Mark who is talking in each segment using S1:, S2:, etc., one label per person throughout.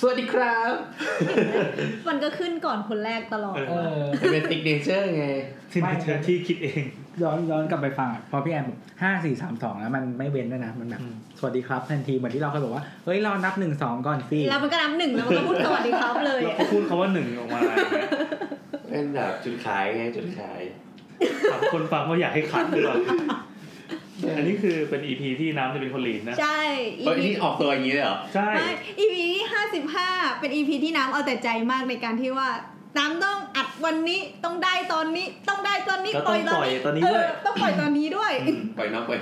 S1: สวัสดีครับ
S2: มันก็ขึ้นก่อนคนแรกตลอด
S3: เออ
S1: เป็นติ๊กเนเจอร์ไง
S4: ที่เป็นเธอที่คิดเอง
S3: ย้อนย้อนกลับไปฟังอะพอพี่แอมบอกห้าสี่สามสองแล้วมันไม่เว้นด้วยนะมันแบบ
S4: อืม
S3: สวัสดีครับทันทีเหมือนที่เราเคยบอกว่าเฮ้ยเรานับหนึ่งสองก่อนสิ
S2: แล้วมันก็นับหนึ่งแล้วมันก็พูดสวัสดีครับเลย
S4: แล้วก็พูดคาว่าหนึ่งออกมาอะไรอย่างเงี้ย
S1: เป็นแบบจุดขายไงจุดขาย
S4: ถามคนฟังว่าอยากให้ขัดหรือเปล่าอันนี้คือเป็นอีพีที่น้ำจะเป็นคนหลีดนะ
S2: ใช่
S1: เอ้ย
S2: EP
S1: นี่ออกตัวอย่างนี้เลยเหรอ
S4: ใช่
S2: ไม่ EP ที่ห้าสิบห้าเป็น EP ที่น้ำเอาแต่ใจมากในการที่ว่า น้ำต้องอัดวันนี้ต้องได้ตอนนี้ต้องได้ตอนนี้
S4: แล้ว
S2: ป
S4: ต้
S2: ล่
S4: อ
S2: อง ยตอนนี้เอ
S4: ปล่อยตอนนี้ด้ว
S2: อย ต้องปล่อยตอนนี้ด้วย
S1: ปล่อยน้องปล่อย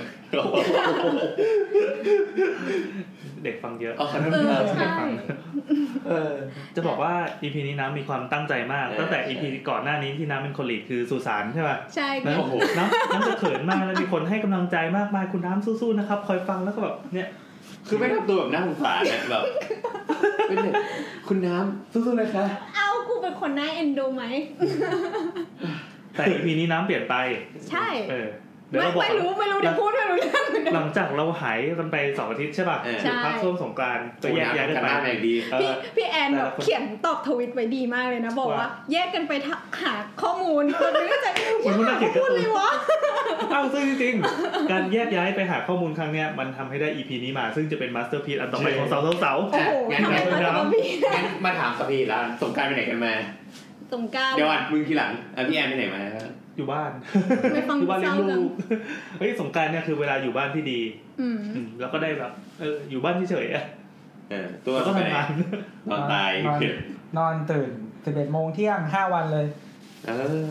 S4: เด็กฟังเยอะ
S1: เอาขอโทษค
S2: เออ
S1: รับ
S2: ใช่
S1: เออ
S4: จะบอกว่า EP นี้น้ำมีความตั้งใจมาก
S1: เออ
S4: ตั้งแต่
S1: ใช่
S4: EP ก่อนหน้านี้ที่น้ำเป็นคนหลีดคือสุสานใช่ป่ะ
S2: ใช่
S4: แล้ว
S1: โอ้โห
S4: น้ำน้ำจะเขินมากแล้วมีคนให้กำลังใจมากมายคุณน้ำสู้ๆนะครับ คอยฟังแล้วก็แบบเนี่ย
S1: คือไม่ทำตัวแบบน่าสงสารนะแบบเป็นเด็กคุณน้ำสู้ๆนะคะ
S2: เอากูเป็นคนน่าเอ็นดูไหม
S4: แต่ EP นี้น้ำเปลี่ยนไป
S2: ใช่
S4: เออเดี๋ยว
S2: ไม่
S4: เราบอก
S2: ไม่รู้ไม่รู้เดี๋ยวพูดไม่รู้เรื่อง
S4: หลังจากเราหายกันไปสองอาทิตย์ใช่ป่ะ
S1: เออ
S2: ใช่
S4: พักช่วงสงกรานต์ก็
S1: คุณ
S4: แยก
S1: น้ำทำ
S4: ย้ายกั
S1: กันนบ้าน
S4: ไป
S1: อะไรดี
S4: เอ
S2: พี่
S4: อ
S2: พี่แอนแบบ
S4: แต่ละคน
S2: เขียนตอบทวิตไว้ดีมากเลยนะ บอกว่า
S4: ว่า
S2: แยกกันไปทะหาข้อมูลคนนึงก็จะ
S4: เหมือนคนน่าเกลียด
S2: พูดเลยวะ
S4: เอ้าซึ่งจริงๆ การแยกย้ายไปหาข้อมูลครั้งเนี้ยมันทำให้ได้ EP นี้มา ซึ่งจะเป็นมาสเตอร์พี e อันต่อไปของสาวๆสาว
S2: โอ้โห
S1: งั้น
S2: ทำไม
S4: งั้
S2: มัน
S4: น
S2: จะมามี
S1: งั้นมาถามสปีดแล้วสงกรารไปไหนกันมา
S2: สงกราร
S1: เดี๋ยวก่อนมึงทีหลังอ่ะพี่แอนไปไหนมาครับ
S4: อยู่บ้าน
S2: ไม่ฟัง
S4: อยู่บ้านเลี้ยง
S2: เศร้าจัง
S4: ลูกเฮ้ยสงกรารเนี่ยคือเวลาอยู่บ้านที่ดี
S2: อืม
S4: อืมแล้วก็ได้แบบเอออยู่บ้านเฉยๆอะ
S1: เออ ตัว
S4: แล้วก็
S1: ไป
S4: ทำงาน
S1: นอนตาย
S3: นอนนอนตื่นสิบเอ็ดโมงเที่ยงห้าวันเลย
S1: เออ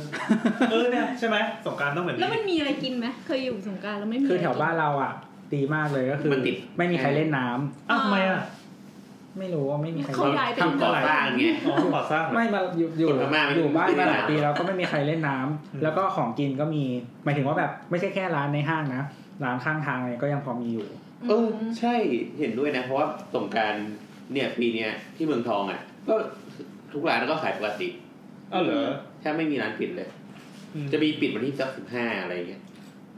S4: เออเนี่ยใช่ไหมสงกรารต้องแบบ
S2: แล้วมัน
S4: นี้
S2: มีอะไรกินไหมเคยอยู่สงกรารแล้วไม่มี
S3: คือแถวบ้านเราอ่ะดีมากเลยก็คือ
S1: มันติด
S3: ไม่มีใครเล่นน้ำ
S4: อ้าวทำไมอ่ะ
S3: ไม่รู้ว่าไม่มีใคร
S2: เขา
S3: เล่น
S2: ย้ายไป
S1: ทำก่อสร้างไง
S4: อ๋อก่อสร้างเหรอ
S3: ไม่มาอยู่อยู่
S1: คนพม่าไม่
S3: อยู่บ้านมาห
S1: ไม่
S3: ลาย
S1: ได้
S3: ปีแล้วก็ไม่มีใครเล่นน้ำแล้วก็ของกินก็มีหมายถึงว่าแบบไม่ใช่แค่ร้านในห้างนะร้านข้างทางอะไรก็ยังพอมีอยู่
S1: เออ ใช่เห็นด้วยนะ เพราะว่าสงกรารเนี่ยปีเนี้ยที่เมืองทองอ่ะ ก็ทุกร้านก็ขายปกติ
S4: อ้าวเหรอ
S1: แทบไม่มีร้านปิดเลย
S4: อืม
S1: จะมีปิดวันที่สักสิบห้าอะไรเงี้ย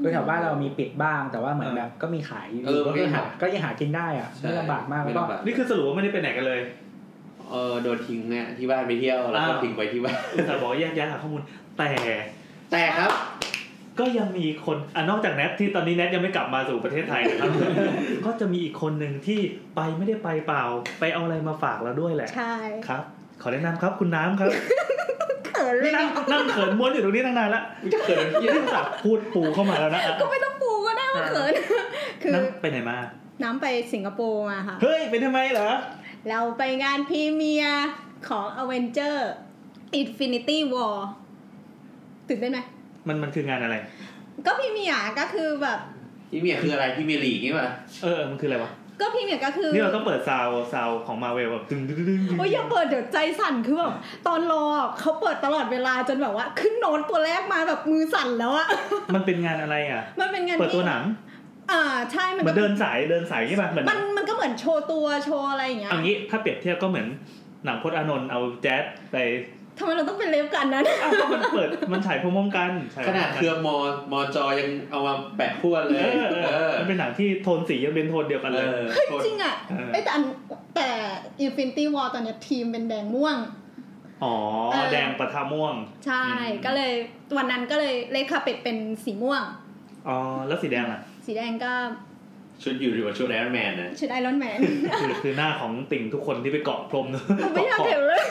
S3: คือแถวบ้านเรามีปิดบ้าง แต่ว่าเหมือน
S4: เออ
S3: แบบก็มีขายอยู่
S1: เออมันก็
S3: ก็ยังหา
S1: หา
S3: ก็ยังหากินได้อ่ะไม่ลำบากมาก
S1: ไม่
S3: แล้วก็
S1: ลำบาก
S4: นี่คือสรุปว่าไม่ได้ไปไหนกันเลย
S1: เออโดนทิ้งเนี่ยที่บ้านไปเที่ยวแล้วก็
S4: อ้าว
S1: ทิ้งไว้ที่บ้าน
S4: แต่บอกว่าแยกย้ายหาข้อมูล แต่
S1: แต่ครับ
S4: ก็ยังมีคนอ่ะนอกจากแนทที่ตอนนี้แนทยังไม่กลับมาสู่ประเทศไทยนะครับ ก็จะมีอีกคนหนึ่งที่ไปไม่ได้ไปเปล่า ไปเอาอะไรมาฝากเราด้วยแหละ
S2: ใช่
S4: ครับ ขอแนะนำครับคุณน้ำ ครับ
S2: เขินเลย
S4: นั่งนั่งเขินม้วนอยู่ตรงนี้ตั้งนานละ
S1: มึงจะเขิน
S4: ยังไม่ตัดพูดปูเข้ามาแล้วนะอ่ะ
S2: ก็ไม่ต้องปูก็ได้ว่าเขิน คือ
S4: น้ำไปไหนมา
S2: น้ำไปสิงคโปร์มาค่ะ
S4: เฮ้ยเป็นทำไมเหรอ
S2: เราไปงานพรีเมียร์ของ a v e n g e r Infinity War ตื่นเต้นไหม
S4: มันมันคืองานอะไร
S2: ก็พรีเมียร์ก็คือแบบ
S1: พี่เมียคืออะไรพี่เมียหลีกนี่ป่ะ
S4: เออ มันคืออะไรวะ
S2: ก็พรีเมียร์ก็คือ
S4: นี่เราต้องเปิดซาวซาวของมาเวลแบบดึงดึงดึงดึง
S2: โอ้ยอย่าเปิดเดี๋ยวใจสั่นคือแบบตอนรอเขาเปิดตลอดเวลาจนแบบว่า ขึ้นโน้ตตัวแรกมาแบบมือสั่นแล้วอะ
S4: มันเป็นงานอะไรอ่ะ
S2: มันเป็นงาน
S4: เปิดตัว
S2: ที่
S4: หนัง
S2: อ่าใช่มัน
S4: เหมื
S2: ก็
S4: อนเดินสายเดินสายใช่ป่ะเหมือน
S2: มันมันก็เหมือนโชว์ตัวโชว์อะไรอย่างเงี้ย
S4: เอางี้ถ้าเปรียบเทียบก็เหมือนหนังพจน์อานนท์เอาแจ๊สไป
S2: ทำไมเราต้องเป็นเล็บกันนั้น
S4: อ้าวก็มัน เปิดมันฉายพร้อมๆกันฉยพ
S1: ข
S4: ร้มๆกั
S1: นาดเครือมอมอจอยังเอามาแปะพั่วเล
S4: เอย อเออ
S1: เอ
S4: เออ
S1: อ
S4: มันเป็นหนังที่โทนสียังเป็นโทนเดียวกัน
S1: เอ
S4: เลย
S1: อโคตร
S2: จริงอะ
S4: เออ
S2: ไอยแต่อันแต่ Infinity War ตอนเนี้ยทีมเป็นแดงม่วง
S4: อ๋อ
S2: เออ
S4: แดงปะทะม่วง
S2: ใช่
S4: อืม
S2: ก็เลยวันนั้นก็เลยเลขาเป็ดเป็นสีม่วง
S4: อ๋อแล้วสีแดงอ่ะ
S2: สีแดงก็
S1: ชุดอยู่ดีกว่าชุดไอรอนแมนนะ
S2: ชุดไอรอนแมน
S4: คือคือหน้าของติ่งทุกคนที่ไปเกาะพรมเนอะ
S2: ไม่อยาก
S4: เกาะขอบ
S2: เห็น เลย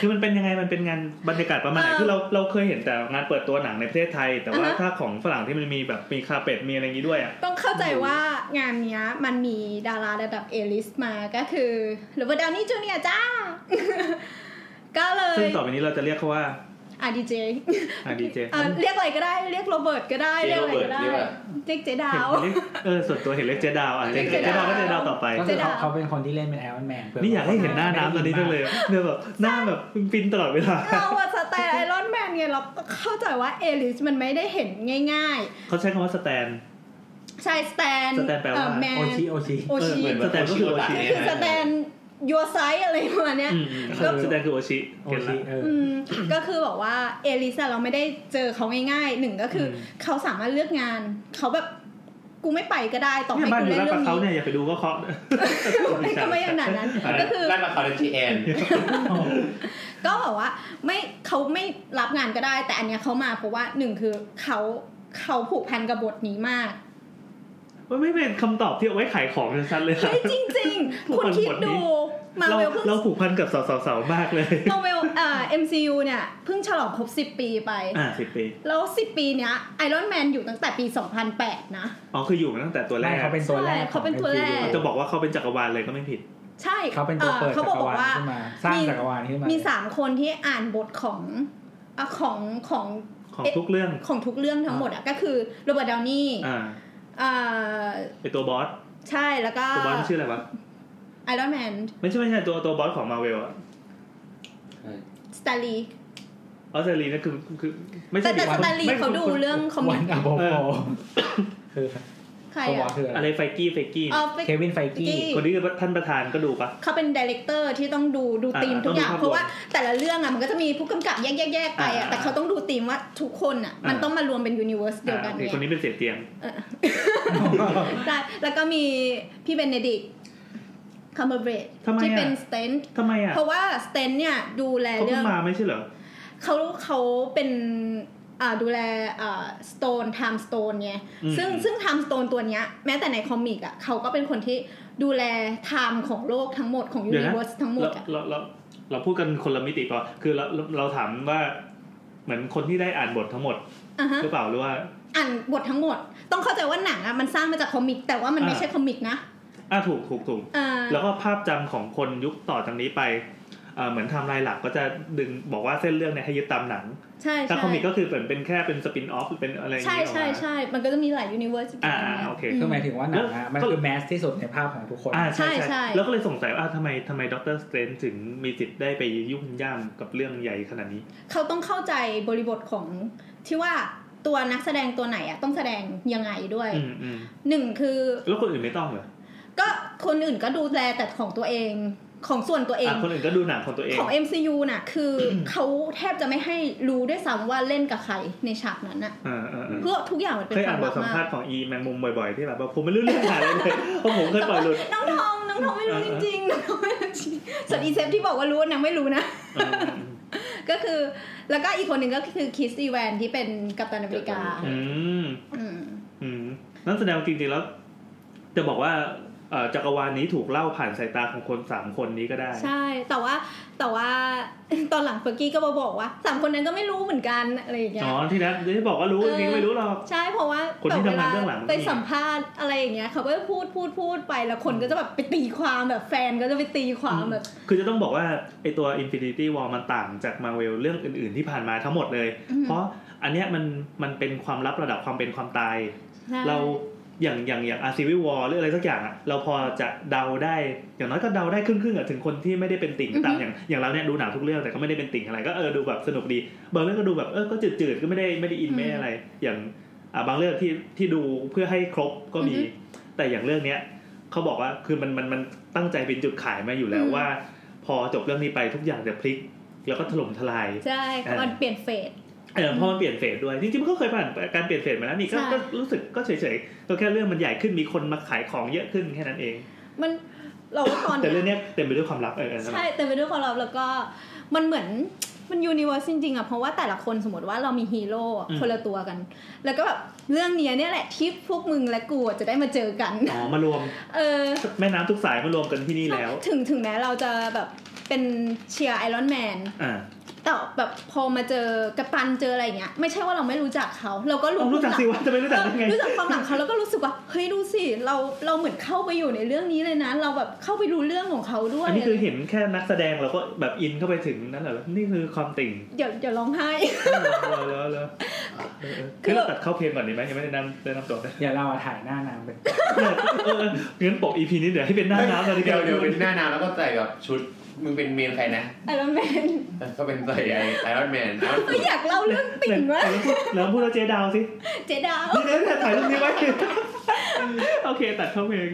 S4: คือมันเป็นยังไงมันเป็นงานบรรยากาศประมาณไหน
S2: เออ
S4: คือเราเราเคยเห็นแต่งานเปิดตัวหนังในประเทศไทย แต่ว่า
S2: อ่าฮะ
S4: ถ้าของฝรั่งที่มันมีแบบมีคาเป็ดมีอะไรอย่างนี้ด้วยอ่ะ
S2: ต้องเข้าใจว่างานเนี้ยมันมีดาราระดับเอลิสมาก็คือหรือว่าดาวนี่จูเนียจ้า ก็เล
S4: ซึ่
S2: ย
S4: งต่อไปนี้เราจะเรียกเขาว่า
S2: อาร์ดีเจ
S4: อ่ะดีเจ
S2: อ่ะเรียกอะไรก็ได้ เรียกโรเบิร์ตก็ได้
S1: เจ
S2: เรียกอะไรก็ได้
S1: โรเบิร์ต
S2: เรียกเจดาว
S4: เห็นเรียกเออส่วนตัวเห็นเรียกเจดาวอ่ะเจ
S1: เรียกเจดาว
S4: เจดาวก็เจดาวต่อไป
S3: ก็คือ
S2: เจ๊
S3: เขา
S2: ดาว
S3: เขาเป็นคนที่เล่นเป็นแอรอนแมน
S4: นี่อยากให้เห็นหน้าน้ำตอนนี้จังเลยเนี่ยแบบหน้าแบบฟินๆตลอดเวลา
S2: เราอะสไตล์ไอรอนแมนไงเราก็เข้าใจว่าเอลิสมันไม่ได้เห็นง่าย
S4: เขาใช้คำว่าสแตน
S2: ๆ ใช่สแตน
S4: สแตนแปลว่า
S2: เอ่อแมน
S3: โอชิโอชิ
S2: โอชิ
S1: เหมือน
S4: สแตนก็คือโอชิ
S2: คือสแตนยูไซอะไรประมาณเนี้ย
S4: อืมอืม
S2: ก็
S4: สแตนคือโอชิ
S3: โอ
S4: เห็น
S3: ชิ
S4: ละ
S3: เออ
S2: อืมก็คือบอกว่าเอลิสอะเราไม่ได้เจอเขาง่ายๆหนึ่งก็คืออ
S4: ม
S2: เขาสามารถเลือกงาน เขาแบบ กูไม่ไปก็ได้ต่อ
S4: เนี่
S2: ให้
S4: ยบ้าน
S2: กู
S4: อยู่
S2: เล่นเรื่
S4: ลาดประ
S2: อง
S4: เขา
S2: นี้
S4: เนี่ยอย่าไปดูก็ เคาะ
S2: ไม่ก็ไม่ขนาดนั้น ก็คือ
S1: ร้านมาคาร์ดีแอน
S2: ก็แบบว่าไม่เขาไม่รับงานก็ได้ แต่อันเนี้ยเขามาเพราะว่าหนึ่งคือเขาเขาผูกพันกับบทนี้มาก
S4: มันไม่เป็นคำตอบที่เอาไว้ขายของชัดๆเลยครับ
S2: เฮ้ยจริง
S4: ผู
S2: ๆ
S4: ก
S2: คุณ
S4: พัน
S2: คิด
S4: บทนี้
S2: ดูมา
S4: เรา
S2: เวลเพิ่ง
S4: เราผูกพันกับสาวๆๆมากเลย
S2: มาเวลเอ่อ MCU เนี่ยเพิ่งฉลองครบ 10 ปีไป
S4: อ่าสิบปี
S2: แล้ว 10 ปีเนี้ยไอรอนแมนอยู่ตั้งแต่ปี 2008 นะ
S4: อ๋อคืออยู่มาตั้งแต่ตัวแร
S3: ไม่
S4: ก
S3: เขาเป็นตัวแรก
S2: ใช่เขาเป็นตัวแรก
S4: จะบอกว่าเขาเป็นจักรวาลเลยก็ไม่ผิด
S2: ใช่
S3: เขาเป็นตัวเปิด
S2: เขา
S3: จัก
S2: บอก
S3: รวาล
S2: ว่า
S3: ขึ้นมา สร้างจักรวาลขึ้นมา
S2: มี
S3: มี
S2: สามคนที่อ่านบทของอ่ะของของ
S4: ของทุกเรื่อง
S2: ของทุกเรื่องทั้งหมดอ่ะก็คือโรเบิร์ตดาวนี่
S4: อ่า
S2: อ่า
S4: ไอตัวบอส
S2: ใช่แล้วก็
S4: ตัวบอสมันชื่ออะไรวะ
S2: ไอรอนแมน
S4: ไม่ใช่ไม่ใช่ตัวตัวบอสของมาเวลอะ
S2: สตาลี
S4: ออสเตรเลียนั่นคือคือไม่
S2: แต่
S4: ใช่
S2: แต่
S4: ดิ
S2: สตาลี
S4: ไม่
S2: เขาดูเรื่องคอมมิ
S3: วัน
S2: ว
S3: อะโบโบ คือ
S2: ใคร
S3: ตัวบอ
S2: อ่ะ
S3: สคืออะ
S4: อะไร ไรไฟกี้ไฟกี้
S2: เออไป
S3: เควินไฟกี้
S2: Feige
S4: คนนี้คือท่านประธานก็ดูปะ
S2: เขาเป็นดีเลกเตอร์ที่ต้องดูดู
S4: อ่า
S2: ธีมทุกอย่าง
S4: ต้องดูภาพรวม
S2: เพราะว่าแต่ละเรื่องอ่ะมันก็จะมีผู้กำกับแยกๆๆไป
S4: อ่า
S2: อ่ะแต่เขาต้องดูธีมว่าทุกคนอ่ะ
S4: อ่ามั
S2: มันต้องมารวมเป็นยูนิเวอร์สเดียวกัน
S4: อ่าโอ
S2: เนี่ย
S4: เคคนนี้เป็นเสียเตียง
S2: ใช่แล้วก็มีพี่เบนเนดิกคัมเบอร์เบรด
S4: ทำไมอ่ะ
S2: ที่เป็นสเตน
S4: ทำไมอ่ะ
S2: เพราะว่าสเตนเนี่ยดูแล
S4: เขา
S2: เรื่
S4: เพิ่
S2: อง ง
S4: มาไม่ใช่เหรอ
S2: เขาเขาเป็นอ่าดูแลอ่าสโตนไทม์สโตนไง
S4: อืม
S2: ซึ่งซึ่งไทม์สโตนตัวเนี้ยแม้แต่ในคอมิกอ่ะเขาก็เป็นคนที่ดูแลไทม์ของโลกทั้งหมดของยู
S4: เดี๋ยว
S2: นิ
S4: นะ
S2: เวอร์สทั้งหมด
S4: เรา
S2: อ่ะ
S4: เราเราเราพูดกันคนละมิติป่ะคือเราเราเราถามว่าเหมือนคนที่ได้อ่านบททั้งหมด
S2: อ่าฮะ
S4: หรือเปล่าหรือว่า
S2: อ่านบททั้งหมด ต้องเข้าใจว่าหนังอ่ะมันสร้างมาจากคอมิก แต่ว่ามันไม่
S4: อ่า
S2: ใช่คอมิกนะ
S4: อ่ะถูกถูกถูก
S2: เอ่อ
S4: แล้วก็ภาพจำของคนยุคต่อจากนี้ไปเอ่อเหมือนไทำลายหลักก็จะดึงบอกว่าเส้นเรื่องเนี่ยให้ยึดตามหนัง
S2: ใช่
S4: ถ้า
S2: ใช่
S4: คอมิกก็คือเหมือนเป็นแค่เป็นสปินออฟหรือเป็นอะไรอย่าง
S2: ใช่
S4: นี้ออก
S2: ใช่
S4: มา
S2: ใช่มันก็จะมีหลายยูนิเวอร์ส
S4: อ่าอ่าโอเค
S3: คือหมายถึงว่าหนังอะมันคือแมสที่สุดในภาพของทุกคน
S4: อ่าใช่
S2: ใช่
S4: ใช่
S2: ใช่
S4: แล้วก็เลยสงสัยว่าอ่ะทำไมทำไมด็อกเตอร์สเตนถึงมีสิทธิ์ได้ไปยุ่งย่ามกับเรื่องใหญ่ขนาดนี้
S2: เขาต้องเข้าใจบริบทของที่ว่าตัวนักแสดงตัวไหนอ่ะต้องแสดงยังไงด้วย
S4: อืมอืม
S2: หนึ่งคือ
S4: แล้วคนอื่นไม่ต้องเหรอ
S2: ก็คนอื่นก็ดูแลแต่ของตัวเองของส่วนตัวเอง
S4: อ่ะคนอื่นก็ดูหนังของตัวเอง
S2: ของ MCU น่ะคือ เขาแทบจะไม่ให้รู้ด้วยซ้ำว่าเล่นกับใครในฉากนั้นน่ะ
S4: อ่าอ่าอ่า
S2: เพื่อทุกอย่างมันเป็น
S4: เคย
S2: ควา
S4: อ่าม นบ
S2: ลั
S4: ท
S2: บ
S4: สัม
S2: มา
S4: ภาก ษณ์ของอีแมงมุมบ่อยๆที่แบบว่าผมไม่รู้เรื่องอะไรเลยเพราะผมเคยปล่อยหลุด
S2: น้องทองน้องทองไม่รู้จริงๆน้องทองไม่รู้จริงส่วนอีเซฟที่บอกว่ารู้นางไม่รู้นะ
S4: อืม
S2: ก็คือแล้วก็อีกคนหนึ่งก็คือคิสอีแวนที่เป็นกัปตันอเมริกา
S4: อืม
S2: อืม
S4: อืมนั่นแสดงว่าจริงๆแล้ว จะบอกว่าเอ่อจักรวาลนี้ถูกเล่าผ่านสายตาของคนสามคนนี้ก็ได้
S2: ใช่แต่ว่าแต่ว่า ตอนหลังเฟอร์กี้ก็มาบอกว่าสามคนนั้นก็ไม่รู้เหมือนกันอะไรอย่างเงี้ย
S4: อ๋อที่นัทที่บอกว่ารู้
S2: เอ
S4: จ
S2: อ
S4: ริงๆไม่รู้หรอก
S2: ใช่เพราะว่า
S4: คนที่
S2: แบบ
S4: ทำงานเบื้องหลัง
S2: ไป
S4: นี่
S2: สัมภาษณ์อะไรอย่างเงี้ยเขาก็พูดพูดพูดไปแล้วคนก็จะแบบไปตีความแบบแฟนก็จะไปตีความแบบ
S4: คือจะต้องบอกว่าไอตัว Infinity War มันต่างจากมาเวลเรื่องอื่นๆที่ผ่านมาทั้งหมดเลย
S2: อืม
S4: เพราะอันเนี้ยมันมันเป็นความลับระดับความเป็นความตาย
S2: ใช่
S4: เราอย่างอย่างอย่างอาซีวิวอลหรืออะไรสักอย่างอะเราพอจะเดาได้ อย่างน้อยก็เดาได้ครึ่งๆอะถึงคนที่ไม่ได้เป็นติ่งตามอย่างอย่างเราเนี่ยดูหนังทุกเรื่องแต่ก็ไม่ได้เป็นติ่งอะไรก็เออดูแบบสนุกดีบางเรื่องก็ดูแบบเออก็จืดๆก็ไม่ได้ไม่ได้อินไม่ได้อะไร อย่างอ่ะบางเรื่องที่ที่ดูเพื่อให้ครบก็มี แต่อย่างเรื่องเนี้ยเขาบอกว่าคือมันมันมันตั้งใจเป็นจุดขายมาอยู่แล้วว่า พอจบเรื่องนี้ไปทุกอย่างจะพลิก แล้วก็ถล่มทลาย
S2: ใช่
S4: เออ
S2: มันเปลี่ยนเฟส
S4: เออเพราะมันเปลี่ยนเฟสด้วยจริงๆมันก็เคยผ่านการเปลี่ยนเฟสมาแล้วนี่ก็
S2: ใช่
S4: ก็รู้สึกก็เฉยๆก็แค่เรื่องมันใหญ่ขึ้นมีคนมาขายของเยอะขึ้นแค่นั้นเอง
S2: มันเราว่าตอน
S4: แต่
S2: เนี้ย
S4: เรื่องเนี้ยเต็มไปด้วยความลับเออเออนั่นแห
S2: ใช่
S4: ละ
S2: เต็มไปด้วยความลับแล้วก็มันเหมือนมันยูนิเวอร์สจริงๆอะเพราะว่าแต่ละคนสมมติว่าเรามีฮีโร่อะคนละตัวกัน แล้วก็แบบเรื่องเนี้ยเนี่ยแหละที่พวกมึงและกูอะจะได้มาเจอกัน
S4: อ๋อมารวม
S2: เออ
S4: แม่น้ำทุกสายมารวมกันที่นี่แล้ว
S2: ถึงถึงแม้เราจะแบบเป็นเชียร์ไอรอนแมน
S4: อ่า
S2: แต่แบบพอมาเจอกัปตันเจออะไรอย่างเงี้ยไม่ใช่ว่าเราไม่รู้จักเขาเราก็รู้
S4: เอารู้จัก
S2: คว
S4: สิะจะไม่รู้จัก
S2: ามห
S4: ได้
S2: ลัง
S4: ไง
S2: รู้จักความหลังเขาแล้วก็รู้สึกว่าเฮ้ยดูสิเราเราเหมือนเข้าไปอยู่ในเรื่องนี้เลยนะ เราแบบเข้าไปรู้เรื่องของเขาด้วย
S4: อันนี้คือเห็นแค่นักแสดงเราก็แบบอินเข้าไปถึงนั่นเหรอนี่คือความติ่ง
S2: เดี๋ยวเดี๋ยวร้องไห้
S4: แล้วแล้วแล้ว คือเราตัดเข้าเพลงก่อนดีไหมยังไม่ได้นำได้นำตัวเลย
S3: เดี๋ยวเราอะถ่ายหน้านางเป็น
S4: เออเอองั้นปกอีพีนี้เดี๋ยวให้เป็นหน้าน้ำเลยดีก
S1: เดี๋ยว
S4: ว่า
S1: เดี๋ยวเป็นหน้าหนาวแล้วก็ใส่แบบชุดมึงเป็นเมนใครนะ
S2: ไอรอนแมน
S1: ก็เป็นใส่ไอรอนแมน
S2: เอ้ยอยากเล่าเรื่องติ่งว่าก
S4: แล้วพูดแล้วพูดแล้วเจดาวสิ
S2: เจดาว
S4: นี่เนี่ยถ่ายรูปนี้ไว้ โอเค ตัดเข้าเพลง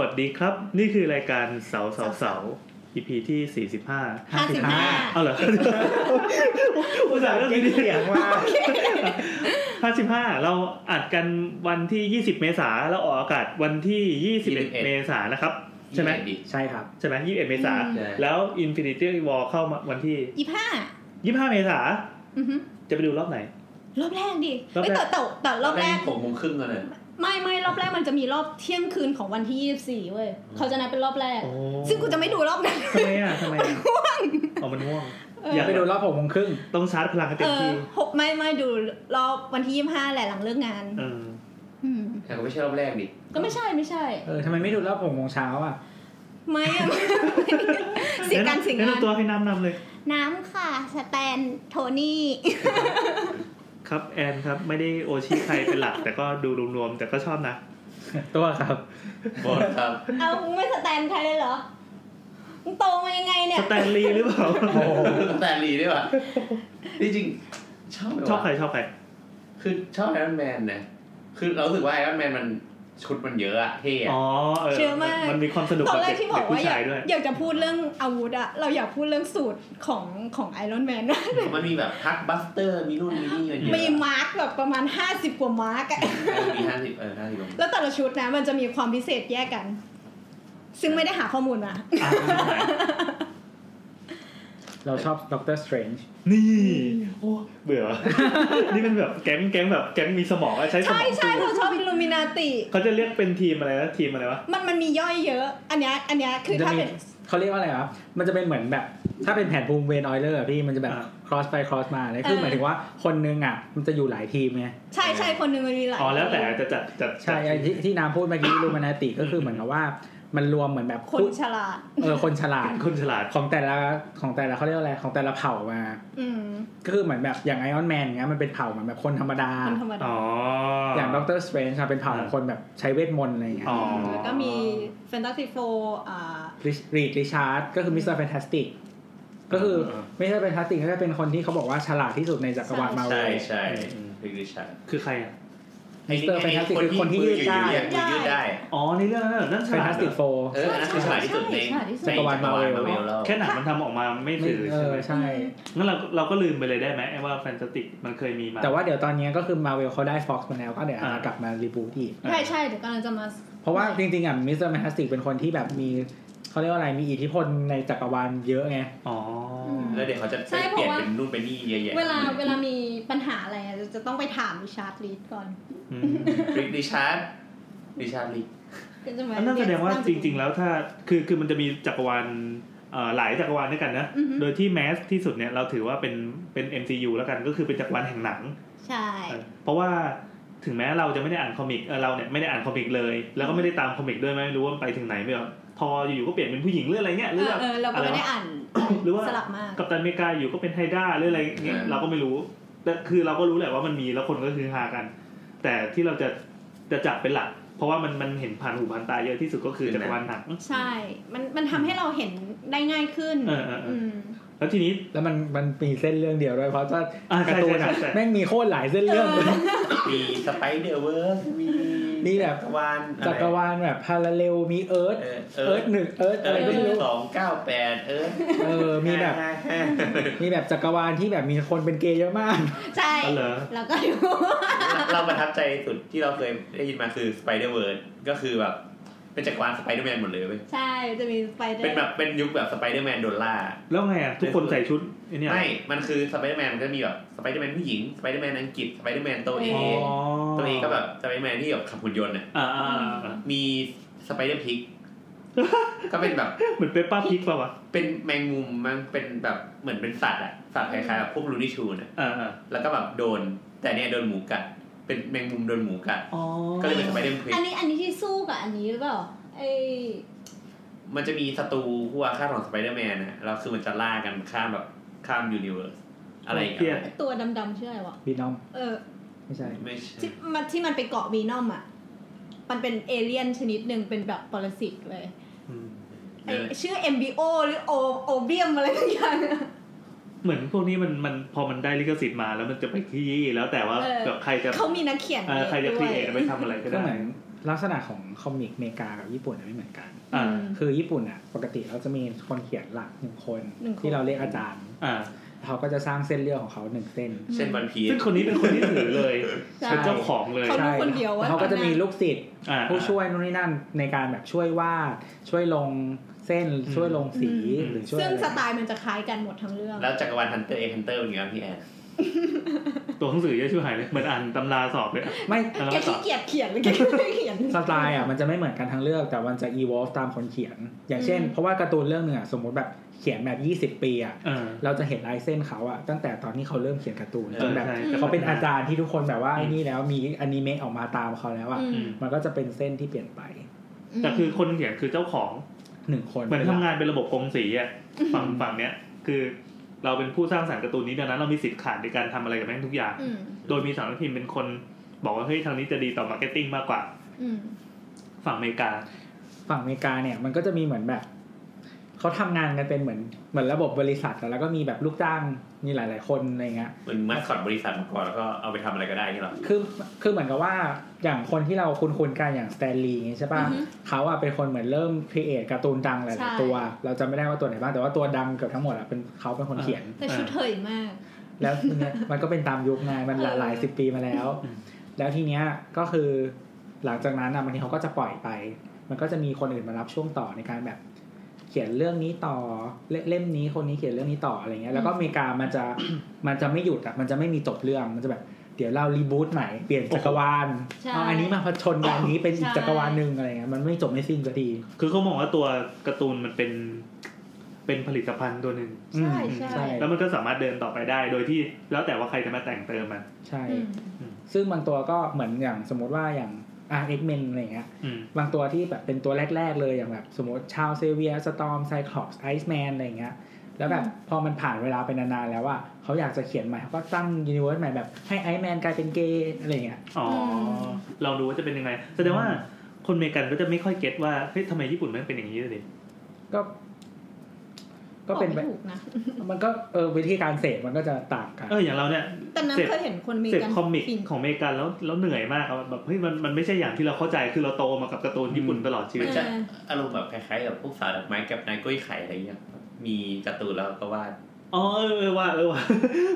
S4: วัสดีครับ นี่คือรายการเสาเสาเสา EP ที่สี่สิบห้า
S2: ห้าสิบห้า
S4: เอา เหรออุตส่าห์เลือก
S3: กิน
S4: ดี
S3: เสียงว่า
S4: ห้าสิบห้าเราอัดกันวันที่ยี่สิบเมษาแล้วออกอากาศวันที่ยี่สิบเอ็ด
S1: 21
S4: เมษานะครับ ใช่ไหม
S1: ดิ
S3: ใช่ครับ
S4: ใช่ไหมยี่สิบเอ็ดเมษา
S1: ใช่
S4: แล้ว Infinity War เข้ามาวันที่
S2: ยี่สิบห้า
S4: ยี่สิบห้าเมษา
S2: อือฮึ
S4: จะไปดูรอบไหน
S2: รอบแรกดิ
S4: รอบแรก
S2: เฮ้ยแต่แต่แต่รอบแรก
S1: หกโมงครึ่งแล้วเนี่ย
S2: ไม่ไม่รอบแรกมันจะมีรอบเที่ยงคืนของวันที่ยี่สิบสี่เว้ยเขาจะนัดเป็นรอบแรก
S4: โอ้
S2: ซึ่งกูจะไม่ดูรอบนั้น
S4: ทำไมอ่ะทำไมอ่ะอ๋อมันง่วง
S2: เอออ
S4: อ
S3: าย
S4: ยาก ก
S3: ไปดูรอบหกโมงครึ่ง
S4: ต้องชาร์จพลังให้เต็
S2: เอ
S4: ม
S2: อ
S4: ที่
S2: หกไม่ไม่ดูรอบวันที่ยี่ห้าแหละหลังเลิกงาน
S4: เออ
S2: อืม
S1: แต่ก็ไม่ใช่รอบแรกดิ
S2: ก็ไม่ใช่ไม่ใช่
S3: เออทำไมไม่ดูรอบหกโมงเช้าอ่ะ
S2: ไม่อะ เสียงการเสียง
S4: แนะ
S2: งาน
S4: นำตัวให้น้ำนำเลย
S2: น้ำค่ะ สแตนโทนี่
S4: ครับแอนครับไม่ได้โอชิใครเป็นหลัก แต่ก็ดูรวมๆแต่ก็ชอบนะ
S3: ตัวครับ
S1: บอลครับ
S2: เอามึงไม่สแตนใครเลยเหรอ มึงโตมายังไงเนี่
S4: ส
S2: ย
S4: แตนลีย์หรือเปล่า
S1: แต่หลีด้วยว่ะนี่จริง ชอบไหม
S4: ชอบใคร
S1: วะ
S4: ชอบใคร
S1: คือชอบไอรอนแมนนะ คือเรารู้สึกว่าไอรอนแมนมันชุดมันเยอะอะเท่อะ
S4: อ๋อเออ
S2: เชื่อมาก
S4: มันมีความสนุก
S2: ตอน
S4: กับ
S2: แรก
S4: เด็ก
S2: ที่บอก
S4: ผู้
S2: ว่าอยา
S4: ชาก ยด้วย
S2: อยากจะพูดเรื่องอาวุธอะเราอยากพูดเรื่องสูตรของของไอรอนแมน
S1: มันมีแบบพักบัสเตอร์ มีนู่นมีนี่มันเยอะ
S2: มีมาร์กแบบประมาณ 50 กว่ามาร์กอะ
S1: เออมีห้าสิบเออห้าสิบ
S2: แล้วแต่ละชุดนะมันจะมีความพิเศษแยกกัน ซึ่งไม่ได้หาข้อมูลมา
S4: อ่ะ
S3: เราชอบด็อกเตอร์สเตรนจ์
S4: นี่ โอ้เบื่อ นี่เป็นแบบแก๊งแก๊งแบบแก๊งมีสมองอะใช้สม
S2: ใช่
S4: อง
S2: ใช่เราชอบอิลูมินาติ
S4: เขาจะเรียกเป็นทีมอะไรนะทีมอะไรวะ
S2: มันมันมีย่อยเยอะ อันเนี้ยอันเนี้ยคือ
S3: จะ
S2: ถ้า
S3: มี
S2: เป็น
S3: เขาเรียกว่าอะไรครับ มันจะเป็นเหมือนแบบ ถ้าเป็นแผนภูมิเวนออยเลอร์พี่มันจะแบบ
S4: อ่า
S3: cross ไป cross มาเลยคือ
S2: เออ
S3: หมายถึงว่าคนนึงอ่ะ มันจะอยู่หลายทีมไง
S2: ใช่ใช่คนหนึ่งมันมีหลาย
S4: อ๋อแล้วแต่จะจัดจัด
S3: ใช่ไอ้ที่ที่น้ำพูดเมื่อกี้ลูมานาติก็คือเหมือนกับว่า มันรวมเหมือนแบบ
S2: คน
S3: ผู้
S2: ฉลาด
S3: เออคนฉลาด
S4: คนฉลาด
S3: ของแต่ละของแต่ละเขาเรียกว่าอะไรของแต่ละเผ่ามา
S2: อืม
S3: ก็คือเหมือนแบบอย่างไอออนแมนเงี้ยมันเป็นเผ่าเหมือนแบบคนธรรมดา
S2: คนธรรมดา
S4: อ๋อ
S3: อ
S4: อ
S3: ย่างด็อกเตอร์สเตรนจ์เป็นเผ่าของคนแบบใช้เวทมนต์อะไรอย่างเงี้ย
S4: อ๋อ
S2: แล้วก็มีแฟนตาซีโฟอ่า
S3: รีดริชาร์ดก็คือมิสเตอร์แฟนตาสติกก็คือไม่ใช่เป็นพลาสติกก็จะเป็นคนที่เขาบอกว่าฉลาดที่สุดในจักรวาลมาเว
S1: ใช่
S3: ล
S1: ใช่พิกดิชัน
S4: คือใครอ่ะ
S1: ไอ้นี่
S3: Mr. Fantastic คือคนที่ยืดได้
S1: มือยืดได้
S4: อ๋อในเรื่องนั้นนะนั่นฉ
S3: แฟน
S4: ลาด
S3: ตาส
S4: เหร
S3: ติก
S4: อ
S3: โฟ
S1: เอออันนั้นคือฉลาดที่สุดใน
S2: ใช่ใช่
S1: ในจักรวาลมาเวลแล้ว
S4: แค่หนังมันทำออกมาไม่
S3: ไม่
S4: สื่อ
S3: เอ
S4: ใช่
S3: อ
S4: ไหม
S3: ใช่
S4: งั้นเราเราก็ลืมไปเลยได้ไหมไอ้ว่าแฟนตาติกมันเคยมีมา
S3: แต่ว่าเดี๋ยวตอนเนี้ยก็คือมาเวลเขาได้ฟ็อกซ์มาแล้วก็เดี๋ยว
S4: อ่า
S3: กลับมารีบูทอีก
S2: ใช่ใช่เดี๋ยวกำลังจะมา
S3: เพราะว่าจริงๆอ่ะมิสเตอร์แฟนตาสติกเป็นคนที่แบบมีเขาเรียกว่าอะไรมีอิทธิพลในจักรวาลเยอะไง
S4: อ๋ออ
S2: ม
S1: แล้วเดี๋ยวเขาจะ
S2: ใช่
S1: ไป
S2: เพ
S1: เปลี่ยน
S2: ราะว่า
S1: เป็นนู่นเป็นนี่เยอะแยะ
S2: เวลาเวลามีปัญหาอะไรอะจะต้องไปถามริชาร์ดลีดก่อน
S4: อืม
S1: พิกดิชันดิชันลิก
S2: ก็จะมา
S4: อันนั่นแสดงว่าจริง ๆ
S2: แล้ว
S4: แล้วถ้าคือคือมันจะมีจักรวาลเอ่อหลายจักรวาลด้วยกันนะ
S2: อือฮึ
S4: โดยที่แมสที่สุดเนี่ยเราถือว่าเป็นเป็น MCU แล้วกันก็คือเป็นจักรวาลแห่งหนัง
S2: ใช่
S4: เออเพราะว่าถึงแม้เราจะไม่ได้อ่านคอมิกเออเราเนี่ยไม่ได้อ่านคอมิกเลย แล้วก็ไม่ได้ตามคอมิกด้วยไม่รู้ว่ามันไปถึงไหนไม่รู้ทออยู่ๆก็เปลี่ยนเป็นผู้หญิงหรืออะไรเงี้ยห
S2: เอ
S4: รือ
S2: อ
S4: แบบ
S2: เออเราก็
S4: อะไร
S2: ไม่ได้
S4: วะ
S2: อ่าน
S4: หรือว่า
S2: สลับมาก
S4: กัปตันอเมริกาอยู่ก็เป็นไฮด้าหรืออะไรอย่างเงี้ยเราก็ไม่รู้ แต่คือเราก็รู้แหละว่ามันมีแล้วคนก็คือฮากัน แต่ที่เราจะจะจับเป็นหลัก เพราะว่ามันมันเห็นผ่านหูผ่านตาเยอะที่สุดก็คือจักรวาลหนัง
S2: ใช่ มันมันทำให้เราเห็นได้ง่ายขึ้น
S4: เออเออเออ
S2: ม
S4: แล้วทีนี้
S3: แล้วมันมันมีเส้นเรื่องเดียวด้วยเพราะว่า
S4: อ่าใช่
S3: การ์ตูนอ่ะ
S4: ใช่ใช่ใช่
S3: แม่งมีโคตรหลายเส้นเรื่องเลย
S1: มีสไปเดอร์เวิร์สมี
S3: นี่แบบ
S1: จักรวาลอะไร
S3: จักรวาลแบบพาราเรลมีเอิร์ธ
S1: เออเออ
S3: เอิร์ธหนึ่งเอิร์ธ
S1: เอ
S3: อะไร
S1: อ
S3: ก็ไม่รู้
S1: สองเก้าแปดเออ
S3: เออมีแบบมีแบบจักรวาลที่แบบมีคนเป็นเกย์เยอะ มาก
S2: ใช่
S4: อ๋อเหรอ
S2: แล้วก็ดู
S1: เราประทับใจสุดที่เราเคยได้ยินมาคือสไปเดอร์เวิร์ก็คือแบบ เป็นจักรวาลสไปเดอร์แมนหมดเลยเว้ย
S2: ใช่ จะมีสไปเดอร์
S1: เป็นแบบเป็นยุคแบบสไปเดอร์แมนโดนล่า
S4: แล้วไงอ่ะทุกคนใส่ชุดไอ้เนี่ย
S1: ไม่ มันคือสไปเดอร์แมนมันก็มีแบบสไปเดอร์แมนผู้หญิงสไปเดอร์แมนอังกฤษสไปเดอร์แมนตัวเอ
S4: อ๋อ
S1: ตัวเอก็แบบสไปเดอร์แมนที่แบบขับหุ่นยนต์อ่ะ
S4: อ่าอ่าอ่า
S1: มีสไปเดอร์พิก ก็เป็นแบบ
S4: เหมือนเปปป้าพิกป่าวะ
S1: เป็นแมงมุมมันเป็นแบบเหมือนเป็นสัตว์อ่ะสัตว์คล้ายๆแบบพวกลูนิชูนอ่ะ
S4: อ่าอ่า
S1: แล้วก็แบบโดน แต่เนี่ยโดนหมูกัดเป็นแมงมุมโดนหมูกัด
S4: อ๋อ
S1: ก็เลยเป็นสไปเดอร์พิก
S2: อันนี้อันนี้ที่สู้กับอันนี้หรือเปล่าไอ
S1: มันจะมีศัตรูคู่อาฆาตของสไปเดอร์แมนนะแล้วคือมันจะล่ากันข้ามแบบข้ามยูนิเวอร์สอะไรอย่าง
S4: เครี
S1: เงี้
S4: ย
S1: ย
S4: ด
S2: ตัวดำๆชื่ออะไรวะ
S3: พี่น้อง
S2: เออ
S3: ไม่ใช่
S1: ไม่ใช่
S2: ที่มันที่มันไปเกาะวีนอมอ่ะ มันเป็นเอเลี่ยนชนิดหนึ่งเป็นแบบปรสิตเลย
S4: อืม
S2: ไอ้ชื่อ MBO หรือโอโอเบียมอะไรทุกอย่างอะ
S4: เหมือนพวกนี้มันมันพอมันได้ลิขสิทธิ์มาแล้วมันจะไปที่แล้วแต่ว่า
S2: เออ
S4: แบบใครจะ
S2: เขามีนักเขียน
S4: เอ่อใครจะ
S2: ด้
S4: คว รี
S2: ย
S4: เอทไปทำอะไรก็
S3: ก็
S4: ได้
S3: เหมือน ลักษณะของคอมิกอเมริกากับญี่ปุ่นน่ะไม่เหมือนกัน
S4: อ่า
S2: อืม
S3: คือญี่ปุ่นอ่ะ ปกติเขาจะมีคนเขียนหลักหนึ่งคน
S2: หนึ่งคน
S3: ที่เราเรียกอาจารย์
S4: อ่า
S3: เขาก็จะสร้างเส้นเรื่องของเขาหนึ่งเส้น
S1: เช่นวันพี
S4: ซึ่งคนนี้เป็นคนที่ถือเลย
S2: ใช่
S4: เป็นเจ้าของเลย
S2: ขารู้
S3: ใช่
S2: คนเดียวว่า
S3: แล้วเขาก็จะ
S2: ตอนนั้น
S3: มีลูกศิษย์
S4: อ่า
S3: ผู้ช่วยนู่นนี่นั่นในการแบบช่วยวาดช่วยลงเส้นช่วยลงสี
S4: อืม
S3: หรือช่วย
S2: ซึ่ง
S3: อะไร
S2: สไตล์มันจะคล้ายกันหมดทั้งเรื่อง
S1: แล้วจักรวาลฮันเตอร์เอ็กฮันเตอร์เป็นไงบ้างพี่แอน
S4: ตัวหนังสือเยอะชิบหายเลย เหมือนอ่านตำราสอบเลย
S3: ไม่
S4: แล้ว
S2: แก
S4: ก็ต่
S2: ขี้
S4: อ
S2: เกียจเขียนหรือแกขี้เกียจเขียน
S3: สไตล์อ่ะมันจะไม่เหมือนกันทั้งเรื่องแต่มันจะ evolve ตามคนเขียน อย่างเช่น
S2: อืม
S3: เพราะว่าการ์ตูนเรื่องหนึ่งอ่ะสมมติแบบเขียนแบบ 20 ปีอ่ะ
S4: เออ
S3: เราจะเห็นลายเส้นเขาอ่ะตั้งแต่ตอนที่เขาเริ่มเขียนการ์ตูน
S4: เอ
S3: จ
S4: อน
S3: แบบ
S4: ใช่
S3: เขาเป็นอาจารย์ที่ทุกคนแบบว่า
S4: อืม
S3: ไอ้นี่แล้วมีอนิเมะออกมาตามเขาแล้วอ่ะ
S2: อืม
S3: มันก็จะเป็นเส้นที่เปลี่ยนไป
S4: แต่คือคนเขียนคือเจ้าของ
S3: หนึ่งคน
S4: เหมือนทำงานเป็นระบบกรงสีอ่ะ ฝั่งฝั่งเนี้ย คือเราเป็นผู้สร้างสรรค์การ์ตูนนี้ดังนั้นเรามีสิทธิ์ขาดในการทำอะไรกับแม่งทุกอย่าง
S2: อืม
S4: โดยมีสำนักพิมพ์เป็นคนบอกว่าเฮ้ยทางนี้จะดีต่อมาร์เก็ตติ้งมากกว่า
S2: อืม
S4: ฝั่งอเมริกา
S3: ฝั่งอเมริกาเนี่ยมันก็จะมีเหมือนแบบเขาทำงานกันเป็นเหมือนเหมือนระบบบริษัทอะแล้วก็มีแบบลูกจ้างมีหลาย ๆ คนอะไรเงี้ย
S1: เหมือนมัดคอตบริษัทมาก่อนแล้วก็เอาไปทำอะไรก็ได้ที่หรอ
S3: คือคือเหมือนกับว่าอย่างคนที่เราคุ้นๆกันอย่างสแตนลีย์อย่างงี้ใช่ป่ะ
S2: อือฮึ
S3: เขาอะเป็นคนเหมือนเริ่มครีเอทการ์ตูนดังห
S2: ใช่
S3: ลายๆตัว เราจะไม่ได้ว่าตัวไหนบ้างแต่ว่าตัวดังเกือบทั้งหมดอะเป็นเขาเป็นคนเขียน
S2: แต่ชุดเถยมาก
S3: แล้วทีเนี้ย มันก็เป็นตามยุคไงมันหลาย
S2: เออ
S3: หลายสิบปีมาแล้ว
S4: อืม
S3: แล้วทีเนี้ยก็คือหลังจากนั้นอะบางทีเขาก็จะปล่อยไป มันก็จะมีคนอื่นมารับช่วงต่อในการแบบ เขียนเรื่องนี้ต่อเลเล่มนี้คนนี้เขียนเรื่องนี้ต่ออะไรเงี้ยแล้วก็อเมริกามันจะ มันจะไม่หยุดอะมันจะไม่มีจบเรื่องมันจะแบบ เดี๋ยวเรารีบูตใหม่เปลี่ยนจักรวาล
S2: ใช่
S3: เอาอันนี้มาผชนกันอันนี้เป็นอีก
S2: ใช่
S3: จักรวาลหนึ่งอะไรเงี้ยมันไม่จบไม่สิ้นสักที
S4: คือเขามองว่าตัวการ์ตูนมันเป็น เป็นผลิตภัณฑ์ตัวหนึ่ง
S3: อืม
S2: ใช่ใช่
S3: ใช่
S4: แล้วมันก็สามารถเดินต่อไปได้ โดยที่แล้วแต่ว่าใครจะมาแต่งเติมมัน
S3: ใช่
S2: อืม
S3: ซึ่งบางตัวก็เหมือนอย่างสมมติว่าอย่างอ่ะเอ็กเมนอะไรเงี้ย
S4: อืม
S3: บางตัวที่แบบเป็นตัวแรก ๆ เลยอย่างแบบ สมมติชาวเซเวียสตอมไซคลอปส์ไอซ์แมนอะไรอย่างเงี้ยแล้วแบบพอมันผ่านเวลาไปนานๆแล้วอะเขาอยากจะเขียนใหม่เขาก็ตั้งยูนิเวิร์สใหม่แบบให้ไอซ์แมนกลายเป็นเกย์อะไรอย่างเงี้ย
S4: อ๋อ
S2: ม
S4: ลองดูว่าจะเป็นยังไง แสดงว่า
S3: อืม
S4: คนอเมริกันก็จะไม่ค่อยเก็ตว่าเฮ้ยทำไมญี่ปุ่นมันเป็นอย่างนี้เลย
S3: ก็ ก็เป็
S2: บ
S3: นแบ
S2: อบ ไม่ถูกนะ
S3: มันก็เออวิธีการเสพมันก็จะต่างกัน
S4: เอออย่างเราเนี่ย
S2: แต่นั้น
S4: เสพ
S2: เคยเห็นคนมี
S4: เสพ
S2: กัน
S4: คอมิก
S2: ฟิน
S4: ของอเมริกันแล้วแล้วเหนื่อยมากอะแบบเฮ้ยมันมันไม่ใช่อย่างที่เราเข้าใจคือเราโตมากับการ์ตูนญี่ปุ่นตลอดชีวิต
S1: นจะ อารมณ์แบบคล้ายๆกับพวกสาวดอกไม้กับนายกล้วยไข่อะไรอย่างเงี้ยมีการ์ตูนแล้วก็วาด
S4: อ๋อเออเออว่าเออ ว่า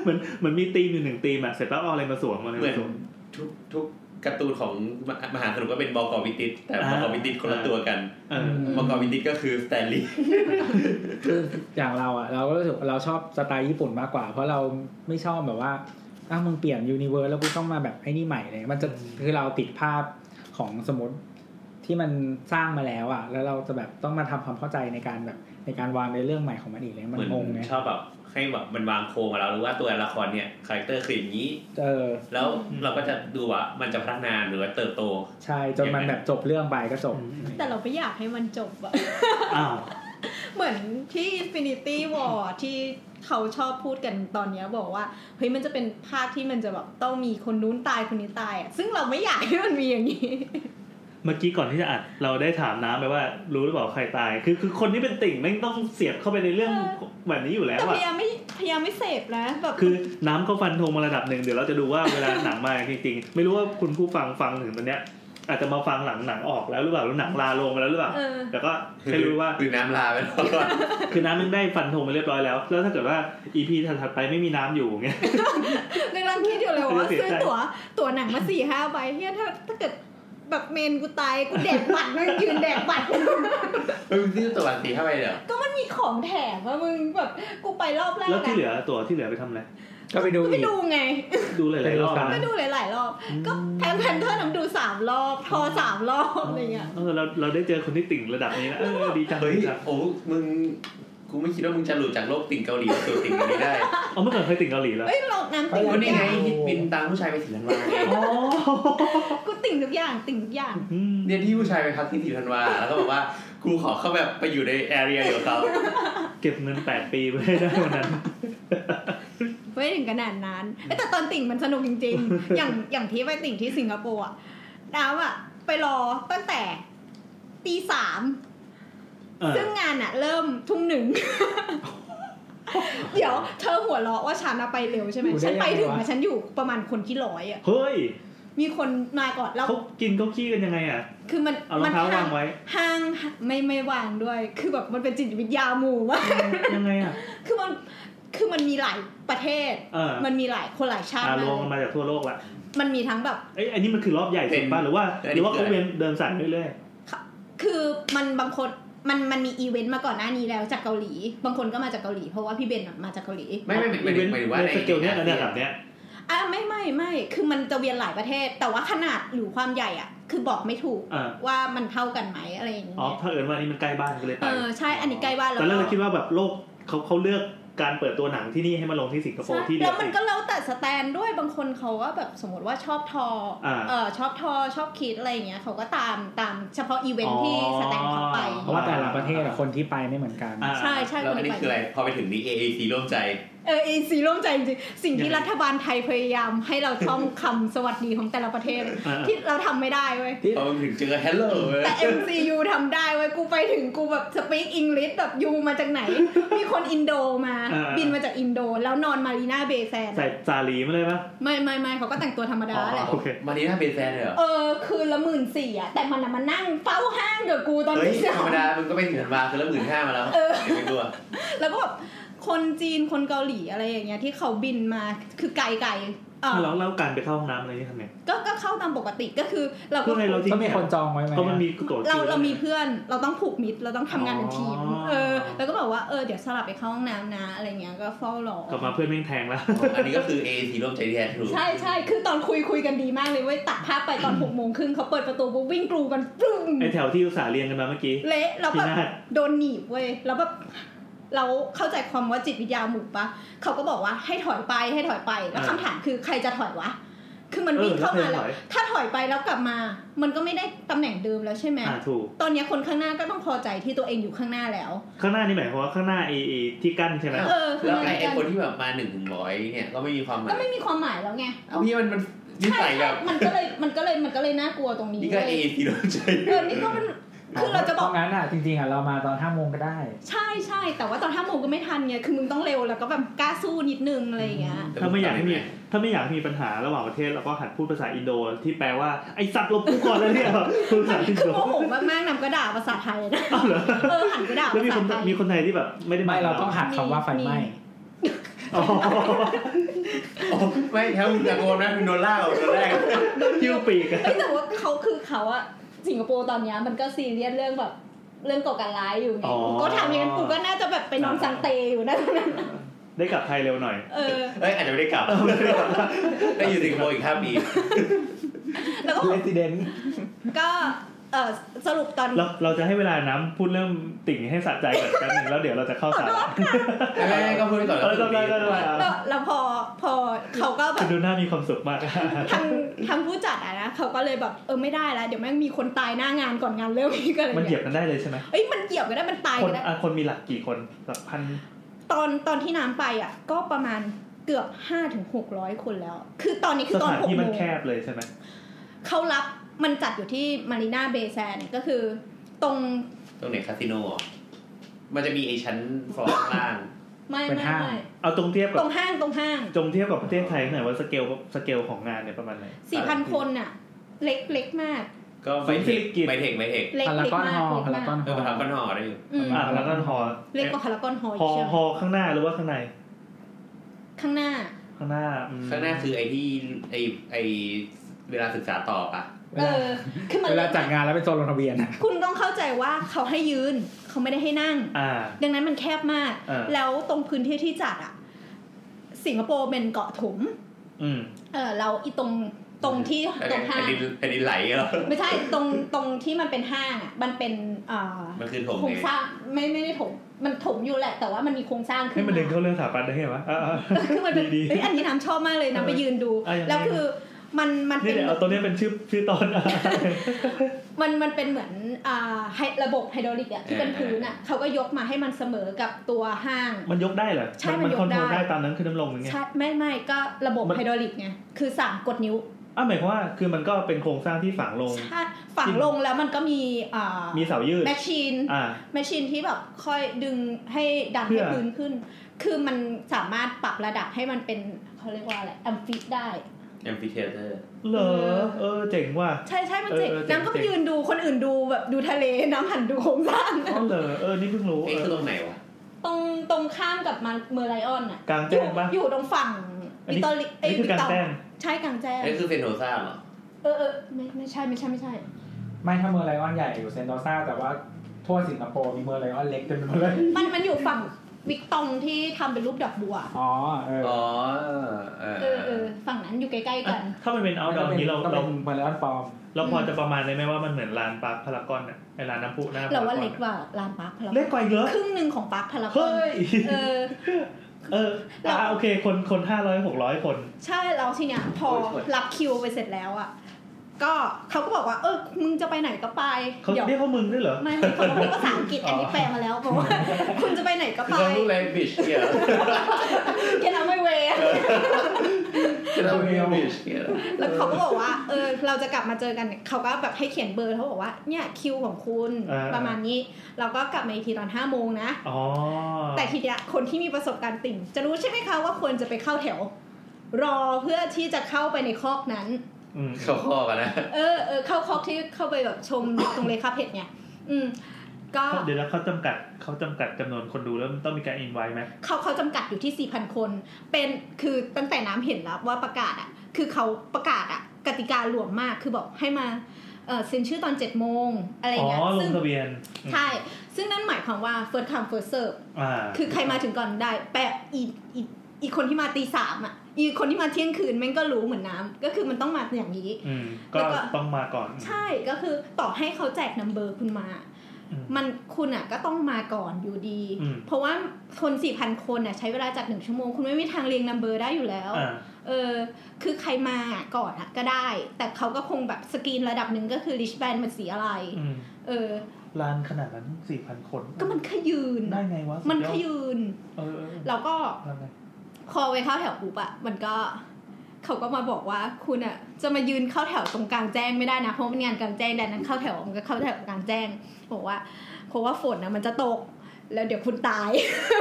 S4: เหมือนเหมือนมีธีมอยู่หนึ่งธีมอะเสร็จแล้วเอาอะไรมาสวมเอาอะไร
S1: เหมือ
S4: มาน สวม
S1: ทุกทุกการ์ตูนของมหามหาสนุกก็เป็นบกวิติตแต่บ
S4: อ่า
S1: กวิติตคนละตัวกัน
S4: เอออ
S1: บกวิติตก็คือสแตนลีย์
S3: คืออย่างเราอะเราก็รู้สึกเราชอบสไตล์ญี่ปุ่นมากกว่า เพราะเราไม่ชอบแบบว่าอ้าวมึงเปลี่ยนยูนิเวิร์สแล้วกูต้องมาแบบไอ้นี่ใหม่เลย มันจะ
S4: อืม
S3: คือเราติดภาพของสมมติที่มันสร้างมาแล้วอะแล้วเราจะแบบต้องมาทำความเข้าใจในการแบบในการวางในเรื่องใหม่ของมันอีกเลยมั
S1: เห
S3: น
S1: มือน
S3: งงไง
S1: ชอบแบบให้แบบมันวางโครงมาแล้วหรือว่าตัวละครเนี่ยคาแรคเตอร์คืออย่างนี้
S3: เออ
S1: แล้วเราก็จะดูว่ามันจะพัฒนาหรือว่าเติบโต
S3: ใช่จนมันแบบจบเรื่องไปก็จบ
S2: แต่เราไม่อยากให้มันจบอะ
S4: อ้าว
S2: เหมือนที่ Infinity War ที่เขาชอบพูดกันตอนเนี้ยบอกว่าเฮ้ยมันจะเป็นภาคที่มันจะแบบต้องมีคนนู้นตายคนนี้ตายอ่ะซึ่งเราไม่อยากให้มันมีอย่างนี้
S4: เมื่อกี้ก่อนที่จะอัดเราได้ถามน้ำไปว่า รู้หรือเปล่าใครตาย คือคือคนที่เป็นติ่งแม่งต้องเสียบเข้าไปในเรื่องแบบนี้อยู่แล้
S2: แต่
S4: ว
S2: พ
S4: อะ
S2: ยายามไม่พยายามไม่เสพนะแบบ
S4: คือน้ำก็ฟันธงมาระดับหนึ่งเดี๋ยวเราจะดูว่าเวลาหนังมาจริงๆ ไม่รู้ว่าคุณผู้ฟังฟังถึงตอนเนี้ย อาจจะมาฟังหลังหนังออกแล้วหรือเปล่าหรือหนังลาลงไปแล้วหรือเปล่า
S2: เออ
S4: แต่ก็ให้รู้ว่า
S1: หรือน้ำลาไปแล้วก็
S4: คือน้ำมันได้ฟันธงไปเรียบร้อยแล้ว แล้วถ้าเกิดว่าอีพีถัดๆไปไม่มีน้ำอยู่เงี้ย
S2: ในร้านที่เดียวเลยว่า
S4: เสียใจ
S2: ซื้อตั๋วตั๋วหนังมาสี่ห้าใบเฮียถ้าถ้าเกิดแบบเมนกูตายกูแดกบัตรนั่งยืนแดกบัตร
S1: เออนี่ตัววันตีเข้าไปเดี๋ยว
S2: ก็มันมีของแถมอะมึงแบบกูไปรอบแรก
S4: แล้วที่เหลื
S2: นะ
S4: อตัวที่เหลือไปทำอะไร
S3: ก็ไปดู
S2: ก็ไป
S3: อีก
S2: ดูไง
S4: ดูหลายๆรอบ
S2: ก็
S4: นะ
S2: ดูหลายๆรอบ ก็แพนแพนเทอร์น้ำดูสามรอบ ทอสามรอบอะไรเงี้ย
S4: เออเราเราได้เจอคนที่ติ่งระดับนี้นะเออดีจัง
S1: เฮ้ย
S4: ดีจัง
S1: โอ้มึงกูไม่คิดว่ามึงจะหลุดจากโลกติ่งเกาหลีสู่ติ่งนี้ได้
S4: เอาเมื่อก่อนเคยติ่งเกาหลีแล้ว
S2: เอ้ยลองนั้นติ่ง
S1: ก็
S2: ทุก
S1: นี่
S2: อ
S1: ไง
S2: ย่าง
S1: ที่บินตามผู้ชายไปสีลันวาไง
S4: อ๋อ
S2: กูติ่งทุกอย่างติ่งทุกอย่าง
S4: อืม
S1: เนี่ยที่ผู้ชายไปพักที่สีลันวาแล้วก็บอกว่ากูขอเข้าแบบไปอยู่ในแอเรียเดียวกับเขา
S4: เก็บเงินแปดปีไว้ให้ได้วันนั้น
S2: ไม่ถึงขนาดนั้นเอ้ยแต่ตอนติ่งมันสนุกจริงๆ อย่างอย่างที่ไปติ่งที่สิงคโปร์อะน้ำอะไปรอตั้งแต่ตีสาม
S4: เออ
S2: ซึ่งงานอะเริ่มทุ่มหนึ่ง เดี๋ยวเธอหัวเราะว่าฉันอะไปเร็วใช่ไหม
S3: อยู่ได้
S2: ฉันไปถึง
S3: ยังไง
S2: อะ
S3: วะ
S2: ฉันอยู่ประมาณคนที่ร้อยอะ
S4: เฮ้ย
S2: มีคนมาก่อนแล้ว
S4: เขากินเขาขี้กันยังไงอ่ะ
S2: คือมัน
S4: เอารอง
S2: มั
S4: เท้าวาง
S2: ง
S4: ไว้
S2: ห้างไม่ไม่วางด้วย คือแบบมันเป็นจิตวิทยาหมู่ว่าก
S4: ยังไงอ่ะ
S2: คือมันคือมันมีหลายประเทศ
S4: เออ
S2: มันมีหลายคนหลายชาติ
S4: อ่าล
S2: มาง ก
S4: กันมาจากทั่วโลกละ
S2: มันมีทั้งแบบ
S4: เอ้ยอันนี้มันคือรอบใหญ่สุดป่ะหรือว่า
S1: เป็น
S4: หรือว่าเขาเวียนเดินสายเรื่อย
S2: คือมันบางคนมันมันมีอีเวนต์มาก่อนหน้านี้แล้วจากเกาหลี บางคนก็มาจากเกาหลี เพราะว่าพี่เบนอะมาจากเกาหลี
S4: ๆ
S1: ไม่ไม่ไม่ไม่
S4: อีเวนต์
S1: หมายถึงว่า
S4: ใน
S1: ใน
S4: สเกลเนี้ยอันเนี้ยแบบเนี้ย
S2: อ่ะไม่ไม่ไม่คือมันจะเวียนหลายประเทศ แต่ว่าขนาดหรือความใหญ่อ่ะ คือบอกไม่ถูก
S4: เออ
S2: ว่ามันเท่ากันไหมอะไรอย่าง
S4: อ๋อ
S2: เงี้ย
S4: เผอิญว่าอันนี้มันใกล้บ้านก็เลยไป
S2: เออใช่อันนี้ใกล้บ้าน
S4: ตอนแรก
S2: ก็
S4: เราคิดว่าแบบโลกเขาเขาเลือกการเปิดตัวหนังที่นี่ให้มาลงที่สิงคโป
S2: ใช่
S4: ร์ที่เดี
S2: แล้
S4: ยว ว
S2: มั
S4: สิ
S2: นก็แล้วแต่สแตนด้วยบางคนเขาก็แบบสมมติว่าชอบทออาเออชอบทอชอบคิดอะไรอย่างเงี้ยเขาก็ตามตามเฉพาะอีเวนท์ที่สแตนเขาไป
S4: อ๋อ
S3: เพราะว่าแต่ละประเทศอะคนที่ไปไม่เหมือนกัน
S4: อ่า
S2: ใช่ใช่
S1: แล้วอันนี้
S2: ไป
S1: คืออะไร พอไปถึงนี้ AAC ร่วมใจ
S2: เออเอซีร่วมใจจริงๆสิ่ง
S4: ยั
S2: ที่
S4: งไง
S2: รัฐบาลไทยพยายามให้เราท่องคำสวัสดีของแต่ละประเทศ
S4: เออ
S2: ที่เราทำไม่ได้เว้ย
S1: พอไปถึงเจอ Hello เว้ย
S2: แต่ MCU ทำได้เว้ย กูไปถึงกูแบบสปีกอังกฤษแบบยูมาจากไหน มีคนอินโดมา
S4: เออ
S2: บินมาจากอินโด แล้วนอนมารีนาเบย์แซน
S4: ใส่ซาลีมาเลยปะ
S2: ไม่ไม่ไม่เขาก็แต่งตัวธรรมดาแหละ
S4: โอเค
S1: มานี้น่าเป็นแฟนเลยเหรอ
S2: เออคืนละหมื่นสี่อะแต่มันอะมันนั่งเฝ้าห้างเดี๋ยวกูตอน
S1: เฮ้ย
S2: ที่สอ
S1: ธรง รมดามึงก็ไปถึงธันวาคือละหมื่นห้ามาแล้ว
S2: เออ
S1: เดี๋ยวไม่กลัว
S2: แล้วก็แบบคนจีนคนเกาหลีอะไรอย่างเงี้ยที่เขาบินมาคือไกลไกลๆเออ
S4: แล้วแล้วการไปเข้าห้องน้ำอะไรนี่ทำไง
S2: ก็ก็เข้าตามปกติก็คือเรา
S4: พวกไงเราจริง
S3: ก็มีคนจองไว้ไหม
S4: เพราะมันมีตัว
S2: เราเรามี
S4: คิว
S2: เพื่อนเราต้องผูกมิตรเราต้องทำงานเป็นทีม
S4: อ๋อ
S2: เออ แล้วก็บอกว่าเออเดี๋ยวสลับไปเข้าห้องน้ำนะอะไรเงี้ยก็เฝ้ารอก
S4: ลับมาเพื่อนแม่งแทงแล้ว
S1: อันนี้ก็คือ AAC ร่วมใจที่แท้ทรู
S2: ใช่ใช่คือตอนคุยคุยกันดีมากเลยเว้ยตัดภาพไปตอนหกโมงครึ่งเขาเปิดประตูปุ๊บวิ่งกรูกันปึ้ง
S4: ไอแถวที่อุตส่าห์เรียงกันมาเมื่อกี้
S2: เละแล้วแบบ
S4: พินาศ
S2: โดนหนีบเว้ยแล้วแบบเราเข้าใจความว่าจิตวิทยาหมู่ปะเขาก็บอกว่าให้ถอยไปให้ถอยไปแล้วคำถามคือใครจะถอยวะ คือมันวิ่งเข้ามาแล้ว ถ้าถอยไปแล้วกลับมา มันก็ไม่ได้ตำแหน่งเดิมแล้วใช่ไหม
S4: อ่าถูก
S2: ตอนเนี้ยคนข้างหน้าก็ต้องพอใจที่ตัวเองอยู่ข้างหน้าแล้ว
S4: ข้างหน้านี่หมายความว่าข้างหน้าไอไอ้ที่กั้นใช่ไหม
S2: เออคือ
S1: แล้ว
S2: มัน
S1: ไอ้
S2: เหมือน
S1: ไอ้คน
S2: กัน
S1: ที่แบบมาหนึ่งร้อยเนี่ยก็ไม่มีความหมา
S2: ก็
S1: ย
S2: ไม่มีความหมายแล้วไง
S1: เอาพี่มันมันนิสัยแบบ
S2: มันก็เลยมันก็เลยมันก็เลยน่ากลัวตรงนี้
S1: นี่ก็
S2: เว้ย
S1: AAC ร่วมใจ
S2: เออนี่ก็มันคือเราจะบอก
S3: พงั้นอ่ะจริงๆอ่ะเรามาตอนห้าโมงก็ได้
S2: ใช่ใช่แต่ว่าตอนห้าโมงก็ไม่ทันไงคือมึงต้องเร็วแล้วก็แบบกล้าสู้นิดนึงอะไรอย่างเงี้ย
S4: ถ้าไม่อยากให้มีถ้าไม่อยากให้มีปัญหาระหว่างประเทศเราก็หัดพูดภาษาอินโดที่แปลว่าไอสัตว์ลบกูก่อนเลยเนี่ยพูดภาษาอิน
S2: คือ
S4: โด
S2: โมโหมากๆนำก็ด่าภาษาไทยนะ
S4: อ้าวเหรอ
S2: เออหันก็ด่า
S4: แล้ว
S2: ภา
S4: มีค
S2: ษาน ไทย
S4: มีคนไทยที่แบบ ไม่ได้
S3: ไม่เราต้อง
S4: ห
S3: หักคำว่าไฟไหม้
S2: มี
S4: อ๋อ
S1: โอ้ไม่ถ้ามึงตะโกนนะมึงโดนล่าออกตอนแรก
S4: คิวปีกอะ
S2: เอ้ยแต่ว่าเขาคือเขาอะสิงคโปร์ตอนเนี้ยมันก็ซีเรียสเรื่องแบบเรื่องก่อการร้ายอยู่ไงกูก็ทำอย่างนั้นกูก็น่าจะแบบไปนอนสังเตอยู่นะตรงนั้น
S4: ได้กลับไทยเร็วหน่อย
S2: เออ
S1: เอ้ยอาจจะไม่ได้กลับได้อยู่สิงคโปร์อีกห้าปี
S2: แล้วก็
S3: resident
S2: ก็เออสรุปตอน
S4: เราเราจะให้เวลาน้ำพูดเรื่องติ่งให้สะใจก่อนแป๊บนึงแล้วเดี๋ยว เราจะเข้า
S2: ขอ
S4: สาร
S2: โทษค่ะ
S1: ไม่ไม่ไม่ก็พูดไปก่อน
S4: เออได้ได้ได้ได้
S2: แล้วแล้วพอพอเขาก็แบ
S4: คุ
S2: บ
S4: ณดูหน้ามีความสุขมาก
S2: ทางทางผู้จัดอะนะเขาก็เลยแบบเออไม่ได้แล้วเดี๋ยวแม่งมีคนตายหน้างานก่อนงานเริ่มอีกอะไร
S4: มันเหยี
S2: เงี้
S4: ย
S2: ย
S4: บกันได้เลยใช่ไหม
S2: เอ้ยมันเหยียบก็ได้มันตาย
S4: ค
S2: ก็
S4: น
S2: ได้
S4: อ่ะคนมีหลักกี่คนหลักพัน
S2: ตอนตอนที่น้ำไปอ่ะ ก็ประมาณเกือบห้าถึงหกร้อยคนแล้ว คือตอนนี้คื
S4: ส
S2: อตอน
S4: ถาน
S2: หก
S4: ที่
S2: โม
S4: มัน
S2: ง
S4: แคบเลยใช่ไหม
S2: เขารับมันจัดอยู่ที่มารีนาเบย์แซนก็คือตรง
S1: ตรงไหนคาสิโนเหรอมันจะมีไอ้ชั้นฟลอร์ข้างล่าง
S2: ไม่
S3: เป็น
S2: ไม่
S3: ห้าง
S2: ไม่
S4: เอาตรงเทียบกั
S2: ต
S4: บ
S2: รงห้างตรงห้าง
S4: จงเทียบกับประเทศไทยหน่อยว่าสเกลสเกลของงานเนี่ยประมาณไหน
S2: สี่พันคนอ่ะ เล็กเล็กมาก
S1: ก็ไปเทคไปเทคไปเทค
S2: เล็ก
S3: พารา
S2: เล็ก
S3: กอน
S2: มา
S3: ฮ
S2: ก
S3: อลล์
S2: เล็ก
S3: พาราม
S2: าก
S1: เออพารา
S3: อนฮอลล์
S1: กอนหอได้อยู่
S2: อืม
S4: อ่ะแล้วก็ฮอ
S2: เล็กกว่าพารากอนฮอลล์
S4: ฮอ
S2: ใช่ไห
S4: ฮ
S2: ม
S4: อข้างหน้าหรือว่าข้างใน
S2: ข้างหน้า
S4: ข้างหน้าอืม
S1: ข้างหน้าคือไอ้ที่ไอ้ไอ้เวลาศึกษาต่อปะ
S3: เว
S2: เอ
S3: ลา
S2: อคือมัน
S3: เวลา
S2: เล็ก
S3: จัดงานแล้วเป็นโซนลงทะเบียนอะ
S2: คุณต้องเข้าใจว่าเขาให้ยืนเขาไม่ได้ให้นั่ง
S4: อ่า
S2: ดังนั้นมันแคบมาก
S4: เออ
S2: แล้วตรงพื้นที่ที่จัดอ่ะ สิงคโปร์เป็นเกาะถม
S4: อืม
S2: เออเราอีตรงตรงที่
S1: ไอ้
S2: ตรงห้าง
S1: ดินไอ้ดินไหลเหรอ
S2: ไม่ใช่ตรงตรงที่มันเป็นห้างอ่ะมันเป็นเอ่อ
S1: มันคือถง
S2: โคร
S1: ไง
S2: งสร้างไม่ไม่ได้ถมมันถมอยู่แหละ แต่ว่ามันมีโครงสร้างขึ้
S4: ให้
S2: น
S4: มัน
S2: มา
S4: ดึงเข้าเรื่องสถาปัตย์ได้ไหมวะเออเออ
S2: คือมันเป็น
S4: ดีๆ
S2: เอ้ยอันนี้น้ำชอบมากเลยนะไปยืนดู
S4: เออยังไง
S2: แล้วคือมันมัน
S4: นี่
S2: เป็น
S4: เดี๋ยวเอาตัวเนี้ยเป็นชื่อชื่อตอน อ่ะ
S2: มันมันเป็นเหมือนอ่าไฮระบบไฮดรอลิกอ่ะที่เป็นพื้นอ่ะเขาก็ยกมาให้มันเสมอกับตัวห้าง
S4: มันยกได้เหรอ
S2: ใช่มันยก
S4: คอนโทรล
S2: ได้
S4: ได้ตามนั้นคือน้ำลงหรือไง
S2: ใช่ไม่ไม่ก็ระบบ
S4: มัน
S2: ไฮดรอลิกไงคือสั่งกดนิ้ว
S4: อ่ะหมายความว่าคือมันก็เป็นโครงสร้างที่ฝังลง
S2: ใช่ฝังลงแล้วมันก็มีอ่า
S4: มีเสายืด
S2: แมชชีน
S4: อ่า
S2: แมชชีนที่แบบค่อยดึงให้ดัน
S4: เพื่
S2: ให้
S4: อ
S2: พื้นขึ้น คือมันสามารถปรับระดับให้มันเป็นเขาเรียกว่าอะไรแอมฟิได้
S1: แอมฟิเทเตอร์
S4: เหรอเออเจ๋งว่ะ
S2: ใช่ใช่มันเจ๋ง
S4: เออเออเจ๋ง
S2: นางก็ไปยืนดูคนอื่นดูแบบดูทะเลน้ำหันดูโครงสร้าง
S4: อ๋อเหรอเออนี่เพิ่งรู้
S1: เอ๊ะ
S4: เอ
S1: คือ
S4: อ
S1: ตรงไหนวะ
S2: ตรงตรงข้ามกับมันเมอร์ไลออนอ่ะ
S4: กลางแจ้งปะ
S2: อยู่อยู่ตรงฝั่ง
S4: อัน
S2: อิ
S4: นี้
S2: ตาลีเย
S4: นี่คือกลาง
S2: วิต
S4: แต้ม
S2: ใช่กลางแจ้ง
S1: อันนี้คือเซนโนซ่าเหรอ
S2: เออเออไม่ไม่ใช่ไม่ใช่ไม่ใช่
S3: ไม่ถ้าเมืองไลออนใหญ่อยู่เซนโตซาแต่ว่าทั่วสิงคโปร์มีเมืองไลออนเล็กเต็มไปหมดเลย
S2: มันมันอยู่ฝั่งวิกตองที่ทำเป็นรูปดอกบัว
S3: อ๋อเออ
S1: อ๋อเออ
S2: เออเออฝั่งนั้นอยู่ใกล้ๆ
S4: อ่ะ
S2: กัน
S4: ถ้ามันเป็นเอาดอนี้เรา
S3: ต้
S4: เรา
S3: องเป็นเมืองไลออนปลอม
S4: เราพอจะประมาณได้ไหมว่ามันเหมือนลานปาร์คพารากอนอะไอลานน้ำพุหน้า
S2: เราว่า
S4: พร
S2: เล็ก
S4: ก
S2: กว่าลานปาร์คพารา
S4: อน
S2: ก
S4: เล็
S2: อก
S4: กว่าอีกเหรอน
S2: ครึ่งหนึ่งของปาร์คพารากอ
S4: เฮ้
S2: น
S4: ย
S2: เออ
S4: เออ
S2: เรา
S4: อ่ะโอเคคนคนห้าร้อยหกร้อยคน
S2: ใช่เราทีเนี้ยพอรับคิวไปเสร็จแล้วอ่ะ ก็เขาก็บอกว่า เออมึงจะไปไหนก็ไป
S4: เขา
S2: เดี๋ยว
S4: เรียกว่ามึงด้วยเหรอ
S2: ไม่ไม่เขาพูดภาษาอัง กฤษอันนี้แปลมาแล้วบอกว่า คุณจะไปไหนก็ไป
S1: เรารู้เลยบิช เนี่ยเหรอ
S2: แค่นั้นไม่เวอะ
S1: เรารู้เลยบิชเนี่ยเหรอ
S2: แล้วเขาก็บอกว่า เออ เราจะกลับมาเจอกันเนี่ยเขาก็แบบให้เขียนเบอร์เขาบอกว่าเนี่ยคิวของคุณ
S4: อ่า
S2: ประมาณนี้ เราก็กลับมาอีกทีตอนห้าโมงนะ
S4: อ๋อ
S2: แต่ทีเนี้ยคนที่มีประสบการณ์ติ่ง จะรู้ใช่ไหมคะว่าควรจะไปเข้าแถว รอเพื่อที่จะเข้าไปในคอกนั้น
S4: อืม
S1: เขาข้อกันนะ
S2: เออเออเข้าคอกที่เข้าไปแบบชม ตรงเลคาเพจเนี่ยอืม ก็
S4: เขาเดี๋ยวแล้วเขาจำกัดเขาจำกัดจำนวนคนดูแล้วต้องมีการอินไว้ไหม
S2: เขาเขาจำกัดอยู่ที่ 4,000 คน เป็นคือตั้งแต่น้ำเห็นแล้วว่าประกาศอ่ะ คือเขาประกาศอ่ะ กติการหลวมมากคือบอกให้มาเออเซ็นชื่อตอน7โมงอะไรอ
S4: อ๋
S2: ย่าง
S4: อ
S2: เงี้ย
S4: ล
S2: ซึ่
S4: ง
S2: ง
S4: ทะเบียนอืม
S2: ใช่ ซึ่งนั่นหมายความว่า first come first serve
S4: อ่า
S2: คือใครมาถึงก่อนได้ แปะอีอีอีคนที่มาตีสามอ่ะ อีคนที่มาเที่ยงคืนแม่งก็รู้เหมือนน้ำก็คือมันต้องมาอย่างนี้
S4: อืมก็
S2: แล้วก็
S4: ต้องมาก่อน
S2: ใช่ก็คือต่อให้เขาแจกนัมเบอร์คุณมา
S4: อืม
S2: มันคุณอ่ะก็ต้องมาก่อนอยู่ดี
S4: อืม
S2: เพราะว่าคนสี่พันคนอ่ะใช้เวลาจากหนึ่งชั่วโมง คุณไม่มีทางเรียงนัมเบอร์ได้อยู่แล้ว
S4: อ่า
S2: เออ คือใครมาก่อนอ่ะก็ได้ แต่เขาก็คงแบบสกรีนระดับหนึ่งก็คือริชแบนมันสีอะไร
S4: อืม
S2: เออ
S4: ลานขนาดนั้นสี่พันคน
S2: ก็มันขยืน
S4: ได้ไงวะสุด
S2: มัน
S4: ย
S2: ข
S4: อด
S2: ยืน
S4: เออเออ
S2: แล้วก็
S4: ทำไง
S2: พอไปเข้าแถวปุ๊บอะมันก็เขาก็มาบอกว่าคุณอะจะมายืนเข้าแถวตรงกลางแจ้งไม่ได้นะเพราะมันงานกลางแจ้งดังนั้นเข้าแถวมันก็เข้าแถวกลางแจ้งบอกว่าเพราะว่าฝนนะมันจะตก แล้วเดี๋ยวคุณตาย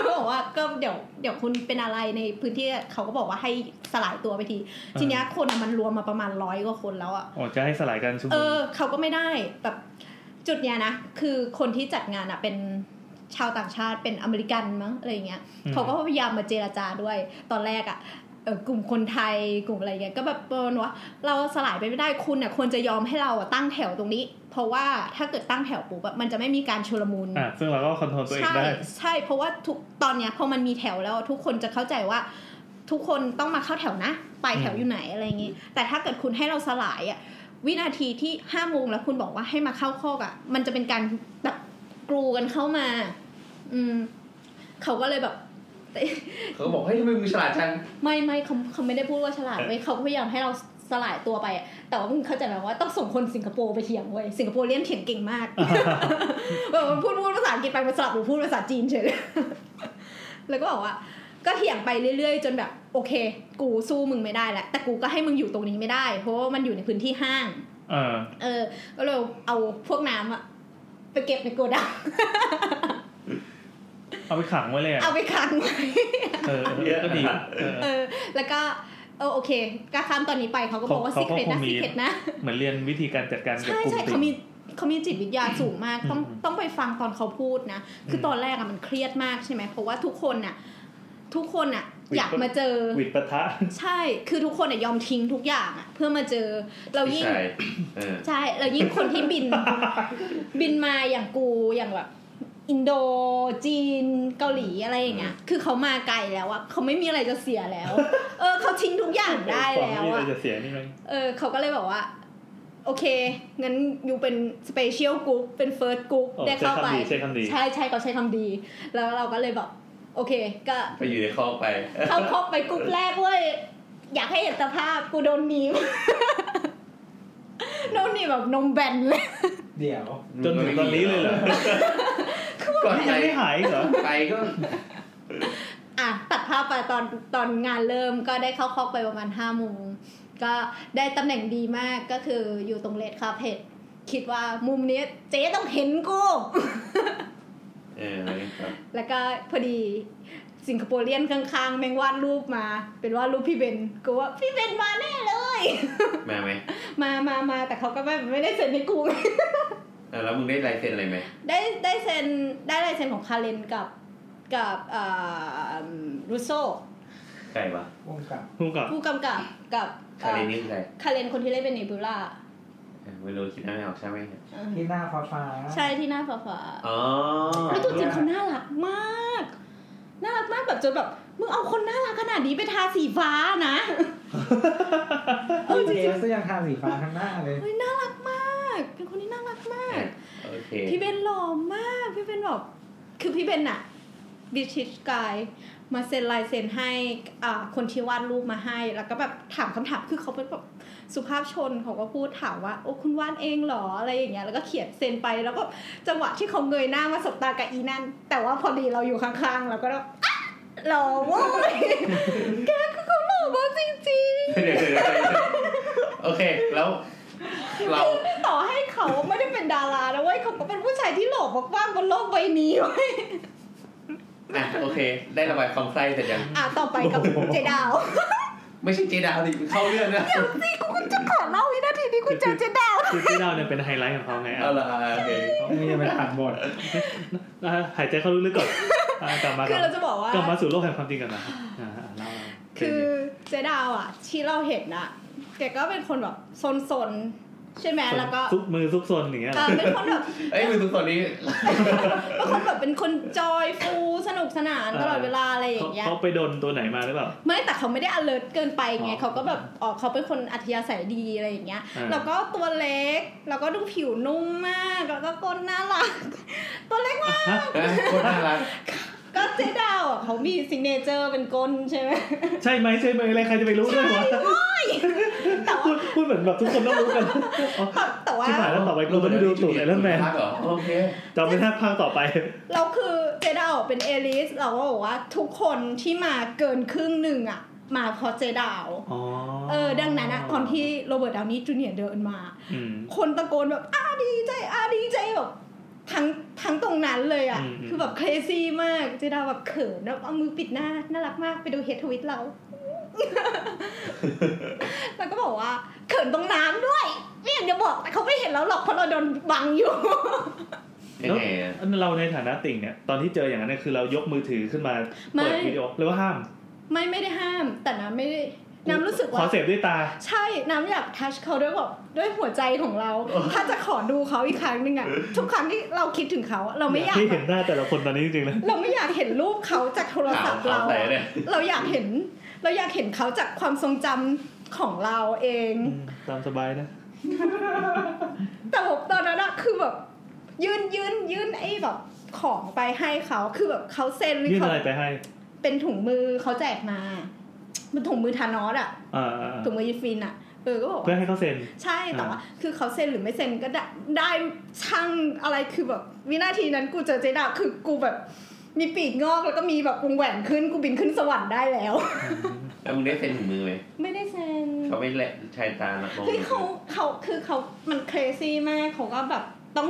S2: บอกว่าก็เดี๋ยวเดี๋ยวคุณเป็นอะไรในพื้นที่เขาก็บอกว่าให้สลายตัวไปที ทีเนี้ยคนอะมันรวมมาประมาณร้อยกว่าคนแล้วอะ
S4: อ๋อจะให้สลายการชุม
S2: เอ
S4: นุม
S2: อเขาก็ไม่ได้แบบจุดเนี้ยนะ คือคนที่จัดงานอ่ะเป็นชาวต่างชาติเป็นอเมริกันมั้งอะไรอย่างเงี้ยเขาก็พยายามมาเจรจาด้วยตอนแรกอ่ะเออกลุ่มคนไทยกลุ่มอะไรเงี้ยก็แบบเปินว่าเราสลายไปไม่ได้คุณอ่ะควรจะยอมให้เราอ่ะตั้งแถวตรงนี้ เพราะว่าถ้าเกิดตั้งแถวปุ๊บอะมันจะไม่มีการชุลมุน
S4: อ่าซึ่งเราก็คอนโทรลตัวเอง
S2: ใช่
S4: ได้
S2: ใช่เพราะว่าทุกตอนเนี้ยพอมันมีแถวแล้วทุกคนจะเข้าใจว่า ทุกคนต้องมาเข้าแถวนะปลายแถว
S4: อืม
S2: อยู่ไหนอะไรอย่างงี้ แต่ถ้าเกิดคุณให้เราสลายอ่ะวินาทีที่ห้าโมงแล้วคุณบอกว่าให้มาเข้าคอกอ่ะ มันจะเป็นการแบบกรูกันเข้ามา อืมเขาก็เลยแบบ
S1: เขาก็บอกเฮ้ยทำไมมึงฉลาดจัง
S2: ไม่ไม่เขาเขาไม่ได้พูดว่าฉลาดเว้ยเขาก็พยายามให้เราสลายตัวไปอะแต่ว่ามึงเข้าใจไหมว่าต้องส่งคนสิงคโปร์ไปเถียงเว้ยสิงคโปร์เลียนเถียงเก่ง มากแบบมันพูดพูดภาษาอังกฤษไปมันสลับหนูพูดภาษาจีนเฉย เลยแล้วก็บอกว่า ก็เถียงไปเรื่อยๆ จนแบบ โอเค กูสู้มึงไม่ได้แหละแต่กูก็ให้มึงอยู่ตรงนี้ไม่ได้ เพราะว่ามันอยู่ในพื้นที่ห้าง
S4: เออ
S2: เออ ก็เลยเอาพวกน้ำอะไปเก็บในโกดัง
S4: เอาไปขังไว้เลยอะ
S2: เอาไปขังไว้
S4: เออเออก็ดีเออ
S2: เออ แล้วก็เออโอเคก็ข้ามตอนนี้ไปเขาก็บอกว่า
S4: เขา
S2: สิ
S4: เขา
S2: เ r รต
S4: ค
S2: นะ
S4: งมี
S2: สิเ r รตนะ
S4: เหมือนเรียนวิธีการจัดการกับ
S2: ใช่
S4: กลุ่ม
S2: ใช่
S4: ติ
S2: เขามี
S4: ด
S2: เขามีจิตวิทยาสูงมาก ต้อง
S4: อืม
S2: ต้องไปฟังตอนเขาพูดนะ คือตอนแรกอะมันเครียดมากใช่ไหมเพราะว่าทุกคนน่ะ ทุกคนน่ะ
S4: วิด
S2: อยากมาเจอ
S4: วิดปะทะ
S2: ใช่ คือทุกคนน่ะยอมทิ้งทุกอย่างอะเพื่อมาเจอเรา
S1: พี่
S2: ยิ่ง
S1: ชายเออ
S2: ใช่เรายิ่งคนที่บิน บินมาอย่างกูอย่างแบบ อินโดจีนเกาหลีอะไรอย่างเงี้ยคือเขามาไกลแล้วอะเขาไม่มีอะไรจะเสียแล้ว เออเขาทิ้งทุกอย่างได้แล้ว
S4: ขอ
S2: อะ
S4: งที่เราจะเสียนี่มัน
S2: เออเขาก็เลยบอกว่า โอเค งั้นอยู่เป็นสเปเชียลก o u p เป็นเฟิร์สก o u p
S4: โอ้
S2: ได้
S4: ใช้
S2: เข้าไป
S4: คำดีใช้คำดี
S2: ใช่ใช่เขาใช้คำดี แล้วเราก็เลยแบบโอเค ก็
S1: ไปอยู่ในคอกไป
S2: เข้าครอบไปก r ุ u p แรกเว้ย อยากให้เห็นสภาพกูโดนหนีบ โดนหนีบแบบนมแบนเลย
S3: เดี๋ยว
S4: จนถึงตอนนี้เลยเหรอ
S1: ก่อนไป
S4: ยังไม่หายเหรอ
S1: ไปก็
S2: อ่ะ ตัดภาพไปตอนตอนงานเริ่มก็ได้เข้าครอบไปประมาณห้าโมงก็ได้ตำแหน่งดีมากก็คืออยู่ตรงเลดคาเพดคิดว่ามุมนี้เจ๊ต้องเห็นกู
S1: เออครับ
S2: แล้วก็พอดีสิงคโปร์เลียนข้างๆ แม่งวาดรูปมา เป็นวาดรูปพี่เบนกูว่าพี่เบนมาแน่เลย
S1: มาไหม
S2: มามามาแต่เขาก็ไม่ไม่ได้เซ็นให้กูไง
S1: เออแล้วมึงได้ลายเซ็นอะไรไหม
S2: ได้ได้เซ็นได้ลายเซ็นของคาเรนกับกับเอ่อรูโซ
S1: ใครวะ
S3: วงกับ
S4: พุ่งกับ
S2: ผู้กำกับกับ
S1: คาเรนนี่คือใคร
S2: คาเรนคนที่เล่นเป็นเนบิวล่า
S1: เออไม่รู้คิดหน้าไม่ออกใช่ไหมเนี่ย
S2: เออ
S3: ที่หน้าฟ้าฟ้า
S2: ใช่ที่หน้าฝาฝา
S1: อ๋อ
S2: แล้วตัวจริงเขาน่ารักมาก น่ารักมากแบบจนแบบมึงเอาคนน่ารักขนาดนี้ไปทาสีฟ้า นะเออจริง
S3: เอสยังทาสีฟ้าทั้งหน้าเลย
S2: ๆเฮ้ยน่ารักมาก เป็นคนที่น่ารักมาก
S1: โอเค
S2: พี่เบนหล่อมาก พี่เบนแบบคือพี่เบนอะบิชิชกายมาเซ็นลายเซ็นให้อ่าคนที่วาดรูปมาให้ แล้วก็แบบถามคำถามคือเขาเป็นแบบสุภาพชนเขาก็พูดถามว่า โอ้คุณวาดเองเหรออะไรอย่างเงี้ยแล้วก็เขียนเซ็นไปแล้วก็จังหวะที่เขาเงยหน้ามาสบตากับอีนั่น แต่ว่าพอดีเราอยู่ข้างๆเราก็แบบอ๊ะหล่อเว้ยแกคือเขาหล่อมากจริง
S1: เดี๋ยวเดี๋ยวเดี๋ยว โอเค แล้ว เรา
S2: ๆต่อให้เขาไม่ได้เป็นดารานะเว้ยเขาก็เป็นผู้ชายที่หล่อมากๆบนโลกใบนี้เว้ย
S1: อ่ะโอเค ได้ระบายความไส้เสร็จยัง
S2: อ่ะต่อไปกับเจดาว
S1: ไม่ใช่เจดาวดิเข้าเรื่องนะ
S2: สิกูจะขอเล่าวินาทีที่กูเจอเจดาว
S4: คือที่เราเนี่ยเป็นไฮไลท์ของเขาไง
S1: เอา
S4: อ่ะ
S1: ละโอเค
S3: ไม่ยังไปตัดบท
S4: อ่ะหายใจเข้าลึกๆก่อนอ่ะกลับมา
S2: คือเราจะบอกว่า
S4: กลับมาสู่โลกแห่งความจริงก่อนนะอ่ะอ่ะเล่าเชิญ
S2: คือเจดาวอ่ะ ที่เราเห็นน่ะแกก็เป็นคนแบบซนๆ ใช่ไหมแล้วก็
S4: ซุกมือซุกซนอย่างเงี้ย
S2: เออเป็นคนแบบ
S1: เอ้ยมือทุกคนนี้
S2: เป็นคนแบบเป็นคนจอยฟูสนุกสนานตลอดเวลาอะไรอย่างเงี้ย
S4: เขาไปโดนตัวไหนมาหรือเปล่า
S2: ไม่แต่เขาไม่ได้ alert เกินไปไง
S4: อ๋อ
S2: เขาก็แบบออกเขาเป็นคนอัธยาศัยดีอะไรอย่างเงี้ย
S4: อ่า
S2: แล้วก็ตัวเล็กแล้วก็ดูผิวนุ่มมากแล้วก็ก้นน่ารักตัวเล็กมาก
S4: ฮะ
S1: นะโคตรน่ารัก
S2: ก็เจดาวอ่ะเขามีซิกเนเจอร์เป็นก้นใช่ไหม
S4: ใช่ไหมใช่ไหมอะไรใครจะไปรู้ด้วยวะ
S2: แต่ว่า
S4: พูดพูดเหมือนแบบทุกคนต้องรู้กันอ๋อ
S2: แต่ว่า
S4: ชิบหาย แล้วต่อไปกูต้องดูตูด Iron Man
S1: รักเหรอโอเค
S4: จำเป็นถ้าภาคต่อไป
S2: เราคือเจดาวเป็นเอลิสเราก็บอกว่าทุกคนที่มาเกินครึ่งหนึ่งอ่ะ มาเพราะเจดาว
S4: อ๋อ
S2: เออดังนั้นอะตอนที่โรเบิร์ตดาวนี่จูเนียร์เดินมา
S4: อืม
S2: คนตะโกนแบบอาดีใจอาดีใจแบบทั้งทั้งตรงนั้นเลยอ่ะ
S4: อืมอืม
S2: คือแบบเครซี่มากเจดาวแบบเขินแบบเอามือปิดหน้าน่ารักมากไปดูเฮดทวิตเรา แล้วก็บอกว่าเขินตรงน้ำด้วยไม่อยากจะบอกแต่เขาไม่เห็นเราหรอกเพราะเราโดนบังอยู่
S1: ยังไงอะ
S4: เราในฐานะติ่งเนี่ยตอนที่เจออย่างนั้นเนยคือเรายกมือถือขึ้นมา
S2: ไม่
S4: เปิดวิดีโอหรือว่าห้าม
S2: ไม่ไม่ได้ห้าม แต่น้ำไม่ได้น้ำรู้สึก
S4: ขอ
S2: ว่า
S4: เสพด้วยตา
S2: ใช่น้ำอยากทัชเขาด้วยแบบด้วยหัวใจของเรา ถ้าจะขอดูเขาอีกครั้งหนึ่งอะทุกครั้งที่เราคิดถึงเขาอะเราไม่อยาก
S4: ที่
S2: แบ
S4: เห็
S2: บ
S4: นหน้าแต่ละคนตอนนี้จริงๆเลย
S2: เราไม่อยากเห็นรูปเขาจากโทร
S1: ขา
S2: ศั
S1: ว
S2: พท์
S1: ขา
S2: เรา
S1: วใส่
S2: อะ
S1: เลย
S2: เราอยากเห็น เราอยากเห็นเขาจากความทรงจำของเราเอง
S4: ตามสบายนะ
S2: แต่ผมตอนนั้นอะคือแบบยื่นยื่นยื่นไอ้แบบของไปให้เขาคือแบบเขาเซ็นหรือ
S4: ยื่น
S2: เขา
S4: อะไรไปให้
S2: เป็นถุงมือเขาแจกมาเป็นถุงมือทานอสอะ
S4: อ่าอ่าอ่า
S2: ถุงมือยิฟินอะเออก็บอกว่า
S4: เพื่อให้เขาเซ็น
S2: ใช่แต่ว่าคือเขาเซ็นหรือไม่เซ็นก็ได้ได้ช่างอะไรคือแบบวินาทีนั้นกูเจอเจดาคือกูแบบมีปีกงอกแล้วก็มีแบบวงแหวนขึ้นกูบินขึ้นสวรรค์ได้แล้ว
S1: แล้วมึงได้เซ็นถุงมือไหม
S2: ไม่ได้เซ็น
S1: เขาไม่แหละชายตาละมอง
S2: เฮ้ยเขาเขาคือเขามันเครซี่มากเขาก็แบบต้อง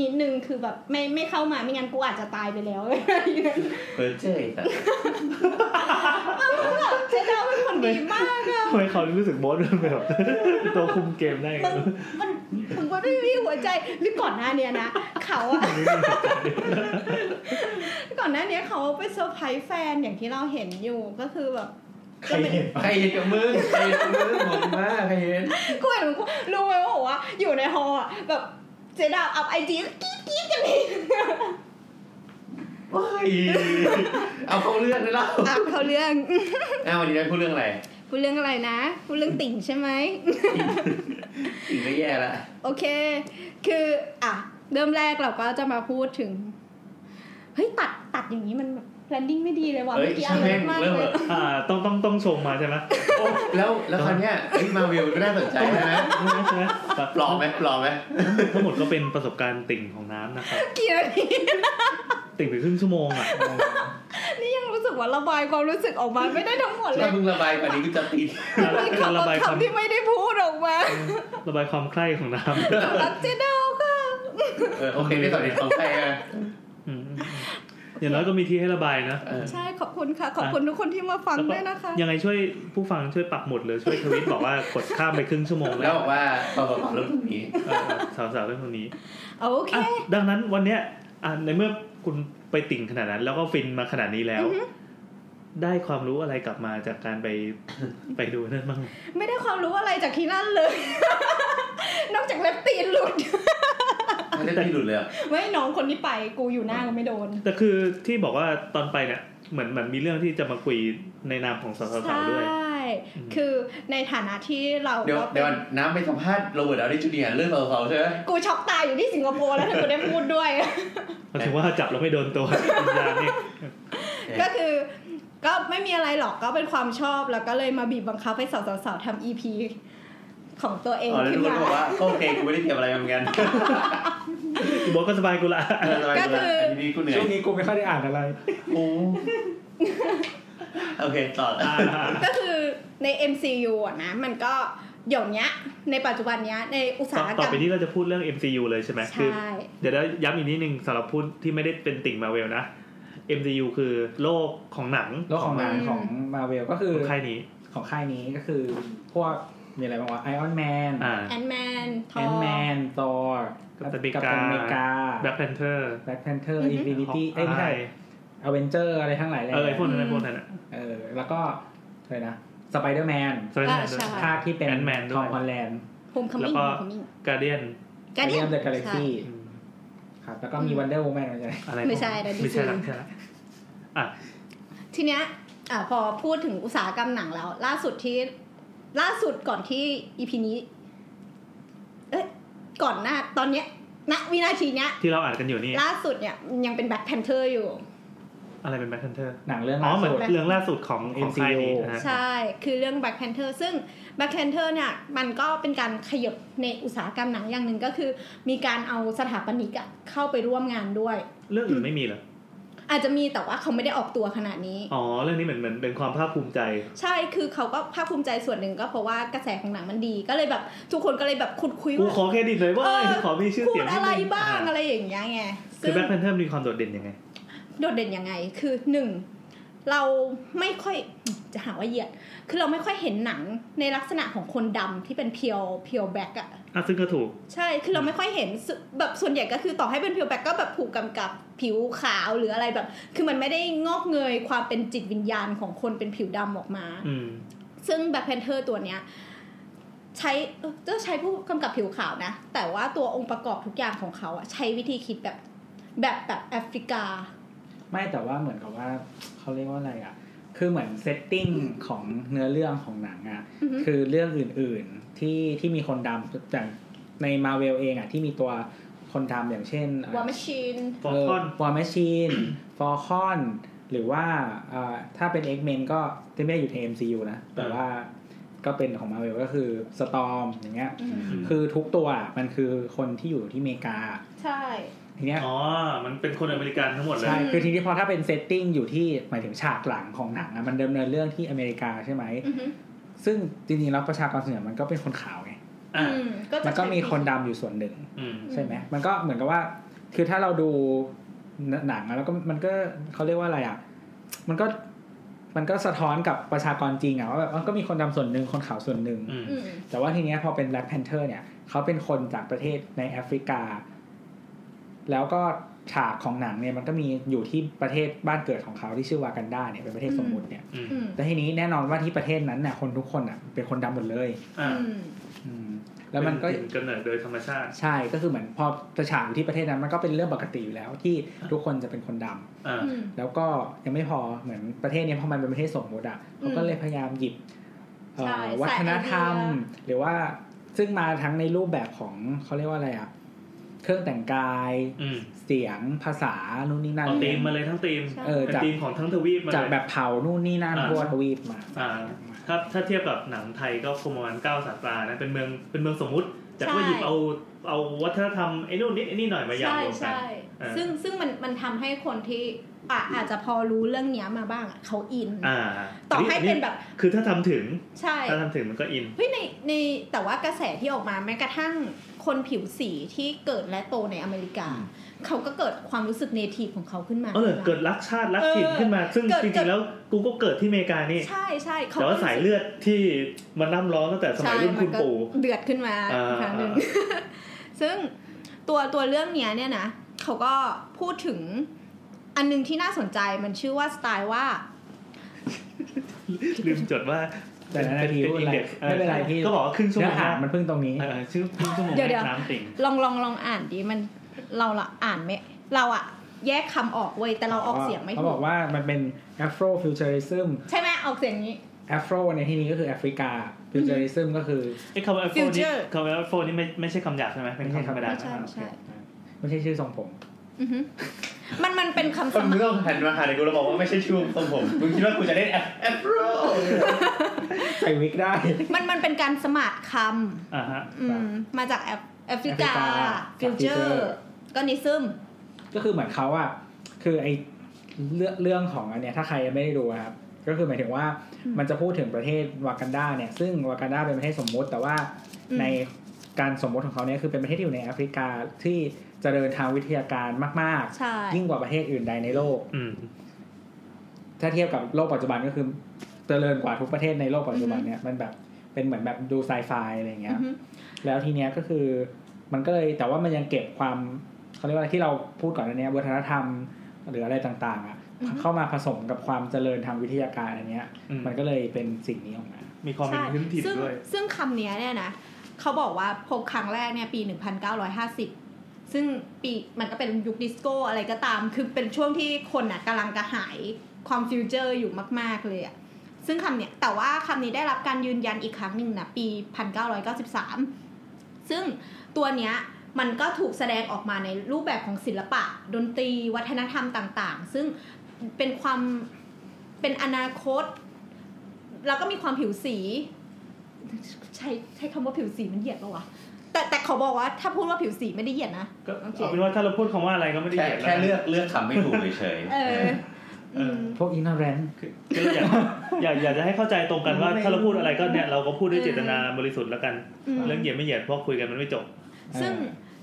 S2: นิดนึงคือแบบไม่ไม่เข้ามาไม่งั้นกูอาจจะตายไปแล้ว เลย
S1: เพอเจอร์ไอ้สัตว์
S2: แบบเจดาเป็นคนดีมากอะ
S4: ทำไมเขารู้สึกโบสเป็น แบบ ตัวคุมเกมได้
S2: มึงมันมึงว่าไม่มีหัวใจหรือก่อนหน้าเนี้ยนะเขาอะ ก่อนหน้านี้เขาไปเซอร์ไพรส์แฟนอย่างที่เราเห็นอยู่ก็คือแบบ
S3: ใครเห็น
S1: ใครเห็นกับมึงใครเห็นกับมึงผมมากใครเห็น
S2: กูเห็นกูรู้ไหมว่าบอกว่าอยู่ในฮอลล์อะแบบเจดาอัพไอจีกรี๊ดกรี๊ดกันเลย
S1: โอ้ยเอาเขาเรื่องเลยเล่า
S2: อ่ะเขาเรื่อง
S1: อ่ะวันนี้ได้พูดเรื่องอะไร
S2: พูดเรื่องอะไรนะพูดเรื่องติ่งใช่ไหม
S1: ถึงก็แย่ละ
S2: โอเค คืออ่ะเริ่มแรกเราก็จะมาพูดถึง เฮ้ย ตัดตัดอย่างนี้มันแบบแลนดิ้งไม่ดีเลยว่ะ
S1: เฮ้ย
S2: เมื่อกี้
S1: ช่า
S2: อาง ร
S1: แม่ง
S2: มณ์มาก
S1: เริ่ม
S2: เล
S1: เห
S2: ย
S1: อะ
S4: อ่าต้องต้องต้องชงมาใช่ไหม
S1: โอ้แล้วแล้วคราวเนี้ยเฮ้ยมาวิวก็น่าสนใจนะ
S4: ใช่ไหม
S1: ปลอมไหมปลอมไหม
S4: ทั้งหมดก็เป็นประสบการณ์ติ่งของน้ำนะครับ
S2: กี่นาที
S4: ติ่งไปครึ่งชั่วโมงอ่ะ
S2: นี่ยังรู้สึกว่าระบายความรู้สึกออกมาไม่ได้ทั้งหมดเล
S1: ถ้าย มึงระบายกว่านี้กูจะตี
S2: มีคำ
S4: ระ
S2: บาง
S4: บายความ
S2: คำที่ไม่ได้พูดออกมา
S4: ระบายความใคร่ของน้
S2: รักเจดาค่ะ
S1: เออโอเคได้ตอนนี้ของใครอ่ะ
S4: ำอืมจ อย่างน้อยก็มีที่ให้ระบายนะ
S1: เออ
S2: ใช่ขอบคุณค่ะ ขอบคุณทุกคนที่มาฟัง
S4: แล้วก็
S2: ด้วยนะคะ
S4: ยังไงช่วยผู้ฟังช่วยปักหมุดหรือช่วยทวิตบอกว่ากดข้ามไปครึ่งชั่วโมง
S1: แล้
S4: แล้ว ว
S1: บอกว่าปปปเรื่องพวกนี้
S4: เออสาวๆเรื่องพวกนี้
S2: โอเค
S4: อ่ะดังนั้นวันเนี้ยอ่ะในเมื่อคุณไปติ่งขนาดนั้น แล้วก็ฟินมาขนาดนี้แล้ว
S2: อือฮึ
S4: ได้ความรู้อะไรกลับมาจากการไป ไปดูนั่นบ้าง
S2: ไม่ได้ความรู้อะไรจากที่นั่นเลย นอกจากเล็บตีนหลุด
S1: ไม่ได้หลุดเลยเหรอ
S2: ไม่น้องคนนี้ไปกูอยู่หน้ากูไม่โดน
S4: แต่คือที่บอกว่าตอนไปเนี่ยเหมือนเหมือนมีเรื่องที่จะมาคุยในนามของสาว
S2: ใช
S4: ๆด้วย
S2: ่
S4: อืม
S2: คือในฐานะที่เรา
S1: เดี๋ยว
S2: ก็ป็น
S1: เดี๋ยวก่อนน้ำไปสัมภาษณ์โรเบิร์ตดาวนี่จูเนียร์เรื่องเบาๆใช่ไหม
S2: กูช็อกตาย อยู่ที่สิงคโปร์แล้วถึงกูได้พูดด้วย
S4: หมายถึงว่าจับแล้วไม่โดน ตัว วิญญาณนี่
S2: ก็คือก็ไม่มีอะไรหรอกก็เป็นความชอบแล้วก็เลยมาบีบบังคับให้สาวๆๆทำ EP ของตัวเอง
S1: อ๋อแล้ว
S2: ขึ้
S1: ทุก
S2: น
S1: คนก็
S2: มา
S1: บอกว่าก็โอเคกูไม่ได้เตรียมอะไรมาเหมือนกัน
S4: อีโบอกก็สบายกูละ
S1: เออสบายๆอันนี้กูเหนื่อย
S3: ช่วงนี้กูไม่ค่อยได้อ่านอะไร
S1: โอ้โอเคต่อ
S4: อ่า
S2: ก็คือใน MCU อะนะ มันก็เดี๋ยวเนี้ย ในปัจจุบันเนี้ยในอุต
S4: ต่
S2: สา
S4: อ
S2: หกร
S4: ต่อ
S2: รม
S4: ไปนี้เราจะพูดเรื่อง MCU เลยใช่ไหม
S2: ใช
S4: คือ
S2: ่
S4: เดี๋ยวแล้วย้ำอีกนิดนึงสำหรับผู้ที่ไม่ได้เป็นติ่งมาเวลนะ MCU คือโลกของหนัง
S3: โลกของหนัง
S2: อืม
S3: ของมาเวลก็คือ
S4: ของค่ายนี้
S3: ของค่ายนี้ก็คือพวกมีอะไรบ้างวะไอออนแมน
S4: อ่า
S2: แอนแมนท
S3: แอ
S2: อน ง
S3: แมนตอร์
S4: กัปตันอเมริกา
S3: อเมริกา
S4: Black Panther
S3: แบล็คแพนเทอร์
S2: อือฮึ
S3: อินฟินิตี้เอ้ยไม่ใช่อเวนเจอร์อะไรทั้งหลายแหละ
S4: เออไอพวกนั้นไอพวกนั้นอะ
S3: เออแล้วก็อะไรนะสไปเดอร์แมน
S4: สไปเดอร์แมนด้ว
S2: ใช่
S4: ย
S3: ภาคที่เป็น
S4: Ant-Man ด้วย
S3: ทอมฮอลแลนด์
S2: โฮมคัม
S4: แล้
S2: มิ่ง
S4: วก็
S2: โฮมคัมมิ่ง
S4: การเดียน
S2: การเดียน
S3: เดอะกาแล็กซี่ครับแล้วก็มี
S2: อืม
S3: วันเดอร์วูแมนอะไรอย่างเงี้ย
S4: อะไร
S2: ไม่ใช่นะ
S4: ไม่ใช่ละไม่ใช่ละอ่ะ
S2: ทีเนี้ยอะพอพูดถึงอุตสาหกรรมหนังแล้ว ล่าสุดที่ล่าสุดก่อนที่อีพีนี้ เอ้ยก่อนหน้า ตอนเนี้ยณวินาทีเนี้ย
S4: ที่เราอ่านกันอยู่นี่
S2: ล่าสุดเนี่ยยังเป็นแบ็คแพนเทอร์อยู่
S4: อะไรเป็น Black Panther
S3: หนังเรื่อง
S4: อ๋อ
S3: ล่า
S4: เหมือน
S3: สุด
S2: Black
S4: เรื่องล่าสุดของของ
S3: MCU
S4: ค่ายนี้นะฮะ
S2: ใช่ คือเรื่อง Black Panther ซึ่ง Black Panther เนี่ย มันก็เป็นการขยบในอุตสาหกรรมหนังอย่างหนึ่งก็คือ มีการเอาสถาปนิกอะเข้าไปร่วมงานด้วย
S4: เรื่องอื่นไม่มีเหรอ
S2: อาจจะมีแต่ว่าเขาไม่ได้ออกตัวขนาดนี้
S4: อ๋อเรื่องนี้เหมือนเหมือนเป็นความภาคภูมิใจ
S2: ใช่ คือเขาก็ภาคภูมิใจส่วนหนึ่งก็เพราะว่ากระแสของหนังมันดี ก็เลยแบบทุกคนก็เลยแบบขุดคุย
S4: กู
S2: ว่า
S4: ขอเครดิตเลยเว่า
S2: เออ
S4: ขอมีชื่อ
S2: พู
S4: เสีย
S2: ด
S4: ง
S2: อะไรบ้าง
S4: อ่
S2: อะไรอย่างเงี้ยไง
S4: คือ
S2: ซึ่ง
S4: Black Panther มีความโดดเด่นยังไง
S2: โดดเด่นยังไง คือหนึ่งเราไม่ค่อยจะหาว่าเหยียด คือเราไม่ค่อยเห็นหนังในลักษณะของคนดำที่เป็นเพียวเพียวแบ็กอะ
S4: อ่ะซึ่งก็ถูก
S2: ใช่ คือเราไม่ค่อยเห็นสุแบบส่วนใหญ่ก็คือต่อให้เป็นเพียวแบ็กก็แบบผูกกำกับผิวขาวหรืออะไรแบบ คือมันไม่ได้งอกเงยความเป็นจิตวิญญาณของคนเป็นผิวดำออกมา
S4: อืม
S2: ซึ่งแบ็คแพนเทอร์ตัวเนี้ยใช้เออจะใช้ผู้กำกับผิวขาวนะ แต่ว่าตัวองค์ประกอบทุกอย่างของเขาอะใช้วิธีคิดแบบแบบแบบแอฟริกา
S3: ไม่แต่ว่าเหมือนกับว่าเขาเรียกว่าอะไรอ่ะ คือเหมือนเซตติ้งของเนื้อเรื่องของหนังอ่ะ
S2: อือฮึ
S3: คือเรื่องอื่นๆที่ที่มีคนดำอย่างในมาเวลเองอ่ะ ที่มีตัวคนดำอย่างเช่น
S2: วอร์มชิน
S4: Falcon
S3: วอร์มชีน ฟอคอน หรือว่าเอ่อถ้าเป็น X-Men ก็ที่ไม่ได้อยู่ใน MCU นะ แต่ว่าก็เป็นของมาเวลก็คือสตอมอย่างเงี้ย
S2: อืม
S4: ม
S3: คือทุกตัวอะมันคือคนที่อยู่ที่อเมริกา
S2: ใช่
S3: ทีเนี้ย
S4: อ๋อ มันเป็นคนอเมริกันทั้งหมดเลย
S3: ใช่
S2: อืม
S3: คือทีนี้พอถ้าเป็นเซตติ้งอยู่ที่หมายถึงฉากหลังของหนังอะมันดำเนินเรื่องที่อเมริกาใช่ไหม
S2: อือฮึ
S3: ซึ่งจริงๆแล้วประชากรส่วนใหญ่มันก็เป็นคนขาวไง
S4: อ่ะ
S2: อืมก็จะ
S3: มันก็มีคน
S2: ใช้
S3: ดำอยู่ส่วนหนึ่ง
S4: อืม
S3: ใช่ไหม มันก็เหมือนกับว่า คือถ้าเราดูหนังอะแล้วก็มันก็เขาเรียกว่าอะไรอ่ะ มันก็มันก็สะท้อนกับประชากรจริงอ่ะว่าแบบมันก็มีคนดำส่วนหนึ่งคนขาวส่วนหนึ่ง
S4: อืม
S2: อืม
S3: แต่ว่าทีเนี้ยพอเป็น Black Panther เนี่ยเขาเป็นคนจากประเทศในแอฟริกา แล้วก็ฉากของหนังเนี่ยมันก็มีอยู่ที่ประเทศบ้านเกิดของเขาที่ชื่อวากันดาเนี่ยเป็นประเทศสมมุติเนี่ย
S4: อืม
S2: อืม
S3: แต่ทีนี้แน่นอนว่าที่ประเทศนั้นเนี่ยคนทุกคนอ่ะเป็นคนดำหมดเลย
S4: อ่า
S2: อืม
S3: อืม แล้วมันก็
S4: เป็ถิ่กำเนิดโดยธรรมชาติ
S3: ใช่ก็คือเหมือนพอจะฉากอยู่ที่ประเทศนั้นมันก็เป็นเรื่องปกติอยู่แล้วที่ทุกคนจะเป็นคนดำ
S4: อ่า
S2: อืม
S3: แล้วก็ยังไม่พอเหมือนประเทศเนี้ยพอมันเป็นประเทศสมมุติอ่ะเขาก็เลยพยายามหยิบ เอ่อ
S2: ใช่
S3: วัฒนธรรม
S2: ใส่ไอเดี
S3: หรือว่าซึ่งมาทั้งในรูปแบบของเขาเรียกว่าอะไรอ่ะ เครื่องแต่งกาย
S4: อืม
S3: เสียงภาษานู่นนี่นั่น
S4: เอาธีมมาเลยทั้งธีม
S2: ใช่
S3: เออ
S4: เป็น
S3: จาก
S4: ธีมของทั้งทวีปมาเลย
S3: จากแบบเผานู่นนี่นั่น
S4: อ่า
S3: ทั่วทวีปมา
S4: อ่า ถ้าถ้าเทียบกับหนังไทยก็คงประมาณเก้าสาตรานะ เป็นเมือง เป็นเมืองสมมุติ แต่ก็หยิบ
S2: ใช่
S4: เอา เอาวัฒนธรรมไอ้นู่นนี่ไอ้นี่หน่อยมายำ
S2: ใช่
S4: รวมกัน
S2: ใช่
S4: เออ
S2: ซึ่งซึ่งมันมันทำให้คนที่อ่ะอาจจะพอรู้เรื่องเนี้ยมาบ้างอะเขาอิน
S4: อ่า
S2: ต่อให้เป็นแบบ
S4: คือถ้าทำถึง
S2: ใช่
S4: ถ้าทำถึงมันก็อิน
S2: เฮ้ยในในแต่ว่ากระแสที่ออกมาแม้กระทั่งคนผิวสีที่เกิดและโตในอเมริกา เขาก็เกิดความรู้สึกเนทีฟของเขาขึ้นมา
S4: เออเกิดรักชาติรักถิ่นขึ้นมา ซึ่ง
S2: เกิด
S4: จ
S2: เกิ
S4: ริ
S2: ด
S4: งๆแล้วกูก็เกิดที่อเมริกานี่
S2: ใช่ใช่เข
S4: แต่ว่าสายเลือดที่มันร่ำร้อนตั้งแต่สมัยรุ่น
S2: ใช่
S4: คุณ
S2: ก็
S4: ปู่
S2: เดือดขึ้นมา
S4: อ่า
S2: อีกครั้งหนึ่ง ซึ่งตัวตัวเรื่องเนี้ยเนี่ยนะเขาก็พูดถึงอันหนึงที่น่าสนใจมันชื่อว่าสไตล์ว่า
S4: ลืมจดว่า
S3: แต่ละนาที
S4: เป็
S3: พูด
S4: อิ
S3: อะไร
S4: เด็กซ์
S3: ไม่เป็นไรพี่
S4: ก็บอกว่าครึ่งชั่วโม
S3: เนื้องหามันเพิ่งตรงนี้
S4: เออชื่อครึ่งชั่วโมง
S2: เดี๋ยวๆ
S4: น้ำติ่ง
S2: ลองลองลองอ่านดิมันเราละอ่านไม่เราอะแยกคำออกเว้ยแต่เราออกเสียงไม่
S3: เขา
S2: ถู
S3: บอกกว่ามันเป็น afro futurism
S2: ใช่ไหมออกเสียงนี้
S3: afro ในที่นี้ก็คือแอฟริกา futurism ก็คือ
S4: ไอ้คำว่าไอโฟนนี่
S2: Future
S4: คำว่าไอโฟนนี่ไม่ไม่ใช่คำหยาบใช่ไหมเป็นคำธรรมดา
S2: ไม่ใช่
S4: อ่าโอเค
S3: ไม่ใช่ชื่อทรงผม
S2: อือหือมันมันเป็นคำส
S1: คน
S2: มั
S1: มึ
S2: ย
S1: งต้องหันมาหาในกูแล้วบอกว่าไม่ใช่ช่วงของผมมึงคิดว่ากูจะเล่นแอปแอปโร
S3: ใส่วิกได้
S2: มันมันเป็นการสมาร์ทค
S4: อ่าฮะ
S2: ำอืมมาจากแอฟแอฟริกา
S3: แอฟริกา
S2: ฟิวเจอ
S3: future
S2: ร์ ก็นิซึม
S3: ก็คือเหมือนเขาอะคือไอเรื่องเรื่องของอันเนี้ยถ้าใครยังไม่ได้ดูนะครับ ก็คือหมายถึงว่า
S2: อืม
S3: มันจะพูดถึงประเทศวากันดาเนี่ย ซึ่งวากันดาเป็นประเทศสมมุติ แต่ว่า
S2: อืม
S3: ในการสมมุติของเขาเนี่ยคือเป็นประเทศที่อยู่ในแอฟริกาที่เจริญทางวิทยาการมาก
S2: ใช่
S3: ๆ ยิ่งกว่าประเทศอื่นใดในโลก
S4: อืม
S3: ถ้าเทียบกับโลกปัจจุบันก็คือเจริญกว่าทุกประเทศในโลกปัจจุบันเนี่ยมันแบบเป็นเหมือนแบบดูไซไฟอะไรอย่างเงี้
S2: อื
S3: ย
S2: อหือ
S3: แล้วทีเนี้ยก็คือมันก็เลยแต่ว่ามันยังเก็บความเขาเรียกว่าอะไรที่เราพูดก่อนหนั้นเนี้ยวัฒนธรรมหรืออะไรต่างๆอะ
S2: อือฮึ
S3: เข้ามาผสมกับความเจริญทางวิทยาการอันเนี้ย
S4: อืม
S3: มันก็เลยเป็นสิ่งนี้ออกมา
S4: มีความเป็น
S2: ใช่
S4: พื้นถิ่น
S2: ซึ่ง
S4: ด้วย
S2: ซึ่งคำเนี้ยเนี่ยนะเขาบอกว่าพบครั้งแรกเนี่ยปี 1950 ซึ่งปีมันก็เป็นยุคดิสโก้อะไรก็ตาม คือเป็นช่วงที่คนน่ะกำลังกระหายความฟิวเจอร์อยู่มาก ๆ เลยอะซึ่งคำเนี้ยแต่ว่าคำนี้ได้รับการยืนยันอีกครั้งหนึ่งนะปี 1993 ซึ่งตัวเนี้ยมันก็ถูกแสดงออกมาในรูปแบบของศิลปะ ดนตรีวัฒนธรรมต่างๆ ซึ่งเป็นความเป็นอนาคต แล้วก็มีความผิวสี ใช้ใช้คำว่าผิวสีมันเหยียดปะวะแต่แต่เขาบอกว่าถ้าพูดว่าผิวสีไม่ได้เหยียดนะ
S4: ก็
S2: โอเค
S4: เอาเป็นว่าถ้าเราพูดคำว่าอะไรก็ไม่ได้
S1: แค่
S4: เหยียด
S1: แค่เลือก
S4: แล้วนะ
S1: เลือกคำไม่ถูกเฉยๆ
S2: เออ
S4: เออ
S2: ม
S3: พวกอินเทอร์เน็ต
S4: คือคือเราอยากอยากอยากจะให้เข้าใจตรงกันว่า
S3: ไม่
S4: ถ้าเราพูดอะไรก็เนี่ยเราก็พูดด้วยเจตนาบริสุทธิ์แล้วกัน
S2: ม
S4: เรื่องเหยียดไม่เหยียดเพราะคุยกันมันไม่จบ
S2: ซึ่ง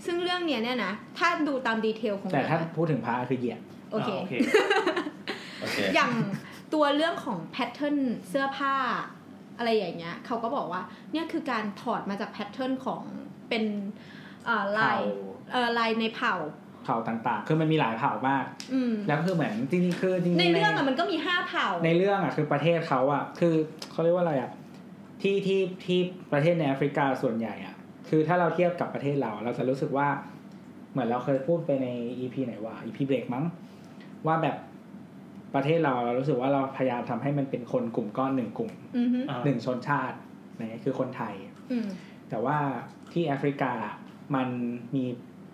S2: ซึ่งเรื่องเนี้ยเนี่ยนะ ถ้าดูตามดีเทลของ
S3: แต่ถ้า
S2: มันนะ
S3: พูดถึงพระคือเหยียด
S2: โอเค
S4: อ่าโอเค
S1: โอเค
S2: อย่างตัวเรื่องของแพทเทิร์นเสื้อผ้าอะไรอย่างเงี้ยเขาก็บอกว่าเนี่ยคือการถอดมาจากแพทเทิร์นของเป็นเอ่อลายเอ่อลายในเผ่า
S3: เผ่าต่างๆ คือมันมีหลายเผ่ามาก
S2: อืม
S3: แล้วก็คือเหมือนจริงๆคือจริงๆ
S2: ในเรื่องอะมันก็มีห้าเผ่า
S3: ในเรื่องอ่ะคือประเทศเขาอ่ะคือเขาเรียกว่าอะไรอ่ะที่ที่ที่ประเทศในแอฟริกาส่วนใหญ่อ่ะคือถ้าเราเทียบกับประเทศเรา เราจะรู้สึกว่า เหมือนเราเคยพูดไปใน EP ไหนว่า EP เบรกมั้งว่าแบบประเทศเราเรารู้สึกว่าเราพยายามทำให้มันเป็นคนกลุ่มก้อนหนึ่งกลุ่ม
S2: อือฮึ
S4: อ่า
S3: หนึ่งชนชาติอะไรเงี้ยคือคนไทย
S2: อืม
S3: แต่ว่าที่แอฟริกามันมี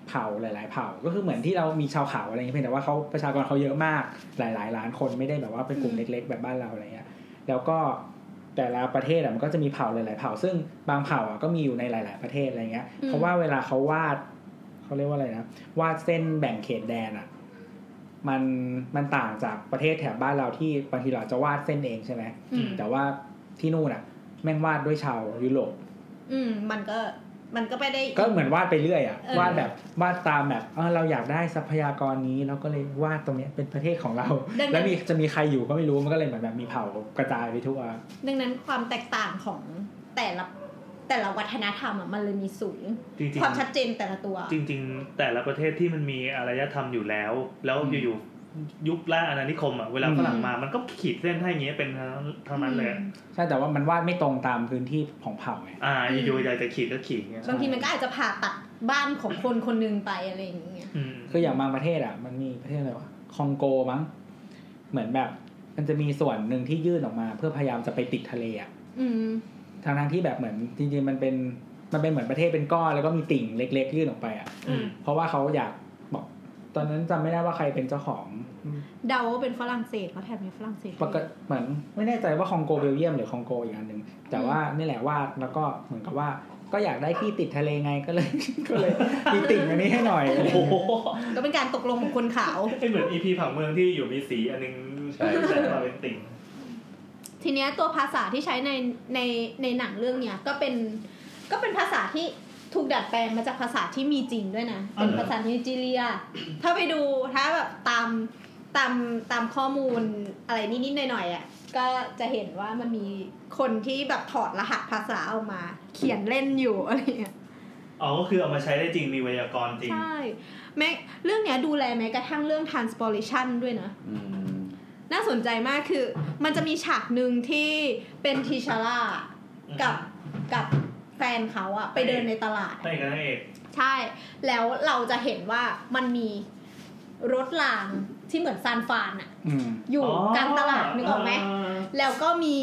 S3: เผ่าหลาย ๆ เผ่า ก็คือเหมือนที่เรามีชาวเขาอะไรอย่างเงี้ยเพียงแต่ว่าเขาประชากรเขาเยอะมากหลาย ๆ ล้านคนไม่ได้แบบว่าเป็นกลุ่ม
S2: อืม
S3: เล็ก ๆ แบบบ้านเราอะไรเงี้ยแล้วก็แต่ละประเทศอะมันก็จะมีเผ่าหลาย ๆ เผ่า ซึ่งบางเผ่าอะก็มีอยู่ในหลาย ๆ ประเทศอะไรเงี้ยเพราะว่าเวลาเขาวาดเขาเรียกว่าอะไรนะวาดเส้นแบ่งเขตแดนอะมันมันต่างจากประเทศแถบบ้านเราที่บางทีเราจะวาดเส้นเองใช่ไหม
S2: อืม
S3: แต่ว่าที่นู่นอะแม่งวาดด้วยชาวยุโรป
S2: อืมมันก็มันก็ไปได้
S3: ก็เหมือนวาดไปเรื่อยอะ
S2: เออ
S3: วาดแบบวาดตามแบบเออเราอยากได้ทรัพยากรนี้เราก็เลยวาดตรงเนี้ยเป็นประเทศของเรา
S2: ดัง
S3: แล้ว
S2: นั้น
S3: มีจะมีใครอยู่ก็ไม่รู้มันก็เลยเหมือนแบบมีเผ่ากระจายไปทั่ว
S2: ดังนั้นความแตกต่างของแต่ละแต่ละวัฒนธรรมอ่ะมันเลยมีสูง
S4: จริงๆ
S2: ความชัดเจนแต่ละตัว
S4: จริง ๆ แต่ละประเทศที่มันมีอารยธรรมอยู่แล้ว แล้วอยู่ๆยุคล่าอาณานิคมอ่ะเวลาฝรั่งมามันก็ขีดเส้นให้อย่างเงี้ยเป็นทั้งนั้นเลยอะ
S3: ใช่แต่ว่ามันวาดไม่ตรงตามพื้นที่ของเผ่าไง
S4: อ่า
S2: อืม
S4: อยู่ๆอยากจะขีดก็ขีดเงี้ย
S2: บางทีมันก็อาจจะผ่าตัดบ้านของคนคนหนึงไปอะไรอย่างเงี้ย
S4: อืม
S3: คืออย่างบางประเทศอะมันมีประเทศอะไรวะคองโกมั้งเหมือนแบบ มันจะมีส่วนหนึ่งที่ยื่นออกมา เพื่อพยายามจะไปติดทะเลอะ
S2: อืม
S3: ทางทางๆที่แบบเหมือนจริงๆมันเป็นมันเป็นเหมือนประเทศเป็นก้อนแล้วก็มีติ่งเล็ก ๆ ยื่นออกไปอะ
S2: อืม
S3: เพราะว่าเขาอยากบอก ตอนนั้นจำไม่ได้ว่าใครเป็นเจ้าของ
S2: เดาว่าเป็นฝรั่งเศสเพราะแถบนี้ฝรั่งเศส
S3: ปกติเหมือนไม่แน่ใจว่าคองโกเบลเยียมหรือคองโกอีกอันหนึ่งแต่ว่านี่แหละวาดแล้วก็เหมือนกับว่า ก็อยากได้ที่ติดทะเลไงก็เลย ก็เลยมีติ่งอันนี้ให้หน่อยอะไรอย่าง
S4: โอ้โห
S3: เงี้ย
S2: ก็เป็นการตกลงของคนขาว
S4: ไอเหมือนอีพีผังเมืองที่อยู่มีสีอันนึง
S1: ใช่
S4: แต่
S1: ใช่
S4: มาเป็นติ่ง
S2: ทีเนี้ยตัวภาษาที่ใช้ในในในหนังเรื่องเนี้ยก็เป็นก็เป็นภาษาที่ ถูกดัดแปลงมาจากภาษาที่มีจริงด้วยนะ
S4: อ๋อ
S2: เป็น
S4: เหรอ
S2: ภาษานิจีเรีย ถ้าไปดูถ้าแบบตามตามตามข้อมูลอะไรนิดๆหน่อยๆอ่ะก็จะเห็นว่ามันมีคนที่แบบถอดรหัสภาษาออกมา เขียนเล่นอยู่อะไรอย่างเงี้ย
S4: อ๋อก็คือเอามาใช้ได้จริงมีไวยากรณ์จริง
S2: ใช่แม้เรื่องเนี้ยดูแลแม้กระทั่งเรื่อง transportation ด้วยนะ
S1: อืม
S2: น่าสนใจมากคือ มันจะมีฉากหนึ่งที่เป็นทีชาร่ากับกับแฟนเขาอะไปเดินในตลาด
S4: ใช่กันนั่นเอง
S2: ใช่ แล้วเราจะเห็นว่ามันมีรถรางที่เหมือนซานฟานอะ
S3: อืม
S2: อยู่กลางตลาดนึกออกไหม แล้วก็มี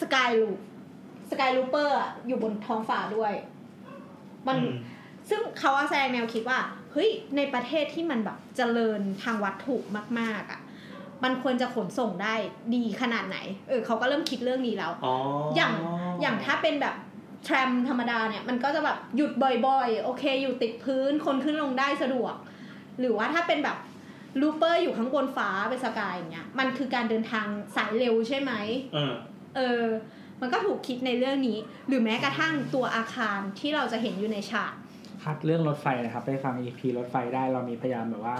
S2: สกายลูสกายลูเปอร์อยู่บนท้องฟ้าด้วย มัน
S4: อื
S2: ซึ่งเขาอาแซงแนวคิดว่า เฮ้ย ในประเทศที่มันแบบเจริญทางวัตถุมาก ๆ อ่ะ มันควรจะขนส่งได้ดีขนาดไหน เออเขาก็เริ่มคิดเรื่องนี้แล้ว
S4: อ๋ออ
S2: อย่าง อย่างถ้าเป็นแบบแทรมธรรมดาเนี่ย มันก็จะแบบหยุดบ่อยๆ โอเค อยู่ติดพื้น คนขึ้นลงได้สะดวก หรือว่าถ้าเป็นแบบลูเปอร์อยู่ข้างบนฟ้าเป็นสกายอย่างเงี้ย มันคือการเดินทางสายเร็วใช่ไหม
S4: เออ
S2: เออ มันก็ถูกคิดในเรื่องนี้ หรือแม้กระทั่งตัวอาคารที่เราจะเห็นอยู่ในฉาก
S3: พัดเรื่องรถไฟนะครับ ไปฟัง EP รถไฟได้เรามีพยายามแบบว่า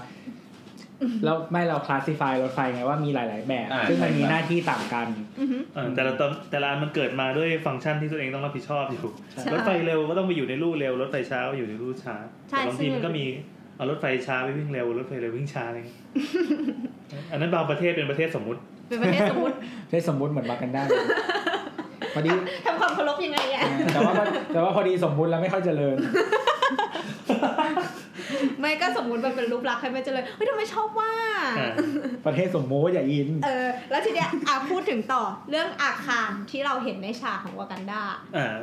S3: เราไม่เราคลาสสิฟายรถไฟไงว่ามีหลาย ๆ แบบ
S1: อ่า
S3: ซึ่งมันมี
S1: ใช่ครับ
S3: หน้าที่ต่างกัน
S2: อือหือ
S4: เออแต่ละตอนแต่ละอันมันเกิดมาด้วยฟังก์ชันที่ตัวเองต้องรับผิดชอบอยู่
S3: ใช่
S4: รถไฟเร็วก็ต้องไปอยู่ในลู่เร็ว รถไฟช้าก็อยู่ในลู่ช้า
S2: ใช่
S4: แต่บางที
S2: ซึ่ง
S4: มันก็มีเอารถไฟช้าไปวิ่งเร็ว รถไฟเร็ววิ่งช้าอะไรอย่างเงี้ยอันนั้นบางประเทศเป็นประเทศสมมุติ
S2: เป็นประเทศสมมติ
S3: ได้สมมุติเหมือนมากันได้เลยพอดี
S2: ทำความเคารพยังไงอะ
S3: แต่ว่าแต่ว่าพอดีสมมุติแล้วไม่ค่อยเจริญ
S2: ไม่ก็สมมติมันเป็นรูปลักษณ์ให้ไม่เจริญเฮ้ยทำไมชอบว่า
S4: อ่า
S3: ประเทศสมมุติอย่าอิน
S2: เออ แล้วทีเนี้ยอ่ะพูดถึงต่อเรื่องอาคารที่เราเห็นในฉากของวากันดา
S4: อ่า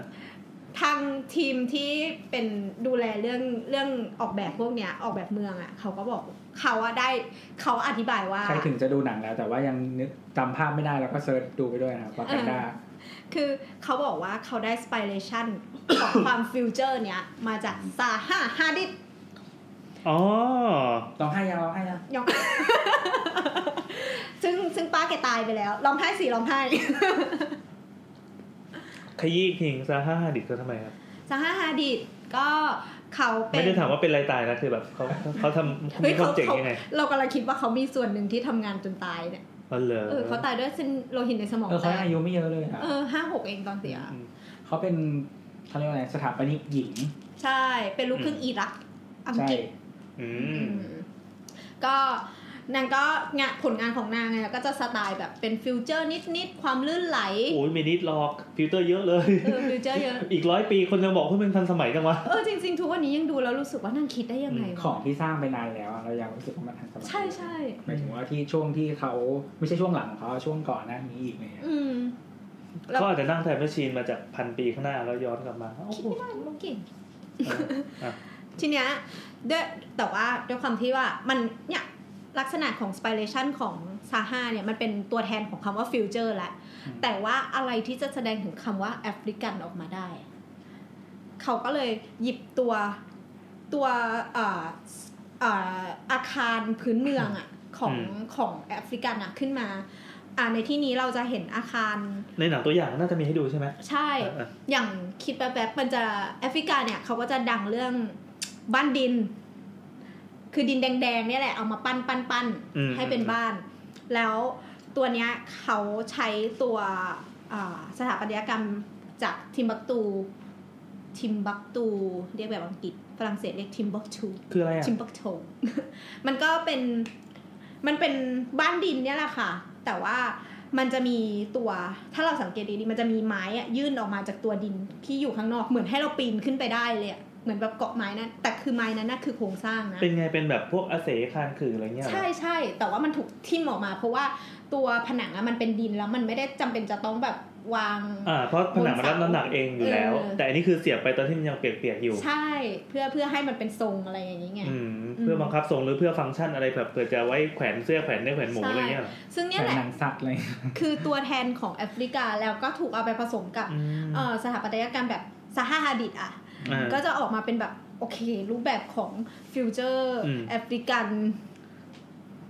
S2: ทางทีมที่เป็นดูแลเรื่องเรื่องออกแบบพวกเนี้ยออกแบบเมืองอะเขาก็บอกเขาอะได้เขาอธิบายว่า
S3: ใครถึงจะดูหนังแล้ว แต่ว่ายังนึกจำภาพไม่ได้แล้วก็เซิร์ชดูไปด้วยนะครับว่ากันได้
S2: คือเขาบอกว่าเขาได้สไปเรชันของความฟิวเจอร์เนี้ยมาจากซาฮาฮาดิด
S4: อ๋อ
S3: ร้องไห้ยังร้องไห้ยัง
S2: ยอง ซึ่งซึ่งป้าแกตายไปแล้ว ร้องไห้สิร้องไห้
S4: ขยี้อีกทิ้งซาห้าดิบเขาทำไมครับ
S2: ซาฮาฮาดิดก็เขาเป็น
S4: ไม่ได้ถามว่าเป็นอะไรายตายนะคือแบบเขาเขาทำเขา
S2: ฮ้
S4: มี
S2: ย
S4: ความเจ๋งยังไง
S2: เรากำลังคิดว่าเขามีส่วนหนึ่งที่ทำงานจนตายเนี่ย
S4: อ๋อเหรอ
S2: เออเขาตายด้วยเส้นโลหิตในสมอง
S3: เออ
S2: แต
S3: เขา
S2: ก
S3: อายุไม่เยอะเลยอ่ะ
S2: เออห้าหกเองตอนเสีย
S4: อืม
S3: เขาเป็นเขาเรียกว่าไงสถาปนิกหญิง
S2: ใช่ เป็นลูกครึ่ง
S4: อืม
S2: อิรัก อัง
S3: ใช่
S2: กฤษ
S4: อืม
S2: ก็นางก็งานผลงานของนางเนี่ยก็จะสไตล์แบบเป็นฟิวเจอร์นิดๆ ความลื่นไหล
S4: โอ้ยไม่นิดหรอกฟิลเตอร์เยอะเลย
S2: เออฟิวเจอร์เยอะ
S4: อีกร้อยปีคนจะบอกว่ามันทันสมัยจังวะ
S2: เออจริงๆ ทุกวันนี้ยังดูแล้วรู้สึกว่านางคิดได้ยังไงวะ
S3: ของที่สร้างไปนานแล้วอะเรายังรู้สึกว่ามันทันสมัย
S2: ใช่ใช่
S3: หมายถึงว่าที่ช่วงที่เขาไม่ใช่ช่วงหลังของเขาช่วงก่อนหน้านี้อีกอะไรเนี่ย
S2: อืม แล้ว
S4: ก็อาจจะนั่งแทนแมชชีนมาจากพันปีข้างหน้าแล้วย้อนกลับมาโอ้
S2: คิด
S4: โห
S2: ไม่ได้มันเก่ง
S4: อ่ะ
S2: ทีเนี้ยด้วยแต่ว่าด้วยความที่ว่ามันเนี่ยลักษณะของ Spiration ของซาฮาเนี่ย มันเป็นตัวแทนของคำว่าฟิวเจอร์แหละ แต่ว่าอะไรที่จะแสดงถึงคำว่าแอฟริกันออกมาได้อะเขาก็เลยหยิบตัวตัวเอ่อเอ่ออาคารพื้นเมืองอะของของแอฟริกันอะขึ้นมา อ่าในที่นี้เราจะเห็นอาคาร
S4: ในหนังตัวอย่างน่าจะมีให้ดูใช่ไหม
S2: ใช่
S4: เออ
S2: อย่างคิดแป๊บๆมันจะแอฟริกาเนี่ยเขาก็จะดังเรื่องบ้านดิน คือดินแดงๆเนี่ยแหละเอามาปั้นปั้นปั้นๆ
S4: อืม
S2: ให้เป็นบ้าน แล้วตัวเนี้ยเขาใช้ตัวอ่าสถาปัตยกรรมจากทิมบักตู ทิมบักตู เรียกแบบอังกฤษฝรั่งเศสเรียกทิมบักตู
S4: คืออะไรอ่ะ
S2: ชิมปักโชง มันก็เป็น มันเป็นบ้านดินเนี่ยแหละค่ะ แต่ว่ามันจะมีตัว ถ้าเราสังเกตดีๆ มันจะมีไม้อะยื่นออกมาจากตัวดินที่อยู่ข้างนอก เหมือนให้เราปีนขึ้นไปได้เลยอะเหมือนแบบเกาะไม้นั้น แต่คือไม้นั้นน่ะคือโครงสร้างนะ
S4: เป็นไงเป็นแบบพวกอาเสคานขืออะไรเงี้ยเหรอ
S2: ใช่ใช่ แต่ว่ามันถูกทิ่มออกมา เพราะว่าตัวผนังอะมันเป็นดินแล้วมันไม่ได้จำเป็นจะต้องแบบวาง
S4: อ่าเพราะผนังมันรับน้ำหนักเองอยู่แล้ว
S2: เออ
S4: แต่อันนี้คือเสียบไปตอนที่มันยังเปียกๆอยู่
S2: ใช่ เพื่อเพื่อให้มันเป็นทรงอะไรอย่างนี้ไง
S4: อืม เพื่อบังคับทรงหรือเพื่อฟังก์ชันอะไรแบบเผื่อจะไว้แขวนเสื้อแขวนเนื้อแขวนหมู
S2: ใช่
S4: อะไรเงี้ยเหรอ
S2: ซึ่งเนี่ย
S3: แต่
S2: แหละ
S3: หนังสัตว์อะไร
S2: คือตัวแทนของแอฟริกาแล้วก็ถูกเอาไปผสมกับ
S4: อืม
S2: เอ่อสถาปัตยกรรมแบบซาฮาฮาดิดอ่ะ
S4: อ่า
S2: ก็จะออกมาเป็นแบบโอเค รูปแบบของฟิวเจอร์
S4: อืม
S2: แอฟริกัน